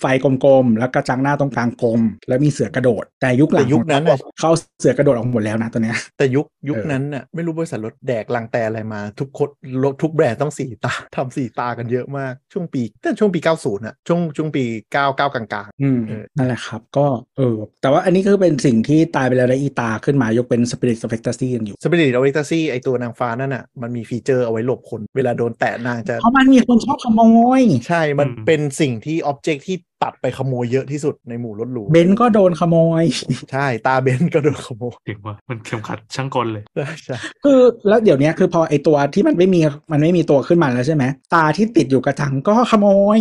[SPEAKER 3] ไฟกลมๆ แล้วกระจังหน้าตรงกลางกลม แล้วมีเสือกระโดด แต่ยุคหลั
[SPEAKER 2] แต่
[SPEAKER 3] ง
[SPEAKER 2] ยุคนั้นน่ะ
[SPEAKER 3] เขาเอาเสือกระโดดออกหมดแล้วนะตัวเนี้ย
[SPEAKER 2] แต่ยุคยุค
[SPEAKER 3] เออ
[SPEAKER 2] นั้นน่ะไม่รู้บริษัทรถแดกลังแตอะไรมา ทุกคนรถทุกแบรนด์ต้องสีตา ทำสีตากันเยอะมาก ช่วงปีแต่ช่วงปี 90น่ะช่วงช่วงปี 99 กลาง
[SPEAKER 3] อืม
[SPEAKER 2] เออ
[SPEAKER 3] นั่นแหละครับก็เออแต่ว่าอันนี้คือเป็นสิ่งที่ตายไปแล้วและอีตาขึ้นมายกเป็น Spirit of Fantasy กันอยู่
[SPEAKER 2] ๆสปิริตเอาเอ็กซ์ซี่ไอตัวนางฟ้านั่นน่ะมันมีฟีเจอร์เอาไว้หลบคน เวลาโดนแตะนางจะ
[SPEAKER 3] เพราะมันมีคนชอบขโมย
[SPEAKER 2] ใช่ มัน
[SPEAKER 4] อืม
[SPEAKER 2] เป็นสิ่งที่อ็อบเจกที่ ตัดไปขโมยเยอะที่สุดในหมู่รถหรู
[SPEAKER 3] เบนซ์ก็โดนขโมย
[SPEAKER 2] ใช่ตาเบนซ์ก็โดนขโมย
[SPEAKER 4] ถึงว่ามันเข็มขัดช่างกลเลย
[SPEAKER 2] ใช่ใช่
[SPEAKER 3] คือแล้วเดี๋ยวเนี้ยคือพอไอตัวที่มันไม่มีมันไม่มีตัวขึ้นมาแล้วใช่ไหมตาที่ติดอยู่กระจังก็ขโมย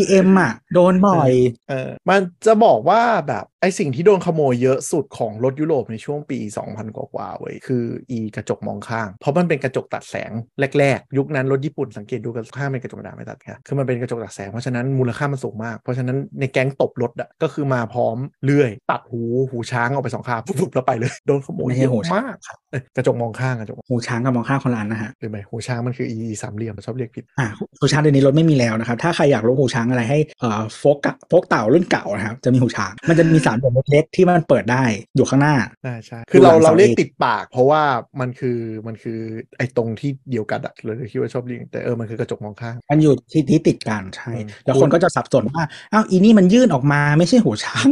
[SPEAKER 3] EM อ่ะ โดนบ่อย
[SPEAKER 2] เออมันจะบอกว่าแบบไอสิ่งที่โดนขโมยเยอะสุดของรถยุโรปในช่วงปี 2000 กว่าๆเว้ยคืออีกระจกมองข้าง เพราะมันเป็นกระจกตัดแสงแรกๆ ยุคนั้นรถญี่ปุ่นสังเกตดูกระจกข้างเป็นกระจกดาษไม่ตัดค่ะคือมันเป็นกระจกตัดแสงเพราะฉะนั้นมูลค่ามันสูงมาก เพราะฉะนั้นในแก๊งตบรถอะก็คือมาพร้อมเลื่อย ตัดหูหูช้างออกไปสองข้างปุ๊บๆแล้วไปเลยโดนขโมย
[SPEAKER 3] ไม่ใช่
[SPEAKER 2] เยอะ
[SPEAKER 3] หูช้าม
[SPEAKER 2] าง กเอ้ยกระจกมองข้างกระจก
[SPEAKER 3] หูช้างกับมองข้างคนละอันนะฮะ
[SPEAKER 2] หรือไม่หูช้างมันคืออีสามเหลี่ยมชอบเรียกผิด
[SPEAKER 3] อ่ะหูช้างเดี๋ยวนี้รถไม่มีแล้วนะครับ ถ้าใครอยากรู้หูช้างอะไรให้เอ่อโฟกะโฟกเต่ารุ่นเก่านะครับ จะมีหูช้าง มันจะมีสามเหลี่ยมเล็กๆที่มันเปิดได้อยู่ข้างหน้า
[SPEAKER 2] ใช่ใช่คือเรา
[SPEAKER 3] ดูหลัง
[SPEAKER 2] เราเรียก
[SPEAKER 3] เสาเอก
[SPEAKER 2] ติดปาก เพราะว่ามันคือมันคือไอ้ตรงที่เดียวกันอะเราเลยคิดว่าชอบเรียกแต่เออมันคือกระจกมองข้าง
[SPEAKER 3] มันอยู่ที่ที่ติดกันใช่
[SPEAKER 2] อืม
[SPEAKER 3] แล้วคนก็จะสับสนว่าอ้าวอีนี่มันยื่นออกมาไม่ใช่หูช้าง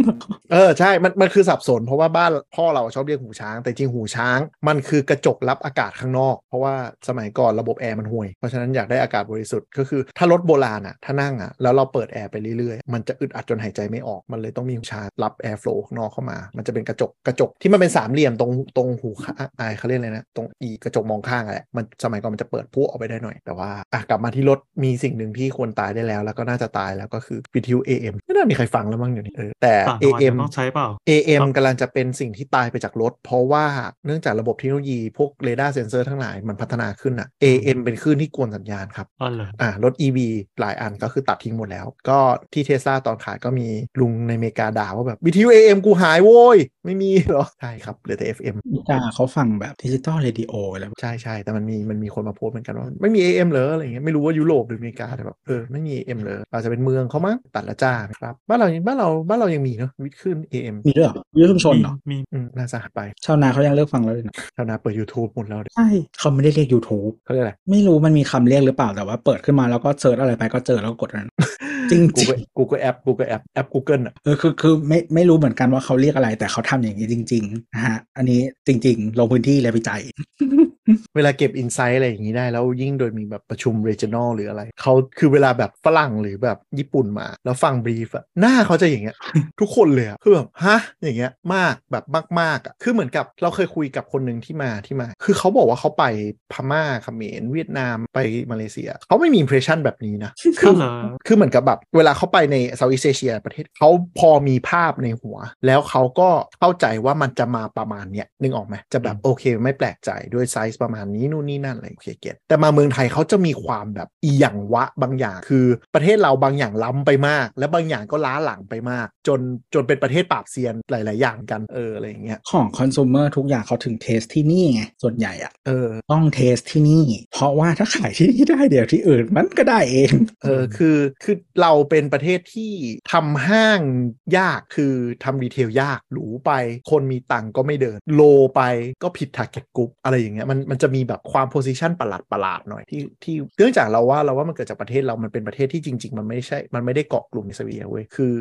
[SPEAKER 2] เออใช่ มันมันคือสับสน เพราะว่าบ้านพ่อเราชอบเรียกหูช้าง แต่จริงหูช้าง มันคือกระจกรับอากาศข้างนอก เพราะว่าสมัยก่อนระบบแอร์มันห่วย เพราะฉะนั้นอยากได้อากาศบริสุทธิ์ก็คือถ้ารถโบราณอะถ้านั่งอะแล้วเราเปิดแอร์ไปเรื่อยๆ มันจะอึดอัดจนหายใจไม่ออก มันเลยต้องมีหูช้างรับแอร์โฟล์ข้างนอกเข้ามา มันจะเป็นกระจกกระจกที่มันเป็นสามเหลี่ยมตรงตรงหูข้างอ่าเขาเรียกอะไรนะ ตรงอีกระจกมองข้างอะแหละมันสมัยก่อนมันจะเปิดพุ่ออกไปได้หน่อย แต่ว่าอ่ะกลับมาที่รถมีสิ่งหนึ่งที่ควรตายได้แล้ว แล้วก็น่าจะตายแล้วก็คือวิทยุ AM ไม่น่ามีใครฟังแล้วมั้งเดี๋ยวนี้เออแต่
[SPEAKER 4] ต่างจังหวั
[SPEAKER 2] AM
[SPEAKER 4] ดยังต้องใช้เปล่า
[SPEAKER 2] AM
[SPEAKER 4] ครับ
[SPEAKER 2] กำลังจะเป็นสิ่งที่ตายไปจากรถ เพราะว่าเนื่องจากระบบเทคโนโลยีพวกเรดาร์เซนเซอร์ทั้งหลายมันพัฒนาขึ้นอ่ะ AM เป็นคลื่นที่กวนสัญญาณครับ
[SPEAKER 4] อ๋อเหรอ
[SPEAKER 2] อ่ารถ EV หลายอันก็คือตัดทิ้งหมดแล้ว ก็ที่เทสลาตอนขายก็มีลุงในอเมริกาด่าว่าแบบวิทยุ AM กูหายโว้ย ไม่มีเหรอ <laughs> ใช่ครับเหลือแต่ FM
[SPEAKER 3] จ้าเขาฟังแบบดิจิตอลเรดิโอแล้ว
[SPEAKER 2] ใช่ใช่แต่มันมีมันมีคนมาโพสต์เหมือนกันว่าไม่มี AM เหรออะไรเงี้ยไม่รู้ว่ายุโรปหรืออเมริกาแต่แบบเออไม่มี AM เหรออาจจะเป็นเมืองเขามั้งตัดละจ้าครับบ้านเราบ้านเราบ้านเรายังมีเนาะวิทย์ขึ้น AM
[SPEAKER 3] มีด้วยเหรอยุทธชุมชนเหรอ
[SPEAKER 4] มีมี
[SPEAKER 2] อืมน่าจะหายไป
[SPEAKER 3] ชาวนาเขายังเลิกฟังแล้วเลยนะ
[SPEAKER 2] ชาวนาเปิด YouTube หมดแล้วเนี่ย
[SPEAKER 3] ใช่เขาไม่ได้เรียก YouTube
[SPEAKER 2] เขาเรียกอะไร
[SPEAKER 3] ไม่รู้มันมีคำเรียกหรือเปล่าแต่ว่าเปิดขึ้นมาแล้วก็เซิร์ชอะไรไปก็เจอแล้วก็กดอัน <laughs> นั้นจริง
[SPEAKER 2] กู
[SPEAKER 3] จริง
[SPEAKER 2] ก็กูก็แอปกูก็แอปแอป Google อ่ะ
[SPEAKER 3] เออคือคือไม่ไม่รู้เหมือนกันว่าเขาเรียกอะไรแต่เขาทำอย่างนี้จริงๆนะฮะอันนี้จริง ๆ ลงพื้นที่และวิจัย
[SPEAKER 2] เวลาเก็บอินไซต์อะไรอย่างนี้ได้ แล้วยิ่งโดยมีแบบประชุม regional หรืออะไร เขาคือเวลาแบบฝรั่งหรือแบบญี่ปุ่นมา แล้วฟังบรีฟอะหน้าเขาจะอย่างเงี้ย ทุกคนเลยอะคือแบบฮะอย่างเงี้ยมากแบบมากๆอะคือเหมือนกับเราเคยคุยกับคนหนึ่งที่มาที่มา คือเขาบอกว่าเขาไปพม่าเขมรเวียดนามไปมาเลเซียเขาไม่มีอิมเพรสชันแบบนี้นะ
[SPEAKER 4] อ๋อเหรอ
[SPEAKER 2] คือเหมือนกับแบบเวลาเขาไปในเซาท์อีสเอเชียประเทศเขาพอมีภาพในหัว แล้วเขาก็เข้าใจว่ามันจะมาประมาณเนี้ยนึกออกไหมจะแบบโอเคไม่แปลกใจด้วยไซส์ประมาณนี้นู่นนี่นั่นอะไรโอเคเก็ตแต่มาเมืองไทยเขาจะมีความแบบอีหยังวะบางอย่าง คือประเทศเราบางอย่างล้ำไปมาก และบางอย่างก็ล้าหลังไปมาก จนจนเป็นประเทศปราบเซียนหลาย ๆ อย่างกันเอออะไรอย่างเงี้ย
[SPEAKER 3] ของคอน sumer ทุกอย่างเขาถึงเทสที่นี่ไงส่วนใหญ่อะ
[SPEAKER 2] เออ
[SPEAKER 3] ต้องเทสที่นี่ เพราะว่าถ้าขายที่นี่ได้เดี๋ยวที่อื่นมันก็ได้เอง
[SPEAKER 2] เออคือคือเราเป็นประเทศที่ทำห้างยากคือทำดีเทลยากหรูไป คนมีตังค์ก็ไม่เดิน โลไปก็ผิด target group อะไรอย่างเงี้ยมันมันจะมีแบบความ position ประหลาดประหลาดๆหน่อยที่ที่เนื่องจากเราว่าเราว่ามันเกิดจากประเทศเรามันเป็นประเทศที่จริง ๆ มันไม่ใช่ มันไม่ได้เกาะกลุ่มในสวีเดนเว้ยคือ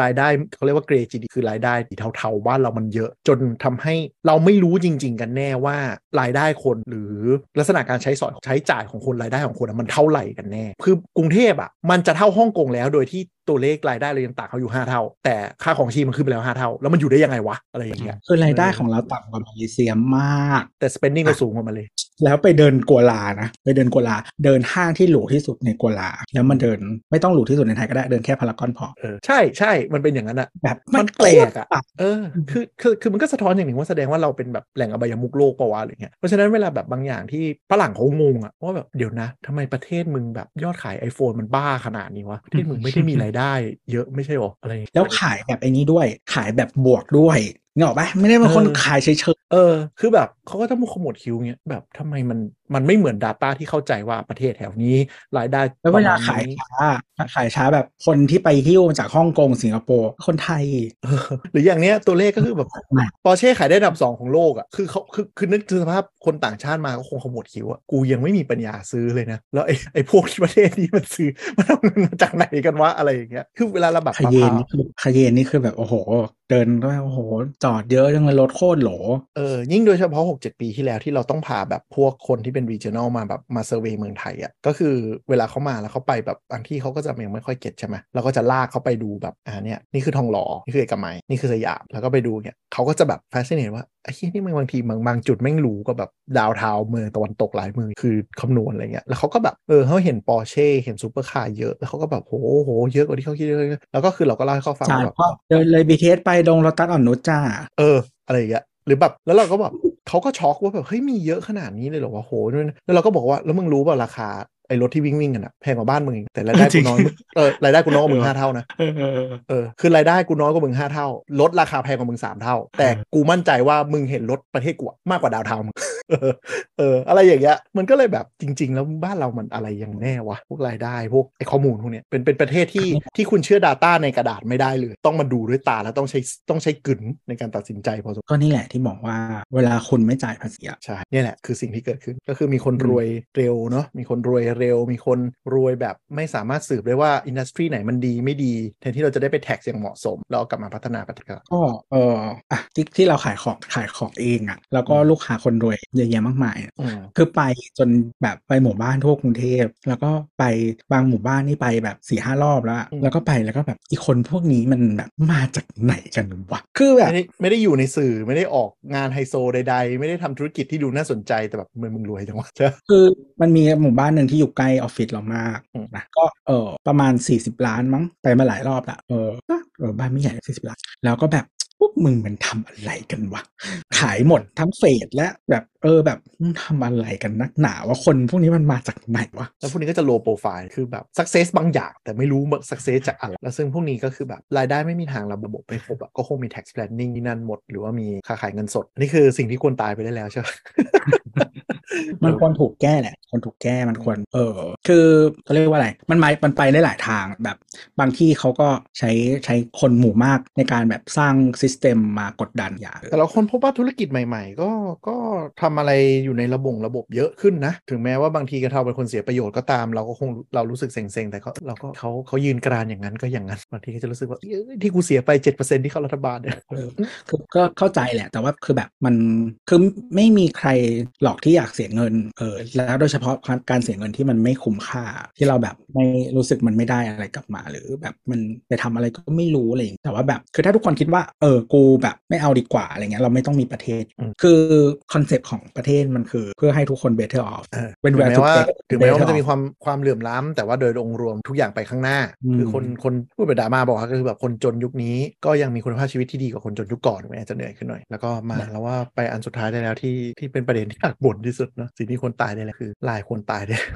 [SPEAKER 2] รายได้เขาเรียกว่าเกรจีดีคือรายได้สีเทาๆบ้านเรามันเยอะ จนทำให้เราไม่รู้จริง ๆ กันแน่ว่ารายได้คนหรือลักษณะการใช้สอยใช้จ่ายของคนรายได้ของคนอะมันเท่าไหร่กันแน่ คือกรุงเทพอ่ะมันจะเท่าฮ่องกงแล้วโดยที่ตัวเลขรายได้เรายังต่างเขาอยู่ 5 เท่า แต่ค่าของชีพมันขึ้นไปแล้ว 5 เท่า แล้วมันอยู่ได้ยังไงวะอะไรอย่างเงี้ย
[SPEAKER 3] คือรายได้ของเราต่ำกว่ามาเลเซียมาก
[SPEAKER 2] แต่ spending เราสูงกว่ามันเลย
[SPEAKER 3] แล้วไปเดินกัวลานะไปเดินกัวลา เดินห้างที่หรูที่สุดในกัวลา แล้วมันเดินไม่ต้องหรูที่สุดในไทยก็ได้เดินแค่พารากอนพอ
[SPEAKER 2] เออใช่ใช่มันเป็นอย่างนั้นอะ
[SPEAKER 3] แบบ
[SPEAKER 2] มันแปลกอะ
[SPEAKER 3] โคตรต่ำ
[SPEAKER 2] เออคือคือคือมันก็สะท้อนอย่างหนึ่งว่าแสดงว่าเราเป็นแบบแหล่งอบายมุกโลกปะวะอะไรเงี้ยเพราะฉะนั้นเวลาแบบบางอย่างที่ฝรั่งเขางงอะว่าแบบเดี๋ยวนะทำไมประเทศมึงแบบยอดขาย iPhone มันบ้าขนาดนี้วะประเทศมึงไม่ได้มีรายได้ เยอะไม่ใช่หรออะไรอย่างเงี้ย
[SPEAKER 3] แล้วขายแบบไอ้นี้ด้วย ขายแบบบวกด้วยเงาะปะไม่ได้เป็นคน
[SPEAKER 2] เออ
[SPEAKER 3] ขายเฉย
[SPEAKER 2] เออ คือแบบเขาก็ต้องมุขมวดคิ้วเงี้ยแบบทำไมมันมันไม่เหมือน Data ที่เข้าใจว่าประเทศแถวนี้รายได้
[SPEAKER 3] ๆแล้วเวลา
[SPEAKER 2] ประมณนี้
[SPEAKER 3] ขายช้าขายช้าแบบคนที่ไปหิ้วมาจากฮ่องกงสิงคโปร์คนไทย
[SPEAKER 2] เออหรืออย่างเนี้ยตัวเลขก็คือแบบ
[SPEAKER 3] แหม่
[SPEAKER 2] ปอร์เช่ขายได้อันดับสองของโลกอะคือเขาคือคือนึกถึงสภาพคนต่างชาติมาก็คงขมวดคิ้วอะกูยังไม่มีปัญญาซื้อเลยนะ แล้วไอ้ไอ้พวกที่ประเทศนี้มันซื้อมันเอาเงินมาจากไหนกันวะอะไรอย่างเงี้ยคือเวลาเราแบบ
[SPEAKER 3] คาเยนนี่คือคาเยนนี่คือแบบโอ้โห เดินก็โอ้โห จอดเยอะจังเลยรถโคตรโหล
[SPEAKER 2] เออยิ่งโดยเฉพาะ 6 7 ปีที่แล้วที่เราต้องพาแบบพวกคนที่เป็น regional มาแบบมาเซอร์เวยเมืองไทยอะ่ะก็คือเวลาเขามาแล้วเขาไปแบบบางที่เขาก็จะยังไม่ค่อยเก็ตใช่ไหมเราก็จะลากเขาไปดูแบบอ่าเนี่ยนี่คือทองหลอ่อนี่คือเอกมัยนี่คือสยามแล้วก็ไปดูเนี่ยเขาก็จะแบบ fascinate ว่าไอ้ที่นี่มันบางทีบางบางจุดแม่งหรูก็แบบดาวเทาเมืองตะวันตกหลายเมืองคือคำนวณอะไรเงี้ยแล้วเขาก็แบบเออเขาเห็นปอร์เช่เห็นซูเปอร์คาร์เยอะแล้วเขาก็แบบโหโหเยอะกว่าที่เขาคิดเลยแล้วก็คือเราก็เล่าให้เขาฟัง
[SPEAKER 3] จ่า
[SPEAKER 2] ว่าย แบบ
[SPEAKER 3] ก็เดินเลยบีเทสไปลงรถตักอ่อนนุชจ้า
[SPEAKER 2] เออ อะไรอย่างเงี้ยหรือแบบ แล้วเราก็แบบ เขาก็ช็อกว่าแบบเฮ้ยมีเยอะขนาดนี้เลยเหรอวะโหด้วยนะแล้วเราก็บอกว่าแล้วมึงรู้เปล่าราคาไอ้รถที่วิ่งวิ่งๆกันอะแพงกว่าบ้านมึงอีกแต่รายได้
[SPEAKER 4] จริ
[SPEAKER 2] กู
[SPEAKER 4] ง
[SPEAKER 2] น้อยเออรายได้กูน้อยกว่ามึงห้าเท่านะ
[SPEAKER 4] เออเออเออ
[SPEAKER 2] เออคือรายได้กูน้อยกว่ามึงห้าเท่า รถราคาแพงกว่ามึงสามเท่า แต่กูมั่นใจว่ามึงเห็นรถประเทศกูอะมากกว่าดาวเทามึง <laughs> เออเอออะไรอย่างเงี้ยมันก็เลยแบบจริง ๆ แล้วบ้านเรามันอะไรอย่างแน่วะพวกรายได้พวกไอ้ข้อมูลพวกเนี้ยเป็นเป็นประเทศที่
[SPEAKER 4] <laughs>
[SPEAKER 2] ที่คุณเชื่อ Data ในกระดาษไม่ได้เลย ต้องมาดูด้วยตาแล้วต้องใช้ต้องใช้กึ๋นในการตัดสินใจพอสม
[SPEAKER 3] ก็นี่แหละที่บอกว่าเวลาคุณไม่จ่ายภาษีอะ
[SPEAKER 2] ใช่เนี่ยแหละคือสิ่งที่เกิดขึ้นก็คือมีคน
[SPEAKER 3] อืม
[SPEAKER 2] รวยเร็วเนาะมีคนรวยเร็ว มีคนรวยแบบไม่สามารถสืบได้ว่าอินดัสทรีไหนมันดีไม่ดีแทนที่เราจะได้ไปแท็กอย่างเหมาะสม แล้วเอากลับมาพัฒนาประเทศเรา
[SPEAKER 3] ก็เอออ่ะที่ที่เราขายของขายของเองอะแล้วก็
[SPEAKER 2] อืม
[SPEAKER 3] ลูกค้าคนรวยเยอะแยะมากมาย
[SPEAKER 2] อืม
[SPEAKER 3] คือไปจนแบบไปหมู่บ้านทั่วกรุงเทพ แล้วก็ไปบางหมู่บ้านนี่ไปแบบสี่ห้ารอบแล้วอะ
[SPEAKER 2] อืม
[SPEAKER 3] แล้วก็ไปแล้วก็แบบอีกคนพวกนี้มันแบบมาจากไหนกันวะคือแบบ
[SPEAKER 2] ไม่ได้ไม่ได้อยู่ในสื่อไม่ได้ออกงานไฮโซใด ๆ ไม่ได้ทำธุรกิจที่ดูน่าสนใจแต่แบบมึงมึงรวยจังวะใช่ <laughs>
[SPEAKER 3] คือมันมีหมู่บ้านหนึ่งที่อยู่ใกล้ออฟฟิศเรามาก
[SPEAKER 2] อืม
[SPEAKER 3] นะก็เออประมาณ 40 ล้านมั้งไปมาหลายรอบละเออก็เออบ้านไม่ใหญ่40 ล้าน แล้วก็แบบพวกมึงมันทำอะไรกันวะ ขายหมดทั้งเฟสและแบบเออแบบมึงทำอะไรกันนักหนาว่าคนพวกนี้มันมาจากไหนวะ
[SPEAKER 2] แล้วพวกนี้ก็จะโลโปรไฟล์คือแบบสักเซสบางอย่างแต่ไม่รู้สักเซสจากอะไรแล้วซึ่งพวกนี้ก็คือแบบรายได้ไม่มีทางระบบไปครบอะก็คงมี tax planning นี่นั่นหมด หรือว่ามีค่าขายเงินสดอันนี่คือสิ่งที่ควรตายไปได้แล้วใช่ไหม
[SPEAKER 3] มันควรถูกแก้แหละควรถูกแก้มันควรเออคือเขาเรียกว่าอะไร มันไปมันไปได้หลายทางแบบ บางที่เขาก็ใช้ใช้คนหมู่มากในการแบบสร้างซิสเต็มมากดดันอย่าง
[SPEAKER 2] แต่เราคนพบว่าธุรกิจใหม่ๆ ก็ก็ทำอะไรอยู่ในระบบระบบเยอะขึ้นนะ ถึงแม้ว่าบางทีกระเทาเป็นคนเสียประโยชน์ก็ตาม เราก็คงเรารู้สึกเซ็งๆ แต่เขาเราก็เขาเขายืนกรานอย่างนั้นก็อย่างนั้น บางทีก็จะรู้สึกว่าเอ้ยที่กูเสียไป 7%ที่เข้ารัฐบาลเนี่ย
[SPEAKER 3] เออคือก็เข้าใจแหละ แต่ว่าคือแบบมันคือไม่มีใครหลอกที่อยากเสียเงินเออแล้วโดยเฉพาะการเสียเงินที่มันไม่คุ้มค่า ที่เราแบบไม่รู้สึกมันไม่ได้อะไรกลับมา หรือแบบมันไปทำอะไรก็ไม่รู้อะไรอย่างงี้แต่ว่าแบบคือถ้าทุกคนคิดว่าเออกูแบบไม่เอาดีกว่าอะไรเงี้ยเราไม่ต้องมีประเทศ
[SPEAKER 2] อืม
[SPEAKER 3] คือคอนเซปต์ของประเทศมันคือเพื่อให้ทุกคน better off
[SPEAKER 2] เออ
[SPEAKER 3] เป็น
[SPEAKER 2] ถึง
[SPEAKER 3] where
[SPEAKER 2] แม้
[SPEAKER 3] to
[SPEAKER 2] ว่า
[SPEAKER 3] get
[SPEAKER 2] ถึงแม้ว่ามัน
[SPEAKER 3] better
[SPEAKER 2] จะมี
[SPEAKER 3] off
[SPEAKER 2] ความความเหลื่อมล้ำแต่ว่าโดยองค์รวมทุกอย่างไปข้างหน้า
[SPEAKER 3] อืม
[SPEAKER 2] คือคนคนพูดไปนดราม่าบอกว่าก็คือแบบคนจนยุคนี้ ก็ยังมีคุณภาพชีวิตที่ดีกว่าคนจนยุคก่อนแม้อาจจะเหนื่อยขึ้นหน่อย แล้วก็มาแล้วว่าไปอันสุดท้ายได้แล้วที่ที่เป็นประเด็นที่อยากบ่นที่สุดเนอะสิ่งที่คนตายได้แล้วคือลายคนตายได้ <laughs>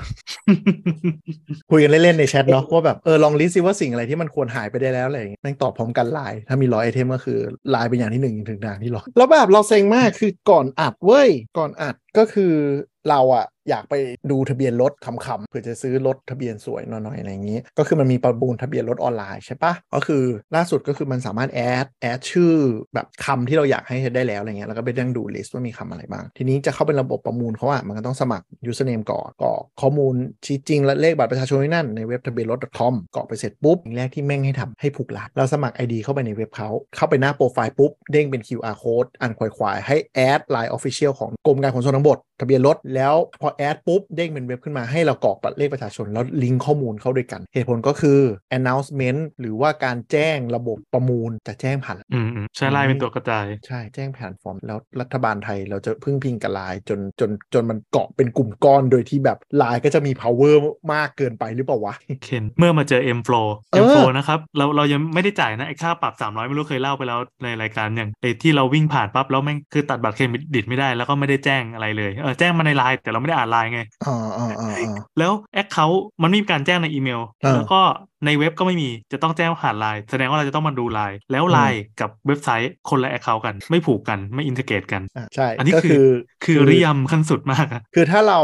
[SPEAKER 2] คุยกันเล่น ๆ ในแชทเนาะว่าแบบ เออ ลองลิสต์ซิว่าสิ่งอะไรที่มันควรหายไปได้แล้วอะไรอย่างเงี้ยแม่งตอบพร้อมกันไลน์ถ้ามีร้อยไอเทมก็คือไลน์เป็นอย่างที่หนึ่งถึงอย่างที่ร้อยแล้วแบบเราเซ็งมากคือก่อนอัดเว้ย ก่อนอัดก็คือเราอะอยากไปดูทะเบียนรถคำๆเพื่อจะซื้อรถทะเบียนสวยหน่อยๆอะไรอย่างงี้ ก็คือมันมีประมูลทะเบียนรถออนไลน์ใช่ปะก็คือล่าสุดก็คือมันสามารถแอดแอดชื่อแบบคำที่เราอยากให้ได้แล้วอะไรเงี้ยแล้วก็ไปนั่งดูลิสต์ว่ามีคำอะไรบ้าง ทีนี้จะเข้าเป็นระบบประมูลเขาอะมันก็ต้องสมัคร username ก่อนกรอกข้อมูลชี้จริงและเลขบัตรประชาชนไว้นั่นในเว็บทะเบียนรถ .com กรอกไปเสร็จปุ๊บสิ่งแรกที่แม่งให้ทำให้ผูกรหัสเราสมัคร ID เข้าไปในเว็บเขาเข้าไปหน้าโปรไฟล์ปุ๊บ เด้งเป็น QR code อันควายควายๆให้แอด Line Official ของกรมการขนส่งทางบกทะเบียนรถ แล้วพอแอดปุ๊บ เด้งเป็นเว็บขึ้นมาให้เรากรอกบัตรเลขประชาชน แล้วลิงก์ข้อมูลเข้าด้วยกัน เหตุผลก็คือ announcement หรือว่าการแจ้งระบบประมูลจะแจ้งผ่าน
[SPEAKER 4] อืมอืมใช้ไลน์เป็นตัวกระจาย
[SPEAKER 2] ใช่ แจ้งผ่านฟอร์มแล้วรัฐบาลไทยเราจะพึ่งพิงกับไลน์จนจนจนมันเกาะเป็นกลุ่มก้อนโดยที่แบบไลน์ก็จะมี power มากเกินไปหรือเปล่าวะ
[SPEAKER 4] เคนเมื่อมาเจอ M Flow
[SPEAKER 2] เออ
[SPEAKER 4] M Flow นะครับ เราเรายังไม่ได้จ่ายนะ ไอ้ค่าปรับ 300 ไม่รู้เคยเล่าไปแล้วในรายการอย่างไอ้ที่เราวิ่งผ่านปั๊บ แล้วแม่งคือตัดบัตรเครดิตไม่ได้แล้วก็ไม่ได้แจ้งอะไรเลยเออแจ้งมาในไลน์แต่เราไม่ได้อ่านไลน์ไง
[SPEAKER 2] อ่าอ่าอ่าอ่า
[SPEAKER 4] แล้วแอคเคาท์มันไม่มีการแจ้งในอีเมล
[SPEAKER 2] เออ
[SPEAKER 4] แล้วก็ในเว็บก็ไม่มีจะต้องแจ้งผ่านไลน์แสดงว่าเราจะต้องมาดูไลน์แล้วไลน์กับเว็บไซต์คนละแอคเคาท์กันไม่ผูกกันไม่อินทิเกรตกัน
[SPEAKER 2] ะใช่
[SPEAKER 4] อันนี้
[SPEAKER 2] ก็
[SPEAKER 4] คื
[SPEAKER 2] คือ อ
[SPEAKER 4] คือเรียมขั้นสุดมากอะ
[SPEAKER 2] คือถ้าเรา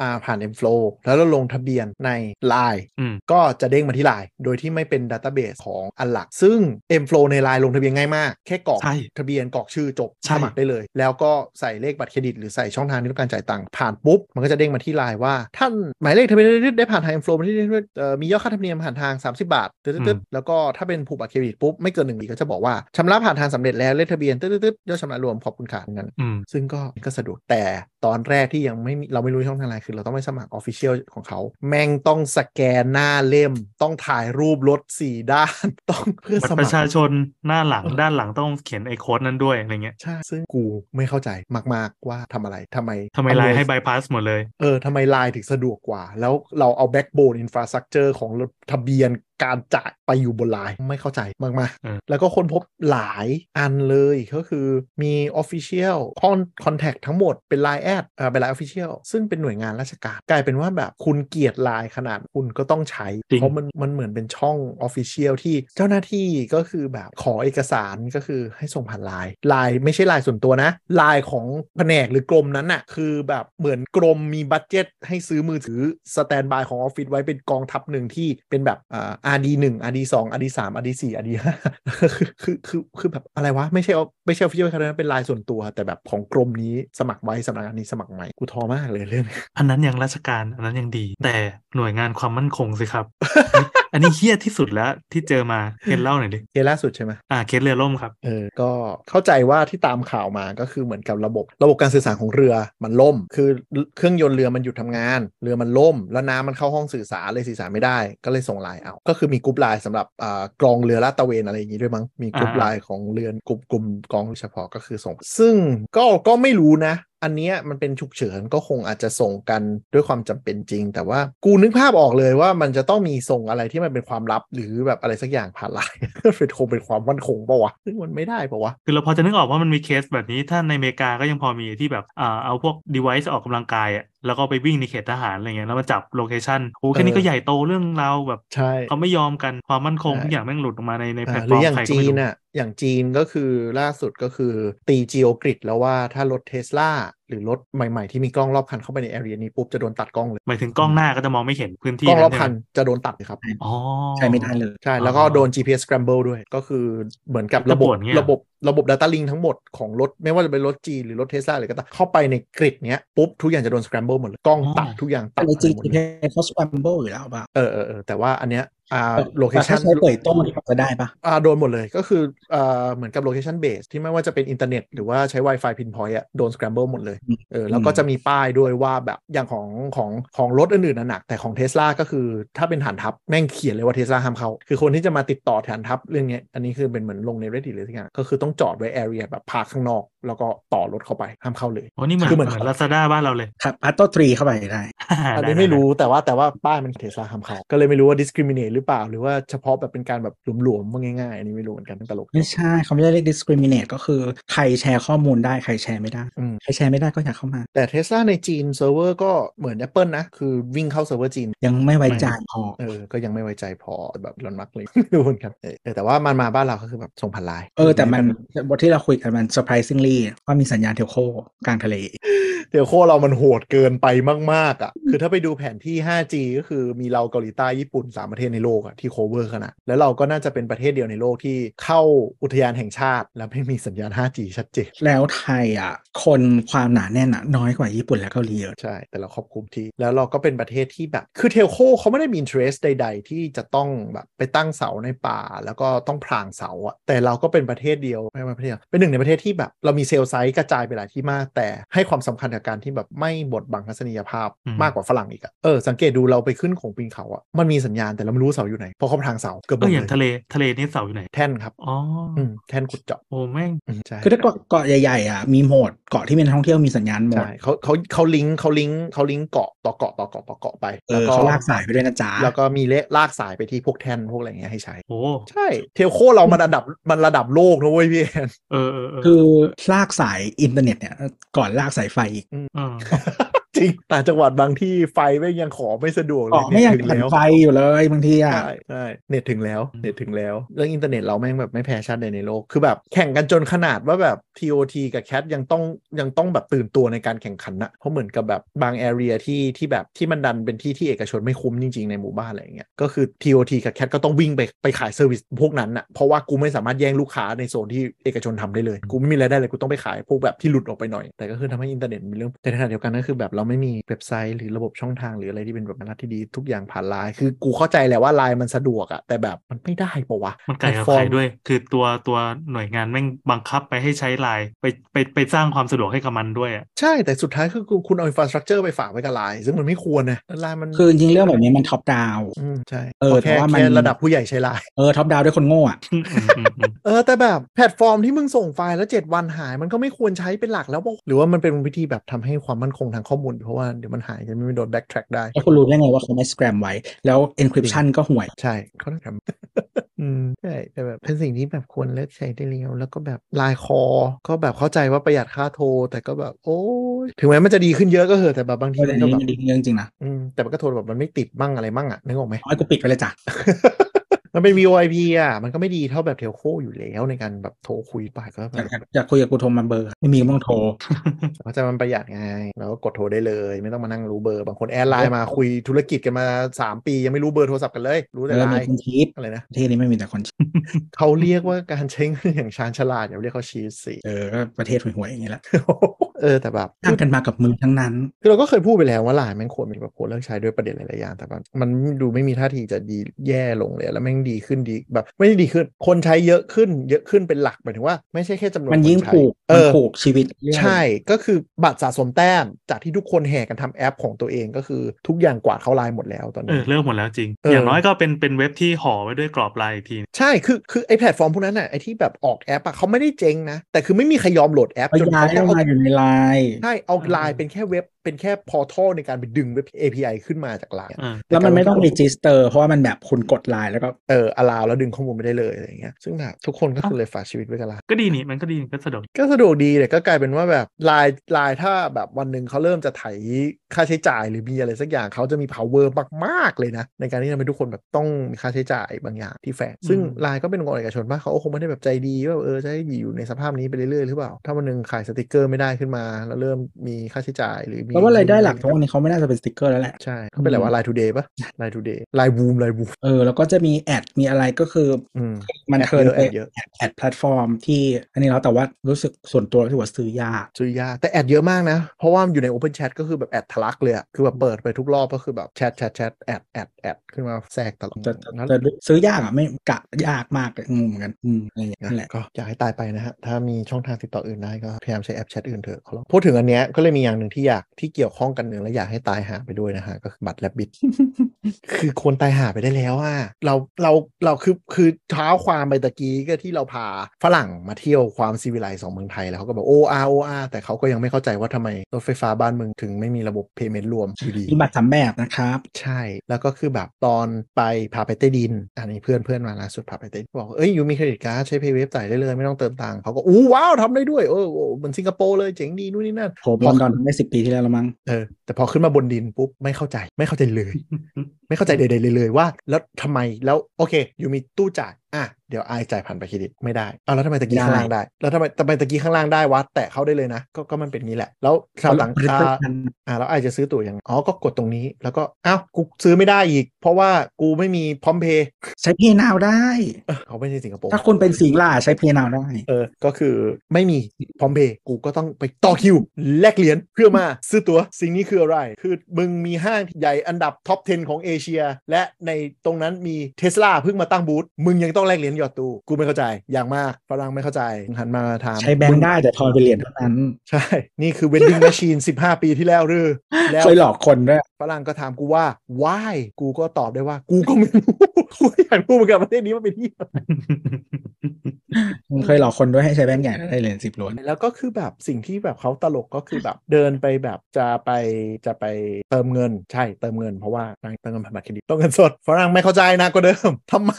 [SPEAKER 2] อ่าผ่าน M Flow แล้วเราลงทะเบียนใน Line
[SPEAKER 4] อืม
[SPEAKER 2] ก็จะเด้งมาที่ Line โดยที่ไม่เป็นดัต a ต a s e เบสของอันหลัก ซึ่ง M Flow ใน Line ลงทะเบียนง่ายมาก แค่กรอก
[SPEAKER 4] ใช่
[SPEAKER 2] ทะเบียนกรอกชื่อจบ
[SPEAKER 4] ใช่
[SPEAKER 2] สมัครได้เลย แล้วก็ใส่เลขบัตรเครดิต หรือใส่ช่องทางที่ต้องการจ่ายตังค์ผ่านปุ๊บ มันก็จะเด้งมาที่ Line ว่า ท่านหมายเลขทะเบียนได้ผ่านทาง M Flow มาที่นี่ด้วยเอ่อมียอดค่าธรรมเนียมผ่านทาง าง 30 บาทตึ๊ดๆๆแล้วก็ถ้าเป็นผูกบัตรเครดิตปุ๊บไม่เกินหนึ่งปีก็จะบอกว่าชำระผ่านทางสำเร็จแล้วเลขทะเบียนตึ๊ดๆๆยอดชำระรวมขอบคุณค่ะงั้น
[SPEAKER 4] อืม
[SPEAKER 2] ซึ่งก็ก็สะดวกแต่ตอนแรกที่ยังไม่มีเราไม่รู้ช่องทางไลน์คือเราต้องไปสมัครออฟฟิเชียลของเขา แม่งต้องสแกนหน้าเล่ม ต้องถ่ายรูปรถสี่ด้าน <laughs> ต้องเพื่อ
[SPEAKER 4] บัต
[SPEAKER 2] ส
[SPEAKER 4] รป
[SPEAKER 2] มัค
[SPEAKER 4] ระชาร ชนหน้าหลัง
[SPEAKER 2] เออ
[SPEAKER 4] ด้านหลังต้องเขียนไอโค้ดนั้นด้วยอะไรเงี้ย
[SPEAKER 2] ใช่ ซึ่งกูไม่เข้าใจมาก ๆ ว่าทำอะไรทำไม
[SPEAKER 4] ทำไมไลน์ให้
[SPEAKER 2] อำว
[SPEAKER 4] บายพาสหมดเลย
[SPEAKER 2] เออทำไมไลน์ถึงสะดวกกว่า แล้วเราเอาแบ็กโบนอินฟราสตรักเจอร์ของทะเบียนการจ่ายไปอยู่บนไลน์ไม่เข้าใจมาก
[SPEAKER 4] เออ
[SPEAKER 2] ๆ แล้วก็ค้นพบหลายอันเลยก็คือมี Official คอนคอนแทคทั้งหมดเป็น Line แอดเอ่อเป็น Line Official ซึ่งเป็นหน่วยงานราชการ กลายเป็นว่าแบบคุณเกลียด Line ขนาดคุณก็ต้องใช้
[SPEAKER 4] จริง
[SPEAKER 2] เพราะมันมันเหมือนเป็นช่อง Official ที่เจ้าหน้าที่ก็คือแบบขอเอกสารก็คือให้ส่งผ่าน Line Line ไม่ใช่ Line ส่วนตัวนะ Line ของแผนกหรือกรมนั้นน่ะคือแบบเหมือนกรมมีบัตเจตให้ซื้อมือถือสแตนบายของออฟฟิศไว้เป็นกองทัพหนึ่งที่เป็นแบบอ่า RD 1 RD 2 RD 3 RD 4 RD 5 คือคือคือคือแบบอะไรวะ ไม่ใช่เอาไม่ใช่ออฟฟิเชียลแค่นั้นเป็นลายส่วนตัว แต่แบบของกรมนี้สมัครไว้สำนักงานนี้สมัครใหม่กูท้อมากเลยเรื่องนี้
[SPEAKER 4] อันนั้นยังราชการอันนั้นยังดี แต่หน่วยงานความมั่นคงสิครับ อันนี้เฮี้ย <laughs> ที่สุดแล้วที่เจอมาเคนเล่าหน่อยดิ
[SPEAKER 2] เคสล่าสุดใช่ไหม
[SPEAKER 4] อ่าเคสเรือล่มครับ
[SPEAKER 2] เออก็เข้าใจว่าที่ตามข่าวมาก็คือเหมือนกับระบบ ระบบการสื่อสารของเรือมันล่ม คือเครื่องยนต์เรือมันหยุดทำงาน เรือมันล่ม แล้วน้ำมันเข้าห้องสื่อสารเลยสื่อสารไม่ได้ ก็เลยส่งไลน์เอาก็คือมีกรุ๊ปไลน์สำหรับอ่ากรองเรือลาดตระเวนอะไรอย่างนี้ด้วยมั้งมีกรุ๊ป
[SPEAKER 4] อ่า
[SPEAKER 2] ไลน์ของเรือกลุ่มกลุ่มกองเฉพาะก็คือส่ง ซึ่งก็ก็ไม่รู้นะ อันเนี้ยมันเป็นฉุกเฉินก็คงอาจจะส่งกันด้วยความจำเป็นจริง แต่ว่ากูนึกภาพออกเลยว่ามันจะต้องมีส่งอะไรที่มันเป็นความลับ หรือแบบอะไรสักอย่างผ่านไลน์ เป็นคงเป็นความมั่นคงปะวะซึ่งมันไม่ได้ปะวะ
[SPEAKER 4] คือเราพอจะนึกออกว่ามันมีเคสแบบนี้ถ้าในอเมริกาก็ยังพอมีที่แบบอ่าเอาพวก device ออกกำลังกายอะแล้วก็ไปวิ่งในเขตทหารอะไรเงี้ยแล้วมาจับโลเคชันโอ้แค่นี้
[SPEAKER 2] เออ
[SPEAKER 4] ก็ใหญ่โตเรื่องราวแบบ
[SPEAKER 2] ใช่
[SPEAKER 4] เขาไม่ยอมกันความมั่นคง
[SPEAKER 2] ใช่
[SPEAKER 4] ทุกอย่างแม่งหลุดออกมาในในแพล
[SPEAKER 2] อ่า
[SPEAKER 4] ต
[SPEAKER 2] ห
[SPEAKER 4] ฟ
[SPEAKER 2] รือ อ
[SPEAKER 4] ร์
[SPEAKER 2] อย่าม ง
[SPEAKER 4] ใครก็
[SPEAKER 2] จี
[SPEAKER 4] ไม่
[SPEAKER 2] น
[SPEAKER 4] รู้
[SPEAKER 2] น่ะอย่างจีนก็คือล่าสุดก็คือตีจีโอกริดแล้วว่าถ้ารถเทสลาหรือรถใหม่ๆ ที่มีกล้องรอบคันเข้าไปในแอเรียนี้ปุ๊บจะโดนตัดกล้องเลย
[SPEAKER 4] หมายถึงกล้องหน้าก็จะมองไม่เห็นพื้นที่
[SPEAKER 2] กล้องรอบ
[SPEAKER 4] ใช่
[SPEAKER 2] คั
[SPEAKER 4] ไห
[SPEAKER 2] น
[SPEAKER 4] ม
[SPEAKER 2] จะโดนตัดเลยครับ
[SPEAKER 4] อ๋อ
[SPEAKER 3] <laughs> ใช้ไม่ได้เลย
[SPEAKER 2] ใช่ แล้วก็โดน GPS scramble ด้วยก็คือเหมือนกับ
[SPEAKER 4] จะ
[SPEAKER 2] ระบบ
[SPEAKER 4] ปวดเงี้ย
[SPEAKER 2] ระบบระบบ Data Link ทั้งหมดของรถ ไม่ว่าจะเป็นรถจีนหรือรถเทสลาอะไรก็ตามเข้าไปในกริดเนี้ยปุ๊บ ทุกอย่างจะโดน scramble หมดเลยกล้องตัดทุกอย่างตัด
[SPEAKER 3] ในจีน
[SPEAKER 2] หมด
[SPEAKER 3] จี
[SPEAKER 2] เลย
[SPEAKER 3] เพเขาสแปมเบิลอยู่แล้วเปล่า
[SPEAKER 2] เออเออเออแต่ว่าอันเนี้ยอ่าโลเค
[SPEAKER 3] แต่
[SPEAKER 2] ชั่
[SPEAKER 3] ถ้าน ใช้เปิดต้นจะได้ปะ
[SPEAKER 2] อ่าโดนหมดเลยก็คืออ่าเหมือนกับ location base ที่ไม่ว่าจะเป็นอินเทอร์เน็ตหรือว่าใช้ Wi-Fi pinpoint อะโดน scramble หมดเลย
[SPEAKER 3] อืม
[SPEAKER 2] เออแล้วก็
[SPEAKER 3] อืม
[SPEAKER 2] จะมีป้ายด้วยว่าแบบอย่างของของของรถอื่นๆน่ะหนัก แต่ของเทสลาก็คือถ้าเป็นฐานทัพแม่งเขียนเลยว่าเทสลาห้ามเข้า คือคนที่จะมาติดต่อฐานทัพเรื่องเนี้ยอันนี้คือเป็นเหมือนลงใน reddit หรือสักอย่างก็คือต้องจอดไว้ area แบบพาข้างนอก แล้วก็ต่อรถเข้าไปห้ามเข้าเลย
[SPEAKER 4] โอ้นี่เหมือน
[SPEAKER 2] คือเห
[SPEAKER 4] เห
[SPEAKER 2] มื
[SPEAKER 4] มื
[SPEAKER 2] อน
[SPEAKER 4] อนลาซาด้าบ้านเราเลย <laughs>
[SPEAKER 3] ครับอัตโตทรีเข้าไปได้
[SPEAKER 2] อันนี้ไม่รู้แต่ว่าแต่ว่าป้ายมันเทสลาห้ามเข้าก็เลยไม่รู้ว่า discriminate หรือเปล่า หรือว่าเฉพาะแบบเป็นการแบบหลวมๆว่าง่ายๆอันนี้ไม่รู้เหมือนกันตลก
[SPEAKER 3] ไม่ใช่เขาไม่ได้เรียก discriminate ก็คือใครแชร์ข้อมูลได้ใครแชร์ไม่ได้
[SPEAKER 2] อืม
[SPEAKER 3] ใครแชร์ไม่ได้ก็อย่าเข้ามา
[SPEAKER 2] แต่เทสลาในจีนเซิร์ฟเวอร์ก็เหมือน Apple นะ คือวิ่งเข้าเซิร์ฟเวอร์จีน
[SPEAKER 3] ยังไม่ไว้ใจพอ
[SPEAKER 2] เออ ก็ยังไม่ไว้ใจพอแบบรอนมักเลย <laughs> ไม่รู้เหมือนกันเออเออแต่ว่ามันมาบ้านเราก็คือแบบส่งผ่านไลน์
[SPEAKER 3] เออแต่มันบทที่เราคุยกันมัน surprisingly ว่ามีสัญญาณเทลโคกลางทะเล
[SPEAKER 2] เดี๋ยวโคเรามันโหดเกินไปมาก ๆ อ่ะ คือถ้าไปดูแผนที่ 5G ก็คือมีเราเกาหลีใต้ญี่ปุ่น 3 ประเทศในโลกอ่ะ ที่โคเวอร์ขนาดแล้วเราก็น่าจะเป็นประเทศเดียวในโลกที่เข้าอุทยานแห่งชาติ แล้วไม่มีสัญญาณ 5G ชัดเจน
[SPEAKER 3] แล้วไทยอ่ะ คนความหนาแน่นอะน้อยกว่าญี่ปุ่นและเกาหลีเยอะ
[SPEAKER 2] ใช่แต่เราครอบคลุมที่แล้วเราก็เป็นประเทศที่แบบคือเทลโคเขาไม่ได้มีอินเทรสใด ๆ ที่จะต้องแบบไปตั้งเสาในป่า แล้วก็ต้องพรางเสาอะแต่เราก็เป็นประเทศเดียวไม่ใช่ประเทศเดียวเป็นหนึ่งในประเทศที่แบบเรามีเซลล์ไซต์กระจายไปหลายที่มาก แต่ให้ความสำคัญกับการที่แบบไม่บดบังทัศนียภาพ
[SPEAKER 4] อืม
[SPEAKER 2] มากกว่าฝรั่งอีกอะเออสังเกตดูเราไปขึ้นโของปีนเขาอะมันมีสัญญาณแต่เราไม่รู้เสาอยู่ไหนเพราะเขาพรางเสาเกือบหม
[SPEAKER 4] ก็
[SPEAKER 2] ด
[SPEAKER 4] อย่าง
[SPEAKER 2] เล
[SPEAKER 4] ทะ
[SPEAKER 2] ย
[SPEAKER 4] เลทะเลนี่เสาอยู่ไหน
[SPEAKER 2] แท่นครับ
[SPEAKER 4] อ๋อ
[SPEAKER 2] อืมแท่นขุดเจาะ
[SPEAKER 4] โอ้แม่ง
[SPEAKER 2] อืมใช่
[SPEAKER 3] คือถ้าเกาะเกาะใหญ่ๆอ่ะมีโหมดเกาะที่เป็นท่องเที่ยวมีสัญญาณโหมด
[SPEAKER 2] ใช่เขาเขาเขาลิงก์เขาลิงก์เขาลิงก์เกาะต่อเกาะต่อเกาะต่อเกาะไป
[SPEAKER 3] เอ
[SPEAKER 2] แล้ว
[SPEAKER 3] อ
[SPEAKER 2] ก็
[SPEAKER 3] เขาลากสายไปด้วยนะจ๊ะ
[SPEAKER 2] แล้วก็มีเลลากสายไปที่พวกแท่นพวกอะไรอย่างเงี้ยให้ใช้
[SPEAKER 4] โอ้
[SPEAKER 2] ใช่ เทลโคเรามันระดับมันระดับโลกนะเว้ยพี่แอน <laughs>
[SPEAKER 4] เออเออเออ
[SPEAKER 3] คือลากสายอินเทอร์เน็ตเนี่ยก่อนลากสายไฟอีก
[SPEAKER 4] เออ
[SPEAKER 2] จริงต่างจังหวัดบางที่ไฟไม่งยังขอไม่สะดวกเล
[SPEAKER 3] เกาะ
[SPEAKER 2] ย
[SPEAKER 3] ไม่อยาก
[SPEAKER 2] ถึ
[SPEAKER 3] ผ่านไฟอยู่เลยบางทีอ่ะ
[SPEAKER 2] ใช่ใช่เน็ตถึงแล้วเน็ตถึงแล้ว เรื่องอินเทอร์เน็ตเราแม่งแบบไม่แพ้ชาติใดในโลก คือแบบแข่งกันจนขนาดว่าแบบ TOT กับ CAT ยังต้องยังต้องแบบตื่นตัวในการแข่งขันนะเพราะเหมือนกับแบบบางแอเรียที่ที่แบบที่มันดันเป็นที่ที่เอกชนไม่คุ้มจริงๆในหมู่บ้านอะไรอย่างเงี้ยก็คือ TOT กับ CAT ก็ต้องวิ่งไปไปขายเซอร์วิสพวกนั้นอ่ะเพราะว่ากูไม่สามารถแย่งลูกค้าในโซนที่เอกชนทำได้เลย กูไม่มีรายได้เลยกูต้องไปขายพวกแบบที่หลุดออกไปหน่อย แต่ก็คือทำให้อินเทอร์เน็ตมีเรื่องแต่ในขณะเดียวกันก็คือแบบเรา เราไม่มีเว็บไซต์หรือระบบช่องทางหรืออะไรที่เป็นแบบนั้นที่ดีทุกอย่างผ่านไลน์คือกูเข้าใจแหละว่าไลน์มันสะดวกอะแต่แบบมันไม่ได้ปะวะ
[SPEAKER 4] มันไก่กั
[SPEAKER 2] แพล
[SPEAKER 4] บ
[SPEAKER 2] ตฟอ
[SPEAKER 4] ไข่
[SPEAKER 2] ร์ม
[SPEAKER 4] ด้วย คือตัวตัวหน่วยงานแม่งบังคับไปให้ใช้ไลน์ไปไปไปสร้างความสะดวกให้กับมันด้วยอ่ะ
[SPEAKER 2] ใช่ แต่สุดท้ายคือคุณคุณเอาอินฟราสตรักเจอร์ไปฝากไว้กับไลน์ซึ่งมันไม่ควรนะไลน์มัน
[SPEAKER 3] คือจริงๆเรื่องแบบนี้มันท็อปดาว
[SPEAKER 2] อืมใช่
[SPEAKER 3] เออ
[SPEAKER 2] แค่
[SPEAKER 3] แต่ว่ามัน
[SPEAKER 2] แค่ระดับผู้ใหญ่ใช้ไลน์
[SPEAKER 3] เออท็อปดาวด้วยคนโง่อะ
[SPEAKER 4] อืมอืมอื
[SPEAKER 2] <laughs>
[SPEAKER 4] ม
[SPEAKER 2] เออแต่แบบแพลตฟอร์มที่มึงส่งไฟล์แล้ว 7 วันหายมันก็ไม่ควรใช้เป็นหลักแล้วปะหรือว่ามันเป็นวิธีแบบทำให้ความมั่นคงทางข้อมูล เพราะว่าเดี๋ยวมันหายจะไม่โดนแบ็กแทร็กได้
[SPEAKER 3] แล้วคุณรู้ได้ไงว่าเขาไม่สแกรมไว้ แล้ว encryption ก็ห่วย
[SPEAKER 2] ใช่เขาต้องทำ <laughs> อืมใช่แต่แบบเป็นสิ่งที่แบบควรเลิกใช้ได้แล้วแล้วก็แบบไลายคอ ก็แบบเข้าใจว่าประหยัดค่าโทร แต่ก็แบบโอ้ยถึงแม้มันจะดีขึ้นเยอะก็เหอะแต่แบบบางที
[SPEAKER 3] ก็เล
[SPEAKER 2] มั
[SPEAKER 3] ย
[SPEAKER 2] นก็แบบ
[SPEAKER 3] นี่ <laughs> มันดีเรื่องจริงนะ
[SPEAKER 2] อืมแต่มันก็โทรแบบมันไม่ติดมั่งอะไรมั่งอ่ะนึกออกไหม
[SPEAKER 3] น้อยกูปิดไปเลยจ้ะ
[SPEAKER 2] มันเป็น VoIP อ่ะ มันก็ไม่ดีเท่าแบบเทลโคอยู่แล้วในการแบบโทรคุยไปก็แบ
[SPEAKER 3] อยา
[SPEAKER 2] บ
[SPEAKER 3] กอยากอยากคุยกับกูโทรมาเบอร์ ไม่มีก็ไม่ต้องโทร
[SPEAKER 2] เข้าใจมันประหยัดไงแล้วก็กดโทรได้เลย ไม่ต้องมานั่งรู้เบอร์ บางคนแอดไลน์มาคุยธุรกิจกันมา 3 ปี ยังไม่รู้เบอร์โทรศัพท์กันเลย รู้แต่
[SPEAKER 3] เออ
[SPEAKER 2] ไล
[SPEAKER 3] มี
[SPEAKER 2] น์
[SPEAKER 3] คนชีพ
[SPEAKER 2] อะไรนะ
[SPEAKER 3] ประเทศนี้ไม่มีแต่คนชีพ
[SPEAKER 2] เขาเรียกว่าการใช้เงินอย่างชาญฉลาดอย่าไปเรียกเขาชีส <laughs> สิ
[SPEAKER 3] เออก็ประเทศห่วยๆอย่างนี้แหละ
[SPEAKER 2] เออแต่แบบ
[SPEAKER 3] สร้างกันมากับมือทั้งนั้น
[SPEAKER 2] คือเราก็เคยพูดไปแล้วว่าไลน์แม่งควรเป็นแบบควรเลิกใช้ด้วยประเด็นหลายๆอย่างแต่มันมันดูไม่มีท่าทีจะดีแย่ลงเลย แล้วแม่งดีขึ้นดีแบบ ไม่ได้ดีขึ้น คนใช้เยอะขึ้น เยอะขึ้นเป็นหลักหมายถึงว่าไม่ใช่แค่จำนวน
[SPEAKER 3] มันยิ่
[SPEAKER 2] ค
[SPEAKER 3] ง
[SPEAKER 2] ใช้
[SPEAKER 3] ผูก
[SPEAKER 2] เอ
[SPEAKER 3] มัน
[SPEAKER 2] อ
[SPEAKER 3] ผูกชีวิตเรื่อย
[SPEAKER 2] ใช่ก็คือบัตรสะสมแต้ม จากที่ทุกคนแห่กันทำแอปของตัวเองก็คือทุกอย่างกวาดเข้าไลน์หมดแล้วตอน
[SPEAKER 4] เอ
[SPEAKER 2] นี้
[SPEAKER 4] อเลิกหมดแล้วจริง
[SPEAKER 2] เออ
[SPEAKER 4] อ
[SPEAKER 2] อ
[SPEAKER 4] ย่างน้อยก็เป็นเป็นเว็บที่ห่อไว้ด้วยกรอบไลน์อีกที
[SPEAKER 2] ใช่คือคือไอแพลตฟอร์มพวกนั้นน่ะไอที่แบบออกแอปอะเขาไม่ได้เจ๊งนะแต่คือไม่มีใครยอมโหลดแอป
[SPEAKER 3] ก็
[SPEAKER 2] จน
[SPEAKER 3] ย้า
[SPEAKER 2] เขา
[SPEAKER 3] ย
[SPEAKER 2] ต้อ
[SPEAKER 3] ล
[SPEAKER 2] ง
[SPEAKER 3] ง
[SPEAKER 2] เอา
[SPEAKER 3] มาอยู่ในไลน์
[SPEAKER 2] ใช่ เอาไลน์เป็นแค่เว็บเป็นแค่พอร์ทัลในการไปดึงเว็บ API ขึ้นมาจากไลน์
[SPEAKER 4] เออ
[SPEAKER 3] แล้วมันไม่ต้องรีจิสเตอร์ เพราะว่ามันแบบคุณกดไลน์แล้วก็
[SPEAKER 2] เอออลาวแล้วดึงข้อมูลไม่ได้เลยอะไรอย่างเงี้ยซึ่งแบบทุกคนก็คือเลยฝากชีวิตไว้กับไลน์
[SPEAKER 4] ก็ดีนี่มันก็ดีมันก็สะดวก
[SPEAKER 2] ก็สะดวกดีแต่ก็กลายเป็นว่าแบบไลน์ไลน์ถ้าแบบวันหนึ่งเขาเริ่มจะไถค่าใช้จ่ายหรือมีอะไรสักอย่างเขาจะมี power มากๆเลยนะ ในการที่ทำให้ทุกคนแบบต้องมีค่าใช้จ่ายบางอย่างที่แฝงซึ่งไลน์ก็เป็นองค์กรเอกชนมากเขาก็คงไม่ได้แบบใจดีว่าเออจะให้อยู่ในสภาพนี้ไปเรื่อยๆหรือเปล่าถ้าวันหนึ่งขายสติกเกอร์ไม่ได้ขึ้นมาแล้วเริ่มมีค่าใช้จ่ายหรือมี
[SPEAKER 3] เพราะว่ารายได้หลักทุกวันนี้เขาไม่น่าจะเป็นสติกเกอร์แล้วแหละ
[SPEAKER 2] ใช่เขาเป็นอะไร
[SPEAKER 3] อื
[SPEAKER 2] วะ
[SPEAKER 3] ม
[SPEAKER 2] ไลน์ทูเดย์ปะไลน์ทูเดย์ไลน์บูมไลน์บูม
[SPEAKER 3] เออแล้วก็จะมีแอดมีอะไรก็คือ
[SPEAKER 2] อืม
[SPEAKER 3] มัน
[SPEAKER 2] แอด
[SPEAKER 3] เทิร์นไป
[SPEAKER 2] เยอะแอดเยอะ
[SPEAKER 3] แอดแอดแพลตฟอร์มที่อันนี้แล้วแต่ว่ารู้สึกส่วนตัวรู้สึกว่าซื้อยาก
[SPEAKER 2] ซื้อยากแต่แอดเยอะมากนะ เพราะว่าอยู่ใน Open Chat ก็คือแบบแอดทะลักเลยอะคือแบบเปิดไปทุกรอบก็คือแบบแชทแชทแชทแอดแอดแอดขึ้นมาแทรกตลอด
[SPEAKER 3] จะจะ
[SPEAKER 2] นั่น
[SPEAKER 3] จะซื้อยากอ่ะไม่กะยากมากเลยงงเหมือนกันอืมอะไรอย่างเงี้ยนั่นแห
[SPEAKER 2] นะ
[SPEAKER 3] ละ
[SPEAKER 2] ก็อยากให้ตายไปนะฮะ ถ้ามีช่องทางติดต่ออื่นได้ก็พยายามใช้แอปแชทอื่นเถอะขอร้องพูดถึงอันเนี้ยก็เลยมีอย่างหนึ่งที่อยากที่เกี่ยวข้องกันหนึ่งและอยากให้ตายหาไปด้วยนะฮะก็คือบัตรแลบบิด <laughs> คือควรตายหาไปได้แล้วอ่ะเราเราเราคือคือเท้าความไปตะกี้ก็ที่เราพาฝรั่งมาเที่ยวความซีวิไลซ์ของเมืองไทยแล้วเขาก็บอกโออาโออาแต่เขาก็ยังไม่เข้าใจว่าทำไมรถไฟฟ้าบ้านเมืองถึงไม่มีระบบเพย์เมนต์รวมอยู่ดี
[SPEAKER 3] มีบัตรสามแบบนะครับ
[SPEAKER 2] ใช่ แล้วก็คือแบบตอนไปพาไปใต้ดิน อันนี้เพื่อนเพื่อนมาล่าสุดพาไปใต้ดินบอกว่าเอ้ยอยู่มีเครดิตการ์ดใช้เพย์เวฟจ่ายได้เลยไม่ต้องเติมตังค์เขาก็อู้ว้าวทำได้ด้วยเออโอ้เหมือนสิงคโปร์เลยเจ๋งดีนู่นนี่นั่น
[SPEAKER 3] ผม
[SPEAKER 2] พอ
[SPEAKER 3] ลอนดอนได้สิบปีที่แล้วละมั้ง
[SPEAKER 2] เออแต่พอขึ้นมาบนดินปุ๊บไม่เข้าใจไม่เข้าใจเลย <laughs> ไม่เข้าใจใดๆเลยเลยว่า แล้วทำไมแล้วโอเค อยู่มีตู้จ่ายอ่ะเดี๋ยวไอายจ่ายผ่านบัตรเครดิตไม่ได้เอาแล้วทำไมตะกี้ข้างล่างได้ แล้วทำไมทำไมตะกี้ข้างล่างได้วะแตะเขาได้เลยนะก็ก็มันเป็นงี้แหละ แล้วชาวต่างชาติ อ่าแล้วไอจะซื้อตั๋วยังอ๋อ ก็กดตรงนี้ แล้วก็อ้าวกูซื้อไม่ได้อีก เพราะว่ากูไม่มีพร้อมเพย์ <laughs>
[SPEAKER 3] ใช้เพย์นาวได้
[SPEAKER 2] เขาไม่ใช่สิงคโปร์
[SPEAKER 3] ถ้าคุณเป็นสีล่าใช้เพย์นาวได้
[SPEAKER 2] เออ ก็คือไม่มีพร้อมเพย์กูก็ต้องไปต่อคิว แลกเหรียญเพื่อมาซื้อตั๋วสิ่งนี้คืออะไร คือมึงมีห้างใหญ่อันดับท็อป 10 ของเอเชีย และในตรงนั้นมีเทสลาเพิ่งมาตั้งบูธมึงยังต้องแลกเหรียญหยอดตู้กูไม่เข้าใจ อย่างมากฝรั่งไม่เข้าใจหันมาถาม
[SPEAKER 3] ใช้แบง
[SPEAKER 2] มึ
[SPEAKER 3] ค์ได้แต่ทอนเป็นเหรียญเท่านั้น
[SPEAKER 2] ใช่ นี่คือเวดดิ้งแมชชีน15 ปีที่แล้วหรือแล้ว
[SPEAKER 3] เคยหลอกคนด้วย
[SPEAKER 2] ฝรั่งก็ถามกูว่า why กูก็ตอบได้ว่า กูก็ไม่ <laughs> รู้ กูไม่อยากรู้เหมือนกันประเทศนี้มันเป็นที่อะไร
[SPEAKER 3] มึงเคยหลอกคนด้วยให้ใช้แบงค์ใหญ่ได้เหรียญสิบล้วน
[SPEAKER 2] แล้วก็คือแบบสิ่งที่แบบเขาตลกก็คือแบบ เดินไปแบบจะไปจะไปเติมเงินใช่เติมเงินเพราะว่านางเติมเงินผ่านบัตรเครดิตเติมเงินสดฝรั่งไม่เข้าใจนะก็เดิม <laughs> ทำไม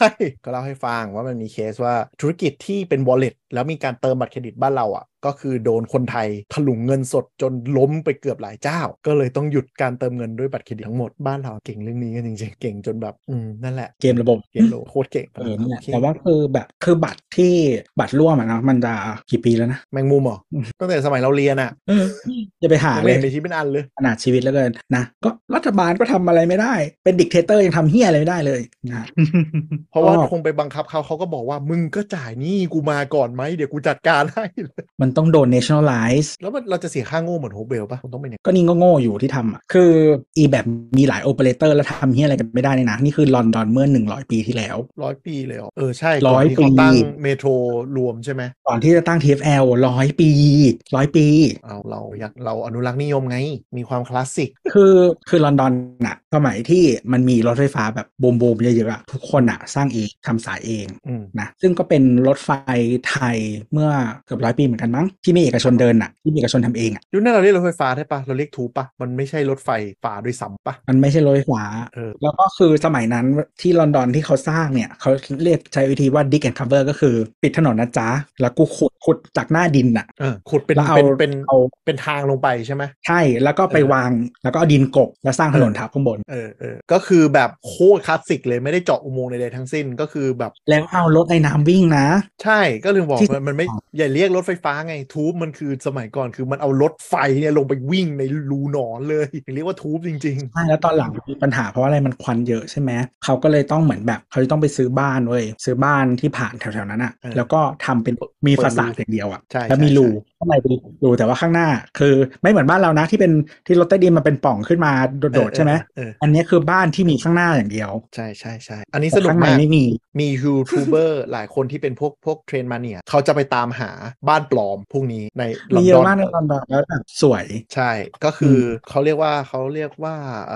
[SPEAKER 2] ก็เล่าให้ฟังว่ามันมีเคสว่าธุรกิจที่เป็น wallet แล้วมีการเติมบัตรเครดิตบ้านเราอ่ะ ก็คือโดนคนไทยถลุงเงินสดจนล้มไปเกือบหลายเจ้า ก็เลยต้องหยุดการเติมเงินด้วยบัตรเครดิตทั้งหมดบ้านเราเก่งเรื่องนี้กันจริงๆเก่งจนแบบอืมนั่นแหละ
[SPEAKER 3] เกมระบบ
[SPEAKER 2] เกมโลโคตรเก่ง
[SPEAKER 3] เออเนี่ย
[SPEAKER 2] โค
[SPEAKER 3] แต่ว่าคือแบบคือบัตรที่บัตรร่วมอะเนาะมันจะกี่ปีแล้วนะ
[SPEAKER 2] แมงมุมเหรอตั้งแต่สมัยเราเรียนอ่ะ
[SPEAKER 3] จะไปหา
[SPEAKER 2] ยัง
[SPEAKER 3] เล
[SPEAKER 2] เรีย
[SPEAKER 3] ย
[SPEAKER 2] นในชีวิตเป็นอันเลย
[SPEAKER 3] ขนาดชีวิตแล้วเกินนะก็รัฐบาลก็ทำอะไรไม่ได้ เป็นดิกเทเตอร์ยังทำเฮียอะไรไม่ได้เลยนะ
[SPEAKER 2] เพราะว่า
[SPEAKER 3] อ๋อ
[SPEAKER 2] คงไปบังคับเขาเขาก็บอกว่ามึงก็จ่ายหนี่กูมาก่อนไหม มเดี๋ยวกูจัดการให้
[SPEAKER 3] มันต้องโดน nationalize
[SPEAKER 2] แล้วมันเราจะเสียค่าโง่เหมือนโฮเบลปะมันต้องเป็นอย่าง
[SPEAKER 3] ก็นี่ก็โง่อยู่ที่ทำอ่ะ คืออีแบบมีหลายโอเปอเรเตอร์แล้วทำเฮียอะไรกันไม่ได้เลยนะ นี่คือลอนดอนเมื่อ 100 ปีที่แล้ว
[SPEAKER 2] ร้อยปีเลยเหรอเออ ใช่ก่นที่
[SPEAKER 3] ร้อยปี
[SPEAKER 2] เขาตั้งเมโทรรวมใช่ไหม
[SPEAKER 3] ก่อนที่จะตั้ง TFL ร้อยปีร้อยปี
[SPEAKER 2] เอาเราอยากเราอนุรักษ์นิยมไง มีความคลาสสิก
[SPEAKER 3] คือคือลอนดอนน่ะสมัยที่มันมีรถไฟฟ้าแบบบูมบูมๆเยอะๆอะทุกคนอ่ะสร้างเองทำสายเอง
[SPEAKER 2] อืม
[SPEAKER 3] นะซึ่งก็เป็นรถไฟไทยเมื่อเกือบร้อยปีเหมือนกันมั้งที่มีเอกชนเดินอ่ะที่มีเอกชนทำเองอ่ะ
[SPEAKER 2] ยุคนั้นเราเรียกรถไฟฟ้าได้ปะเราเรียกทูปะมันไม่ใช่รถไฟฟ้าด้วยซ้ำปะ
[SPEAKER 3] มันไม่ใช่รถไฟฟ้า
[SPEAKER 2] เออ
[SPEAKER 3] แล้วก็คือสมัยนั้นที่ลอนดอนที่เขาสร้างเนี่ยเขาเรียกใช้วิธีว่า dig and cover ก็คือปิดถนนนะจ๊ะ แล้วกูขุดขุดจากหน้าดินอ่ะ
[SPEAKER 2] เออขุดเป็น
[SPEAKER 3] แล้วเอา
[SPEAKER 2] เป็นเป็น
[SPEAKER 3] เอา
[SPEAKER 2] เป็นทางลงไปใช่ไหม
[SPEAKER 3] ใช่แล้วก็ไป
[SPEAKER 2] เออ
[SPEAKER 3] วางแล้วก็เอาดินกบแล้วสร้างถนนทับข้างบน
[SPEAKER 2] เออเออก็คือแบบโคตรคลาสสิกเลยไม่ได้เจาะอุโมงค์ใดๆทั้งสิ้นก็คือแบบ
[SPEAKER 3] แล้วเอารถไอ้น้ำวิ่งนะ
[SPEAKER 2] ใช่ก็ลืมบอก
[SPEAKER 3] ที่
[SPEAKER 2] มันมันไม่อย่าเรียกรถไฟฟ้าไงทูบมันคือสมัยก่อนคือมันเอารถไฟเนี่ยลงไปวิ่งในรูหนอนเลยเรียกว่าทูบจริง
[SPEAKER 3] ใช่แล้วตอนหลังมีปัญหาเพราะว่าอะไรมันควันเยอะใช่ไหมเขาก็เลยต้องเหมือนแบบเขาจะต้องไปซื้อบ้านเว้ยซื้อบ้านที่ผ่านแถวๆนั้นอ่ะ
[SPEAKER 2] เออ
[SPEAKER 3] แล้วก็ทำเป็นมี
[SPEAKER 2] เปิดรู
[SPEAKER 3] ฟาสาดอย่างเดียวอ่ะ
[SPEAKER 2] ใช่
[SPEAKER 3] แล้วมี
[SPEAKER 2] ใช่
[SPEAKER 3] รูข้างในเป็นรูแต่ว่าข้างหน้าคือไม่เหมือนบ้านเรานะที่เป็นที่รถใต้ดินมันเป็นปล่องขึ้นมา
[SPEAKER 2] ๆ
[SPEAKER 3] โดดๆใช่ไหม
[SPEAKER 2] เออเออ
[SPEAKER 3] อันเนี้ยคือบ้านที่มีข้างหน้าอย่างเดียว
[SPEAKER 2] ใช่ใช่ใช่อันนี้สนุก
[SPEAKER 3] ข้างใน
[SPEAKER 2] มาก
[SPEAKER 3] ไม่มี
[SPEAKER 2] มียูทูบเบอร์ หลายคนที่เป็นพวกพวกเทรนมาเนียเขาจะไปตามหาบ้านปลอมพวกนี้ในลอ
[SPEAKER 3] มี
[SPEAKER 2] น
[SPEAKER 3] เย
[SPEAKER 2] ด
[SPEAKER 3] อะ
[SPEAKER 2] อน
[SPEAKER 3] มากในลอนดอนแล้วแบบสวย
[SPEAKER 2] ใช่ก็คืออเขาเรียกว่าเขาเรียกว่าเ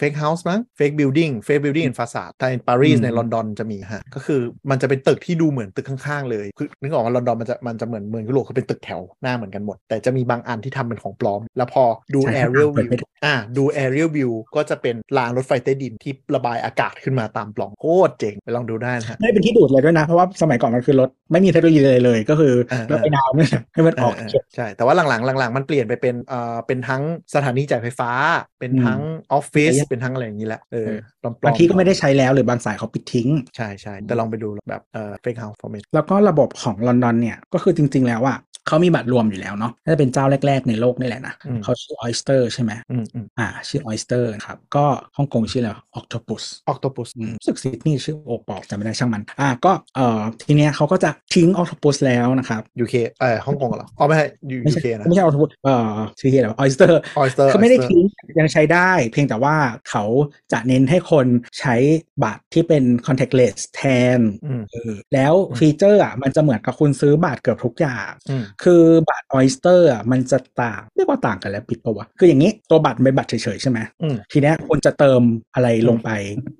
[SPEAKER 2] ฟกเฮาส์มั้งเฟกบิลดิ่งเฟกบิลดิ่งฟาซาดแต่ในปารีส
[SPEAKER 3] อืม
[SPEAKER 2] ในลอนดอนจะมีฮะก็คือมันจะเป็นตึกที่ดูเหมือนตึกข้างๆเลยคือนึกออกว่าลอนดอนมันจะมันจะเหมือนเมืองยุโรปคือเป็นตึกแถวหน้าเหมือนกันหมด แต่จะมีบางอันที่ทำเป็นของปลอม แล้วพอดู
[SPEAKER 3] ใช่
[SPEAKER 2] แอเรียล
[SPEAKER 3] เปิ
[SPEAKER 2] วิว
[SPEAKER 3] ดไม่ได้
[SPEAKER 2] อ่ะดูแอเรียลวิวก็จะเป็นรางรถไฟใต้ดินที่ระบายอากาศขึ้นมาตามปล่องโคตรเจ๋งไปลองดูได้นะฮะ
[SPEAKER 3] ไม่ได้เป็นที่ดูดเลยด้วยนะ เพราะว่าสมัยก่อนมันคือรถไม่มีเทคโนโลยีเลยเลย ก็คือ
[SPEAKER 2] เออเออ
[SPEAKER 3] รถไอ้น้ำเนี่ยให้มันออก
[SPEAKER 2] เออ
[SPEAKER 3] เข็ม
[SPEAKER 2] เออใช่ แต่ว่าหลังๆหลังๆ มันเปลี่ยนไปเป็นเอ่อเป็นทั้งสถานีจ่ายไฟฟ้า เป็นทั้งออฟฟิศ
[SPEAKER 3] หลายอย่าง
[SPEAKER 2] เป็นทั้งอะไรอย่างนี้แหละเออป
[SPEAKER 3] เออ
[SPEAKER 2] ลอมๆ
[SPEAKER 3] บางที่ก็ไม่ได้ใช้แล้วหรือบางสายเขาปิดทิ้ง
[SPEAKER 2] ใช่ใช่แต่ลองไปดูแบบเอ่อเฟกเฮาส์ฟอร์เมต
[SPEAKER 3] แล้วก็ระบบของลอนดอนเนี่ย ก็คือจริง ๆ แล้วอ่ะเขามีบัตรรวมอยู่แล้วเนาะน่าจะเป็นเจ้าแรก ๆ ในโลกนี่แหละนะเขาชื่อ Oyster ใช่ไหม
[SPEAKER 2] อืมอืม
[SPEAKER 3] อ่า ชื่อ Oyster ครับก็ฮ่องกงชื่ออะไร Octopus
[SPEAKER 2] ออกตปุส
[SPEAKER 3] อืมรู้สึกซิดนีย์ชื่อโอปอลจำไม่ได้ช่างมัน อ่าก็เอ่อทีเนี้ยเขาก็จะทิ้ง Octopus แล้วนะครับ
[SPEAKER 2] ยูเคเอ่อฮ่องกงเหรออ๋อไม่ใช่ยู
[SPEAKER 3] ไม่
[SPEAKER 2] ยู
[SPEAKER 3] ใช่
[SPEAKER 2] เคนะ
[SPEAKER 3] ไม่ใช่ออทวูดเอ่อชื่อเฮียอะไรออยสเตอร์
[SPEAKER 2] ออยสเตอร์
[SPEAKER 3] เขาไม่ได้ทิ้งยังใช้ได้ เพียงแต่ว่าเขาจะเน้นให้คนใช้บัตรที่เป็น contactless แทน
[SPEAKER 2] อืม
[SPEAKER 3] เออแล้วฟีเจอร์อ่ะมันจะเหมือนกับคุณซื้อบัตรเกือบทุกอย่าง
[SPEAKER 2] อืม
[SPEAKER 3] คือบัตรออยสเตอร์อ่ะมันจะต่างเรียกว่าต่างกันแล้วปิดปะวะ คืออย่างนี้ตัวบัตรเป็นบัตรเฉยๆใช่ไหม
[SPEAKER 2] อืม
[SPEAKER 3] ทีเนี้ยคนจะเติมอะไรลงไป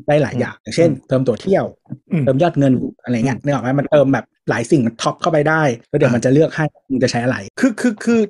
[SPEAKER 3] ได้หลายอย่างอย่างเช่น เติมตัวเที่ยว
[SPEAKER 2] อืม
[SPEAKER 3] เติมยอดเงินอะไรเงี้ยนึกออกไหมมันเติมแบบหลายสิ่งท็อปเข้าไปได้แล้วเดี๋ยว
[SPEAKER 2] อ่ามั
[SPEAKER 3] มันจะเลือกให้มึงจะใช้อะไร
[SPEAKER 2] คือคือคือ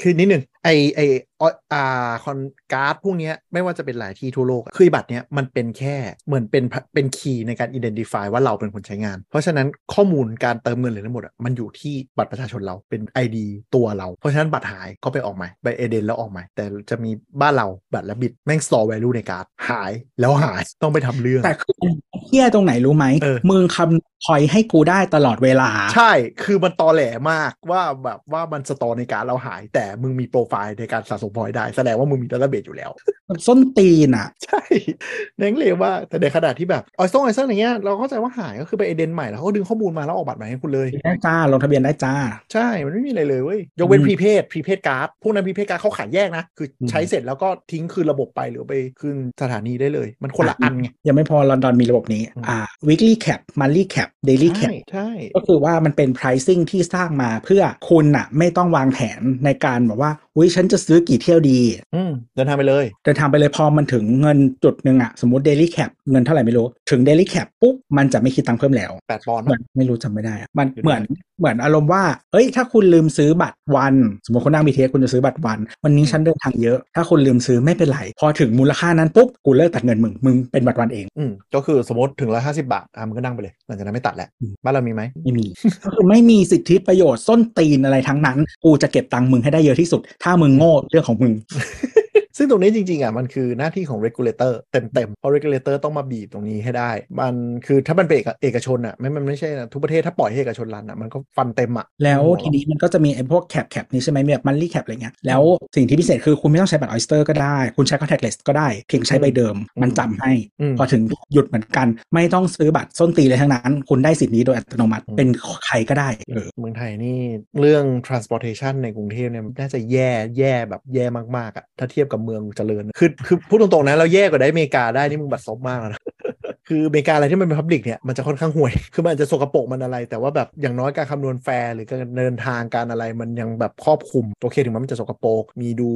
[SPEAKER 2] คือนิดหนึ่งไอไอออยอ่าคอนการ์ดพวกเนี้ยไม่ว่าจะเป็นหลายที่ทั่วโลกอะคือบัตรเนี้ยมันเป็นแค่เหมือนเป็นเป็นคีย์ในการ identify ว่าเราเป็นคนใช้งาน เพราะฉะนั้นข้อมูลการเติมเงินหรือทั้งหมดอะมันอยู่ที่บัตรประชาชนเราเป็น ID ตัวเรา เพราะฉะนั้นบัตรหายก็ไปออกใหม่ไปเอเดนแล้วออกใหม่ แต่จะมีบ้านเราบัตรและบิดแม่ง store value ในการ์ดหายแล้วหายต้องไปทำเรื่อง
[SPEAKER 3] แต่คือเฮี้ยตรงไหนรู้ไหม
[SPEAKER 2] เออ
[SPEAKER 3] มึงคำคอยให้กูได้ตลอดเวลา
[SPEAKER 2] ใช่ คือมันตอแหลมากว่าแบบว่ามันสตอในการดเราหาย แต่มึงมีโปรไฟล์ในการสะสมพอยต์ได้ แสดงว่ามึงมีดัตเตอร์เบสอยู่แล้ว
[SPEAKER 3] มันส้นตีนอ่ะ
[SPEAKER 2] ใช่แน่งเลวว่าแต่ในขณะที่แบบออยซ่งออยซ่งอย่างเงี้ยเราเข้าใจว่าหายก็คือไปเอเดนใหม่แล้วเขาก็ดึงข้อมูลมาแล้วออกบัตรใหม่ให้คุณเลย
[SPEAKER 3] ได้จ้า ลงทะเบียนได้จ้า
[SPEAKER 2] ใช่ มันไม่มีอะไรเลยเว้ย ยกเว้น
[SPEAKER 3] อืม
[SPEAKER 2] พรีเพดพรีเพดการ์ดพวกนั้นพรีเพดการ์ดเขาขายแยกนะ คืออ
[SPEAKER 3] ม
[SPEAKER 2] ใช้เสร็จแล้วก็ทิ้งคืนระบบไปหรือไปคืนสถานีได้เลย มันคน <laughs> ละอัน
[SPEAKER 4] <laughs>
[SPEAKER 2] ไง
[SPEAKER 3] ยังไม่พอลอนดอนมีระบบนี้
[SPEAKER 2] อืม
[SPEAKER 3] อ่า weekly cap monthly cap daily
[SPEAKER 2] ใช่
[SPEAKER 3] cap
[SPEAKER 2] ใช่
[SPEAKER 3] ก็คือว่ามันเป็น pricing ที่สร้างมาเพื่อคุณน่ะ ไม่ต้องวางแผนในการแบบว่าอุ้ยฉันจะซื้อกี่เที่ยวดี
[SPEAKER 2] อืมเดินทางไปเลย
[SPEAKER 3] แต่ทำไปเลยพอมันถึงเงินจุดหนึ่งอ่ะ สมมติ daily cap เงินเท่าไหร่ไม่รู้ ถึง daily cap ปุ๊บ มันจะไม่คิดตังค์เพิ่มแล้ว
[SPEAKER 2] แปดปอนด์
[SPEAKER 3] เหมือ
[SPEAKER 2] นะ
[SPEAKER 3] นไม่รู้จำไม่ได้อะมัน
[SPEAKER 2] อยู่
[SPEAKER 3] เหมือนเหมือนอารมณ์ว่า เอ้ย ถ้าคุณลืมซื้อบัตรวัน สมมติคนนั่ง BTS คุณจะซื้อบัตรวัน วันนี้
[SPEAKER 2] อืม
[SPEAKER 3] ฉันเดินทางเยอะ ถ้าคุณลืมซื้อไม่เป็นไร พอถึงมูลค่านั้นปุ๊บ กูเลิกตัดเงินมึง มึงเป็นบัตรวันเอง
[SPEAKER 2] อืมก็คือสมมติถึงร้อยห้าสิบบาทอ่ะมันก็นั่งไปเลยหลังจากนั้นไม่ตัดแหละ
[SPEAKER 3] อืม
[SPEAKER 2] บ้านเรามีไหม
[SPEAKER 3] ไม่มี ก็คือไม่มีสิทธิประโยชน์ส้นตีนอะไรทั้งนั้น กูจะเก็บตังค์มึงให้ได้เยอะที่สุด ถ้ามึงโง่เรื่องของมึง
[SPEAKER 2] ซึ่งตรงนี้จริงๆอ่ะมันคือหน้าที่ของ regulator เต็มๆ เพราะ regulator ต้องมาบีบตรงนี้ให้ได้ มันคือถ้ามันเป็นเอกเอกชนอ่ะไม่มันไม่ใช่นะทุกประเทศถ้าปล่อยให้เอกชนรันอ่ะมันก็ฟันเต็มอ่ะ
[SPEAKER 3] แล้วทีนี้มันก็จะมีไอ้พวกแคปแคปนี้ใช่ไหมมีแบบมันลี่แคปอะไรเงี้ยแล้วสิ่งที่พิเศษคือคุณไม่ต้องใช้บัตรออสเตอร์ก็ได้ คุณใช้คอนแทคเลสก็ได้ เพียงใช้ใบเดิม มันจำให้
[SPEAKER 2] อืม
[SPEAKER 3] พอถึงหยุดเหมือนกันไม่ต้องซื้อบัตรส้นตีนเลยทั้งนั้น คุณได้สิทธิ์นี้โดยอัตโนมัติ
[SPEAKER 2] อืม
[SPEAKER 3] เป็นใครก็ได้เออ
[SPEAKER 2] เมืองไทยนี่เรื่อง transportation ในกรุงเทพเนี่ยน่าจะแย่แย่แบบแย่มากๆอะ่ะถ้าเทียบกับเมืองเจริญ คือคือพูดตรงๆนะเราแย่กว่าได้อเมริกาได้นี่มึงบัตรซบมากแล้วนะ <laughs> คืออเมริกาอะไรที่มันเป็นพับลิกเนี่ยมันจะค่อนข้างห่วย <laughs> คือมันอาจจะสกปรกมันอะไร แต่ว่าแบบอย่างน้อยการคำนวณแฟร์หรือการเดินทางการอะไรมันยังแบบครอบคลุมโอเคถึงแม้มันจะสกปรกมีดู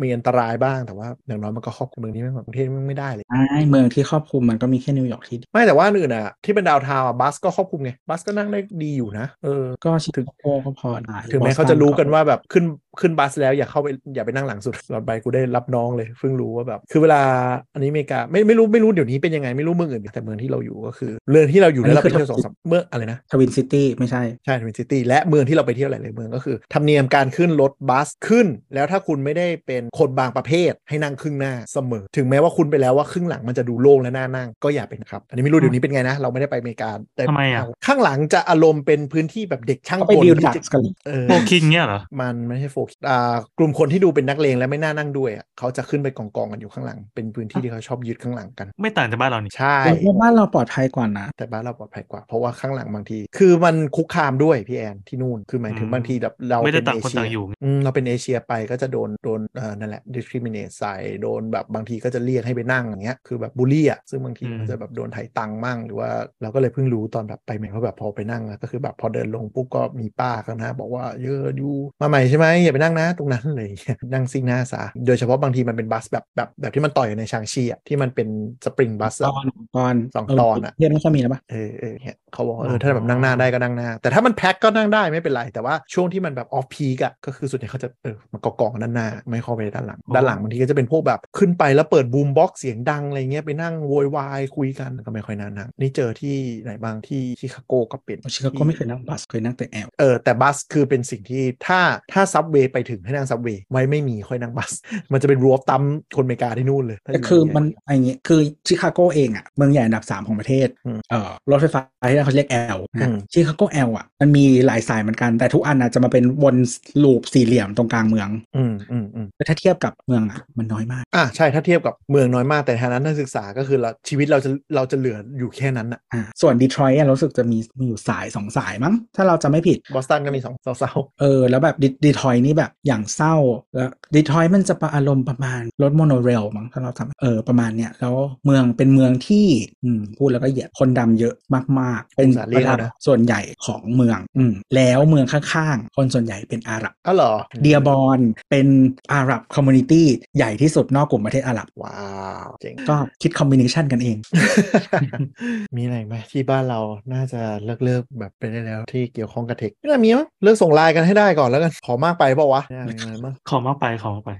[SPEAKER 2] มีอันตรายบ้างแต่ว่าอย่างน้อยมันก็ครอบคลุมเมืองนี้ไม่เหมือนกรุงเทพมันไม่ได้เลย
[SPEAKER 3] ใช่เมืองที่ครอบคลุมมันก็มีแค่นิวยอร์กที่เดียว
[SPEAKER 2] ไม่แต่ว่าอันอื่นอ่ะที่เป็นดาวน์ทาวน์อ่ะบัสก็ครอบคลุมไงบัสก็นั่งได้ดีอยู่นะเออ
[SPEAKER 3] ก็ชิคาโกก็พอได้
[SPEAKER 2] ถึงแม้เขาจะรู้กันว่าแบบขึ้นขึ้นบัสแล้วอย่าเข้าไปอย่าไปนั่งหลังสุด <laughs> หลอดไปกูได้รับน้องเลยเพิ่งรู้ว่าแบบคือเวลาอันนี้อเมริกาไม่ไม่รู้ไม่รู้เดี๋ยวนี้เป็นยังไงไม่รู้เมืองอื่นแต่เมืองที่เราอยู่ก็คือเมืองที่เราอยู่แล้วเราไปเที่ยวสองสามเมืองอะไรนะ
[SPEAKER 3] ทวินซิตี้ไม่ใช่
[SPEAKER 2] ใช่ทวินซิตี้และเมืองที่เราไปเที่ยวหลายๆเมืองก็คือธรรมเนียมการขึ้นรถบัสขึ้น แล้วถ้าคุณไม่ได้เป็นคนบางประเภทให้นั่งครึ่งหน้าเสมอ ถึงแม้ว่าคุณไปแล้วว่าครึ่งหลังมันจะดูโล่งและน่านั่งก็อย่าเป็นครับอันนี้ไม่รู้เดี๋ยวนี้เป็นไงนะเราไม่ได้ไปอเมริกาแต่
[SPEAKER 4] ทำไมอะ
[SPEAKER 2] ข้างหลังจะอารมณ์เป็นพื้นที่แบบเด็กช่าง
[SPEAKER 3] ก็ไป
[SPEAKER 2] กล
[SPEAKER 3] ดิว
[SPEAKER 2] ที่
[SPEAKER 3] ดัก
[SPEAKER 2] จะ
[SPEAKER 3] กัน
[SPEAKER 2] เออ
[SPEAKER 4] โฟคิงเนี่ยเหรอ
[SPEAKER 2] มันไม่ใช่โฟกอ่ากลุ่มคนที่ดูเป็นนักเลงและไม่น่านั่งด้วยอะเขาจะขึ้นไปกองกองๆกันอยู่ข้างหลัง เป็นพื้นที่ที่เขาชอบยึดข้างหลังกัน
[SPEAKER 4] ไม่ต่างจากบ้านเรานี่
[SPEAKER 2] ใช่
[SPEAKER 3] เราว่าบ้านเราปลอดภัยกว่านะ
[SPEAKER 2] แต่บ้านเราปลอดภัยกว่า เพราะว่าข้างหลังบางที คือมันคุกคามด้วยพี่แอนที่นู่น คือหมายถึงบางทีแบบเรา
[SPEAKER 4] ไม่ได้
[SPEAKER 2] เป็
[SPEAKER 4] ต่าง
[SPEAKER 2] เอ
[SPEAKER 4] คน
[SPEAKER 2] เชี
[SPEAKER 4] ต่างอยู่
[SPEAKER 2] อืมเราเป็นเอเชียไปก็จะโดนโดนเอ่อนั่นแหละ discriminate ใส่โดนแบบบางทีก็จะเรียกให้ไปนั่งอย่างเงี้ย คือแบบบูลลี่อ่ะ ซึ่งบางทีมันจะแบบโดนไถ่ตังค์มั่งหรือว่าเราก็เลยเพิ่งรู้ตอนแบบไปใหม่ว่าแบบพอไปนั่งแล้วก็คือแบบพอเดินลงปุ๊บก็มีป้าข้างหน้าบอกว่าเยอะอยู่มาใหม่ใช่ไหมอย่าไปนั่งนะตรงนั้นอะไรอย่างเลย นั่งซิ่งหน้าซะโดยเฉพาะบางทีมันเป็นบัสแบบแบบแบบที่มันต่อยกันในชางชีอ่ะที่มันเป็นสปริงบัส
[SPEAKER 3] ตอนตอน
[SPEAKER 2] สองตอนอะ
[SPEAKER 3] เรียนไม่ค่อยมีแล้วปะ
[SPEAKER 2] เออเออเนี่ยเขาบอกว่าเออถ้าแบบนั่งหน้าได้ก็นั่งหน้า แต่ถ้ามันแพ็คก็นั่งได้ไม่เป็นไร แต่ว่าช่วงที่มันแบบออฟพีกอะก็คือส่วนใหญ่เขาจะเออมันกองๆด้านหน้า ไม่เข้าไปด้านหลัง ด้านหลังบางทีก็จะเป็นพวกแบบขึ้นไปแล้วเปิดบูมบ็อกซ์เสียงดังอะไรเงี้ยไปนั่งโวยวายคุยกันก็ไม่ค่อยน่านั่งนี่เจอที่ไหนบ้างที่ชิคาโกก็เป็น
[SPEAKER 3] ชิคาโกไม่เคยนั่งบัสเคยนั่งแต่แอล
[SPEAKER 2] เออแต่บัสคือเป็นสิ่งที่ถ้าถ้าซับเวย์ไปถึงให้นั่งซับเวย์ไว้ไม่มีค่อยนั่งบัส มันจะเป็นรูฟตัมคนอเมริกาที่นู่นเลยถ้าอ
[SPEAKER 3] แต่
[SPEAKER 2] ยู่
[SPEAKER 3] คือ
[SPEAKER 2] ใหญ่
[SPEAKER 3] มันไอ้เงี้ยคือชิคาโกเองอ่ะเมืองใหญ่อันดับ 3 ของประเทศ
[SPEAKER 2] อืม
[SPEAKER 3] เอ่อรถไฟฟ้าที่นั่นเขาเรียกแอล
[SPEAKER 2] อืม
[SPEAKER 3] ชิคาโกแอลอ่ะมันมีหลายสายเหมือนกันแต่ทุกอันอ่ะจะมาเป็นวนลูปสี่เหลี่ยมตรงกลางเมือง
[SPEAKER 2] อืมอืมอืม
[SPEAKER 3] แต่ถ้าเทียบกับเมืองอ่ะมันน้อยมาก
[SPEAKER 2] อ่ะใช่ถ้าเทียบกับเมืองน้อยมากแต่ฐานะนักศึกษาก็คือเราชีวิตเราจะเราจะเหลืออยู่แค่นั้นน่ะ
[SPEAKER 3] อ่าส่วนดีทรอยต์รู้สึกจะมีมีอยู่สายสองสายมั้งถ้าเราจะไม่ผิด
[SPEAKER 2] บอสตันก็มีส <laughs> องเสา
[SPEAKER 3] เออแล้วแบบดีทอยนี่แบบอย่างเศร้าแล้วดีทอยมันจะประอารมณ์ประมาณรถโมโนเรลมั้งถ้าเราทำเออประมาณเนี้ยแล้วเมืองเป็นเมืองที่อืมพูดแล้วก็เหยียดคนดำเยอะมากๆ เป็นประชากรส่วนใหญ่ของเมืองอืมแล้วเมืองข้างๆ คนส่วนใหญ่เป็นอาหรับ
[SPEAKER 2] ๆอ๋อเหรอ
[SPEAKER 3] เดียบอนเป็นอาหรับคอมมูนิตี้ใหญ่ที่สุดนอกกลุ่มประเทศอาหรับ
[SPEAKER 2] ว้าวเจ๋ง <laughs>
[SPEAKER 3] ก็คิดคอมบิเนชันกันเอง
[SPEAKER 2] มีอะไรอีกไหมที่บ้านเราน่าจะเลิกเลิกๆแบบไปได้แล้วที่เกี่ยวข้องกับเทคไม่น่ามีมั้งเลิกส่งไลน์กันให้ได้ก่อนแล้วกันขอมากไปเปล่าวะไม่น่ามีอะไรมั้ง
[SPEAKER 4] ขอมากไปขอมากไป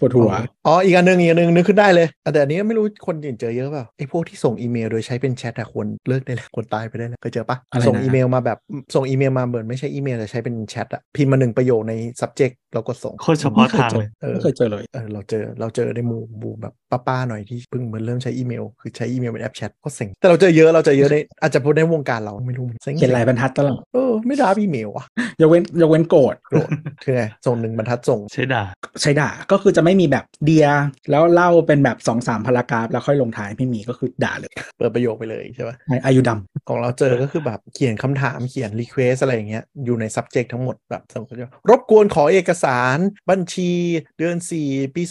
[SPEAKER 3] ปวดหัว
[SPEAKER 2] อ๋ออีกอันหนึ่งอีกอันหนึ่งนึกขึ้นได้เลยอ่ะแต่อันนี้ไม่รู้คนอื่นเจอเยอะเปล่าไอ้พวกที่ส่งอีเมลโดยใช้เป็นแชทอะควรเลิกได้แล้วควรตายไปได้แล้วเคยเจอปะ
[SPEAKER 3] อะไรนะ
[SPEAKER 2] ส่งอีเมลมาแบบส่งอีเมลมาเหมือนไม่ใช่อีเมลแต่ใช้เป็นแชทอะพิมพ์มาหนึ่งประโยคใน subject เรากดส่ง
[SPEAKER 4] โคตรเฉพาะทางเลย
[SPEAKER 2] <laughs> เออ
[SPEAKER 3] ไม่เคยเจอเลย
[SPEAKER 2] เออเราเจอเราเจอในหมู่หมู่แบบป้าๆหน่อยที่เพิ่งเหมือนเริ่มใช้อีเมล คือใช้อีเมลเป็นแอปแชทก็เซ็งแต่เราเจอเยอะเราเจอเยอะในอาจจะเพราะในวงการเราไม่รู้เซ็ง
[SPEAKER 3] เขียนลายบรรทัดตลอด
[SPEAKER 2] เออไม่รับอีเมลอะ
[SPEAKER 3] ยกเว้นยกเว้นโกรธ
[SPEAKER 2] โกรธคือไงส่งหนึ่งบรรทัดส่ง
[SPEAKER 4] ใช้ด่า
[SPEAKER 3] ใช้ด่าก็คือจะไม่มีแบบเดีย แล้วเล่าเป็นแบบสองสามพารากราฟแล้วค่อยลงท้ายไม่มีก็คือด่าเลย
[SPEAKER 2] เปิดประโยคไปเลยใช่ปะ
[SPEAKER 3] ไอ้อายุดำ
[SPEAKER 2] ของเราเจอก็คือแบบเขียนคำถามเขียน request อะไรอย่างเงี้ยอยู่ใน subject ทั้งหมดแบบสมมติว่ารบกวนขอเอกสารบัญชีเดือน 4 ปี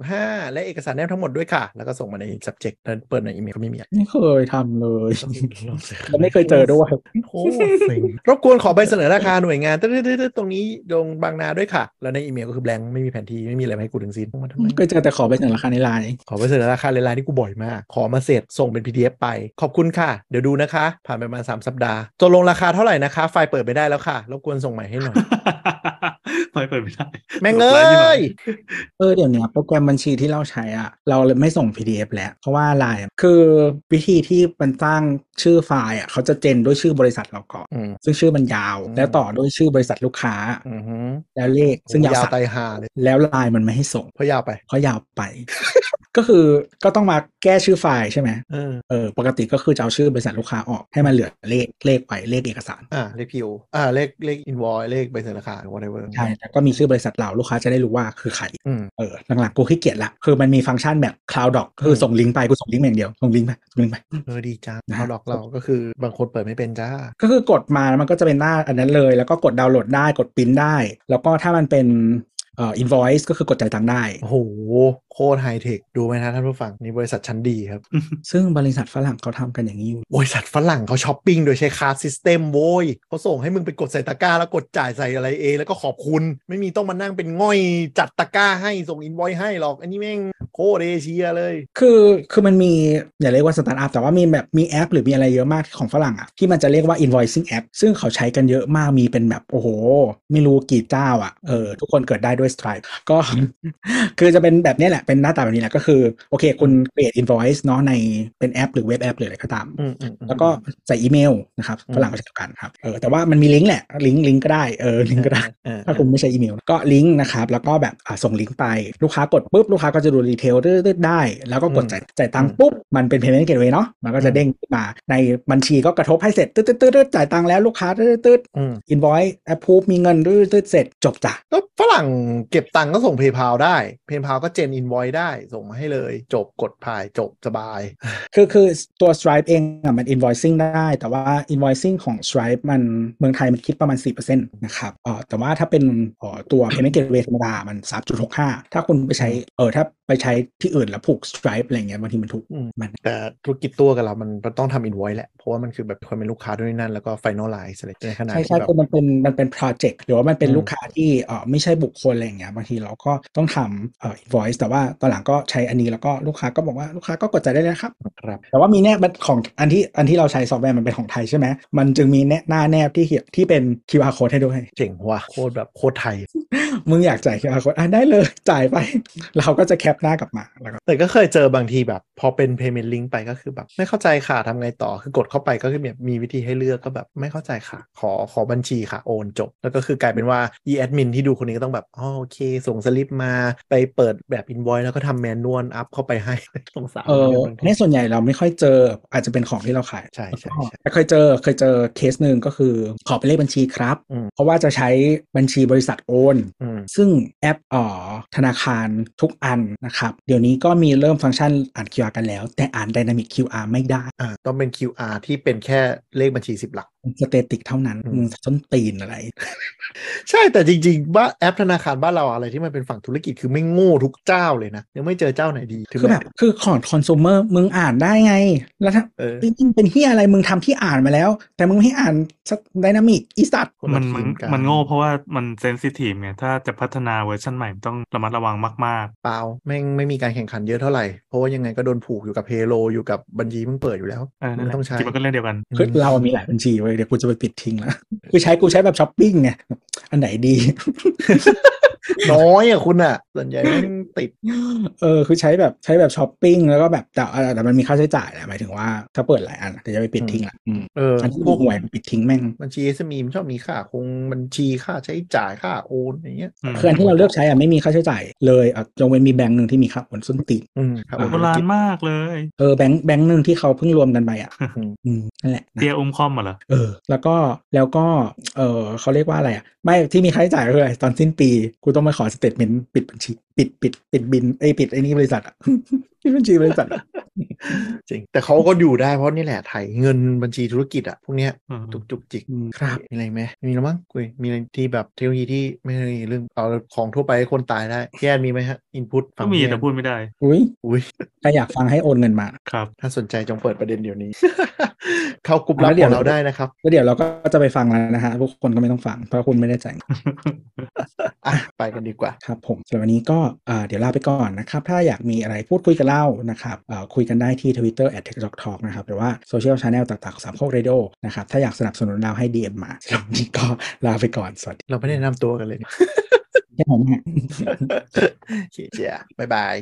[SPEAKER 2] 2565 และเอกสารแนบทั้งหมดด้วยค่ะ แล้วก็ส่งมาใน subject แล้วเปิดในอีเมลก็ไม่มีอะไร
[SPEAKER 3] ไม่เคยทำ
[SPEAKER 2] <laughs>
[SPEAKER 3] เลยแล้วไม่เคยเจอด้วย
[SPEAKER 2] โอ้เซ็งรบกวนขอใบเสนอราคาหน่วยงานตึ๊ดๆๆตรงนี้ตรงบางนาด้วยค่ะ แล้วในอีเมลก็คือ blank ไม่มีแผนที่ไม่มีอะไรมาให้กูถึงสิ้นมาทำไม
[SPEAKER 3] เคยเจอแต่ขอไปถึงราคาในไลน์
[SPEAKER 2] ขอไปเสนอราคาในไลน์ที่กูบ่อยมาก ขอมาเสร็จส่งเป็น PDF ไป ขอบคุณค่ะ เดี๋ยวดูนะคะ ผ่านไปประมาณ <laughs> 3 สัปดาห์ตกลงราคาเท่าไหร่นะคะ ไฟล์เปิดไม่ได้แล้วค่ะ รบกวนส่งใหม่ให้หน่อย
[SPEAKER 4] <laughs> ไม่เปิดไม่ได้
[SPEAKER 2] แม่งเอ้ย
[SPEAKER 3] เออเดี๋ยวเนี้ยโปรแกรมบัญชีที่เราใช้อะเราเลยไม่ส่ง PDF แล้ว เพราะว่าไลน์คือวิธีที่มันสร้างชื่อไฟล์อะเขาจะเจนด้วยชื่อบริษัทเราก่อน
[SPEAKER 2] อืม
[SPEAKER 3] ซึ่งชื่อมันยาว
[SPEAKER 2] อืม
[SPEAKER 3] แล้วต่อด้วยชื่อบริษัทลูกค้า
[SPEAKER 2] อือหือ
[SPEAKER 3] แล้วเลขซึ่งยาวย
[SPEAKER 2] าว
[SPEAKER 3] สัต
[SPEAKER 2] ไต
[SPEAKER 3] ว์
[SPEAKER 2] หาเลย
[SPEAKER 3] แล้วไลน์มันไม่ให้ส่ง
[SPEAKER 2] เพราะยาวไป
[SPEAKER 3] เพราะยาวไป <laughs> ก็คือก็ต้องมาแก้ชื่อไฟล์ใช่ไหม
[SPEAKER 2] เออ
[SPEAKER 3] เออปกติก็คือจะเอาชื่อบริษัทลูกค้าออกให้มันเหลือเลขเลขไว้เลขเอกสาร
[SPEAKER 2] อ่าเลขพิวอ่าเลขเลขอินวอยเลขใบเสนอราคา whatever
[SPEAKER 3] ใช่แล้วก็มีชื่อบริษัทเราลูกค้าจะได้รู้ว่าคือใคร
[SPEAKER 2] อืม
[SPEAKER 3] เออหลังๆกูขี้เกียจละคือมันมีฟังก์ชันแบบ Cloud Doc ก็คือ
[SPEAKER 2] ม
[SPEAKER 3] ส่งลิงก์ไป กูส่งลิงก์มาอย่างเดียว ส่งลิงก์ไปส่งลิงก์ไป
[SPEAKER 2] เออดีจ้า
[SPEAKER 3] นะฮะ
[SPEAKER 2] เอาดอกเราก็คือบางคนเปิดไม่เป็นจ้า
[SPEAKER 3] ก็คือกดมาแล้วมันก็จะเป็นหน้าอันนั้นเลย แล้วก็กดดาวน์โหลดได้กดปริ้นได้ แล้วก็ถ้ามันเป็นเอ่อ invoice ก็คือกดจ่ายตังค์ได้
[SPEAKER 2] โอ้โห โคตรไฮเทค ดูไหมนะท่านผู้ฟัง นี่บริษัทชั้นดีครับ
[SPEAKER 3] ซึ่งบริษัทฝรั่งเขาทำกันอย่างนี้อยู่
[SPEAKER 2] บริษัทฝรั่งเขาช้อปปิ้งโดยใช้คาร์ดซิสเต็มโว้ยเขาส่งให้มึงไปกดใส่ตะกร้า แล้วกดจ่ายใส่อะไรเอง แล้วก็ขอบคุณ ไม่มีต้องมานั่งเป็นง่อยจัดตะกร้าให้ส่งอินวอยให้หรอก อันนี้แม่งโคตรเอเชียเลย
[SPEAKER 3] คือคือมันมีอย่าเรียกว่าสตาร์ทอัพแต่ว่ามีแบบมีแอป หรือมีอะไรเยอะมากของฝรั่งอ่ะที่มันจะเรียกว่า invoicing app ซึ่งเขาใช้กันเยอะมากมีเป็นแบบโอ้โห ไม่รู้กี่เจ้าอ่ะเออทุกคนเกิดได้ด้วย Stripe ก็ <laughs> คือจะเป็นแบบเนี้ยแหละเป็นหน้าตาแบบนี้แหละก็คือโอเคคุณ create invoice เนาะในเป็นแอป หรือเว็บแอปหรืออะไรก็ตาม
[SPEAKER 2] อืมอืมอืม
[SPEAKER 3] แล้วก็ใส่อีเมลนะครับ
[SPEAKER 2] อืม
[SPEAKER 3] ฝรั่งก็ใช้กันครับเออแต่ว่ามันมีลิงก์แหละลิงก์ลิงก์ก็ได้เออลิงก์ก็ได้
[SPEAKER 2] เออเออ
[SPEAKER 3] ถ้าคุณไม่ใช้อีเมลก็ลิงก์นะครับ แล้วก็แบบอ่ะส่งลิงก์ไปลูกค้ากดปุ๊บ ลูกค้าก็จะดูรีเทลเรื่อยๆได้ แล้วก็กดจ่ายจ่ายตังค์ปุ๊บ มันเป็น payment gateway เนาะมันก็จะเด้งขึ้นมา ในบัญชีก็กระทบให้เสร็จตึ๊ดตึ๊ดตึ๊ดๆๆๆจ่ายตังค์แล้วลูกค้าตึ๊ดตึ๊ด
[SPEAKER 2] อืม
[SPEAKER 3] อินวอยซ์แอปพูมีเงินตึ๊ดตึ๊ดๆๆเสร็จจบจ้ะ
[SPEAKER 2] ก็ฝรั่งเก็บตังค์ก็ส่งเพย์พาได้เพย์พาก็เจนอินวอยได้ส่งมาให้เลย จบกดผ่ายจบสบาย
[SPEAKER 3] คือคือตัว Stripe เองอ่ะมัน invoicing ได้ แต่ว่า invoicing ของ Stripe มันเมืองไทยมันคิดประมาณ4%นะครับอ๋อแต่ว่าถ้าเป็นอ๋อตัว payment gateway ธรรมดามัน3.65ถ้าคุณไปใช้เออถ้าไปใช้ที่อื่นแล้วผูก Stripe อะไรเงี้ยบางทีมันถูก
[SPEAKER 2] อืม
[SPEAKER 3] มัน
[SPEAKER 2] แต่ธุรกิจตัวกับเรา มันต้องทำอินวอยแหละ เพราะว่ามันคือแบบความเป็นลูกค้าด้วยนั่น แล้วก็ไฟนอลไลซ์อะไรในขณะ
[SPEAKER 3] ใช่
[SPEAKER 2] ที่
[SPEAKER 3] ใช่
[SPEAKER 2] แบบ
[SPEAKER 3] คือมันเป็นมันเป็นโปรเจกต์หรือว่ามันเป็น
[SPEAKER 2] อืม
[SPEAKER 3] ลูกค้าที่เออไม่ใช่บุคคลอะไรอย่างเงี้ยบางทีเราก็ต้องทำเอ่อ invoice แต่ว่าตอนหลังก็ใช้อันนี้แล้วก็ลูกค้าก็บอกว่าลูกค้าก็กดจ่ายได้เลยนะครับ
[SPEAKER 2] ครับ
[SPEAKER 3] แต่ว่ามีแนบมันของอันที่อันที่เราใช้ซอฟต์แวร์มันเป็นของไทยใช่ไหมมันจึงมีแนบหน้าแนบที่เขียนที่เป็น QR code ให้ด้วย
[SPEAKER 2] เจ๋งว่ะโคตรแบบโคตรไทย
[SPEAKER 3] มึงอยากจ่าย QR code อ่ะได้เลยจ่ายไป เราก็จะแคปหน้ากลับมาแล้วก็
[SPEAKER 2] แต่ก็เคยเจอบางทีแบบ พอเป็น payment link ไปก็คือแบบ ไม่เข้าใจค่ะทำไงต่อคือกดเข้าไปก็คือแบบมีวิธีให้เลือกก็แบบไม่เข้าใจค่ะ ขอขอบัญชีค่ะโอนจบ แล้วก็คือกลายเป็นว่า e admin ที่ดูคนนี้ก็ต้องแบบอ๋อโอเค ส่งสลิปมาไปเปิดแบบ invoice แล้วก็ทำแมนนวลอัพเข้าไปให้ <laughs> สงสาร
[SPEAKER 3] เอ
[SPEAKER 2] า
[SPEAKER 3] อ
[SPEAKER 2] งที
[SPEAKER 3] เนี่ยส่วนใหญ่เราไม่ค่อยเจออาจจะเป็นของที่เราขาย
[SPEAKER 2] ใช่ใช่ใช่
[SPEAKER 3] แต่เคยเจอเคยเจอเคสหนึ่งก็คือขอเป็นเลขบัญชีครับ
[SPEAKER 2] อืม
[SPEAKER 3] เพราะว่าจะใช้บัญชีบริษัทโอน
[SPEAKER 2] อืม
[SPEAKER 3] ซึ่งแอปอ๋อธนาคารทุกอันนะครับ เดี๋ยวนี้ก็มีเริ่มฟังก์ชันอ่าน QR กันแล้ว แต่อ่าน Dynamic QR ไม่ได้
[SPEAKER 2] อ่าต้องเป็น QR ที่เป็นแค่เลขบัญชี 10 หลัก
[SPEAKER 3] สเตติกเท่านั้น
[SPEAKER 2] อืม
[SPEAKER 3] มึงส้นตีนอะไร
[SPEAKER 2] ใช่แต่จริงๆบ้านแอปธนาคารบ้านเราอะไรที่มันเป็นฝั่งธุรกิจคือไม่โง่ทุกเจ้าเลยนะ ยังไม่เจอเจ้าไหนดีถึง
[SPEAKER 3] คือ
[SPEAKER 2] แบ
[SPEAKER 3] แบบบคือของคอน sumer มึงอ่านได้ไง แล้วถ้า
[SPEAKER 2] เออ
[SPEAKER 3] จริงๆเป็นที่อะไรมึงทำที่อ่านมาแล้ว แต่มึงไม่ให้อ่านดินามิกอีสัตว์
[SPEAKER 2] คละ
[SPEAKER 4] มันมัน
[SPEAKER 2] ทีกั
[SPEAKER 4] มันโง่เพราะว่ามันเซนซิทีฟไงถ้าจะพัฒนาเวอร์ชันใหม่มันต้องระมัดระวังมาก
[SPEAKER 2] เปล่าแม่งไม่มีการแข่งขันเยอะเท่าไหร่ เพราะว่ายังไงก็โดนผูกอยู่กับเฮโลอยู่กับบัญชีมึงเปิดอยู่แล้ว
[SPEAKER 4] ๆ เออนั่น
[SPEAKER 2] มึงต้
[SPEAKER 4] แหละ
[SPEAKER 2] องใช้
[SPEAKER 4] คิดว่าก็เรื่องเดียวกัน
[SPEAKER 3] คือเรามีหลายบัญชีเว้ยเดี๋ยวกูจะไปปิดทิ้งละคือใช้กูใช้แบบช้อปปิ้งไงอันไหนดี <laughs>
[SPEAKER 2] น้อยอ่ะคุณอ่ะ ส่วนใหญ่แม่งติด
[SPEAKER 3] เออคือใช้แบบใช้แบบช้อปปิ้งแล้วก็แบบแต่เออแต่มันมีค่าใช้จ่ายแหละหมายถึงว่าถ้าเปิดหลายอันแต่จะไปปิดทิ้งละอืม
[SPEAKER 2] เออ
[SPEAKER 3] อันที่
[SPEAKER 2] พ
[SPEAKER 3] พว
[SPEAKER 2] ว
[SPEAKER 3] ก
[SPEAKER 2] ก
[SPEAKER 3] หวยมันปิดทิ้งแม่ง
[SPEAKER 2] บัญชี SME มันชอบมีค่าคงบัญชีค่าใช้จ่ายค่าโอนอย่างเงี้ย
[SPEAKER 4] อืม
[SPEAKER 3] คืออันที่เราเลือกใช้อ่ะไม่มีค่าใช้จ่ายเลยอ่ะยกเว้นมีแบงค์หนึ่งที่มีค่าโอนส้นตีน
[SPEAKER 2] อืมครับ
[SPEAKER 4] โบราณมากเลย
[SPEAKER 3] เออแบงค์แบงค์หนึ่งที่เขาเพิ่งรวมกันไปอ่ะอืมนั่นแหละนะ
[SPEAKER 4] เตียอุ้มคอมมาเหรอ
[SPEAKER 3] เออ แล้วก็แล้วก็เออเขาเรียกว่าอะไรอ่ะไม่ที่มีค่าใช้จ่ายก็คืออะไรตอนสิ้นปีกูต้องไปขอสเตทเมนต์ปิดบัญชีปิดปิดปิดบินไอ้ยปิดไอ้นี่บริษัทอ่ะ <laughs> ปิดบัญชีบริษัทอะ
[SPEAKER 2] จริงแต่เขาก็อยู่ได้เพราะนี่แหละไทยเงินบัญชีธุรกิจอ่ะพวกเนี้ย
[SPEAKER 4] อืม
[SPEAKER 2] จุกจุกจิก
[SPEAKER 3] อืมครับ
[SPEAKER 2] มีอะไรไหมมีแล้วมั้งกุยมีอะไรที่แบบเทคโนโลยีที่ไม่ได้เรื่องเอาของทั่วไปให้คนตายได้แย่มีไหมฮะอินพุต
[SPEAKER 4] ก็มีแต่พูดไม่ได้
[SPEAKER 3] อุ้ย
[SPEAKER 2] อุ้ย
[SPEAKER 3] ใครอยากฟังให้โอนเงินมา
[SPEAKER 4] ครับ
[SPEAKER 2] ถ้าสนใจจงเปิดประเด็นเดี๋ยว <laughs> นี้ เข้ากลุ่มลับของเราได้นะครับ
[SPEAKER 3] แล้วเดี๋ยวเราก็จะไปฟังแล้วนะฮะพวกคนก็ไม่ต้องฟัง เพราะคุณไม่ได้จ่ายเงิน
[SPEAKER 2] อ่ะ ไปกันดีกว่า
[SPEAKER 3] ครับผมสำหรับวันนี้ก็อ่าเดี๋ยวลาไปก่อนนะครับ ถ้าอยากมีอะไรพูดคุยกับเรานะครับอ่าคุยกันได้ที่ Twitter at tech talk talk นะครับ หรือว่าโซเชียลชาแนลต่างๆของสามโคกเรดิโอนะครับ <laughs> ถ้าอยากสนับสนุนเราให้ DM มาสำหรับวันนี้ก็ลาไปก่อน สวัสดี
[SPEAKER 2] เราไม่ได้แนะนำตัวกันเลย <laughs>
[SPEAKER 3] ใช่ผมฮะ
[SPEAKER 2] โอเคเชียร์บ๊ายบาย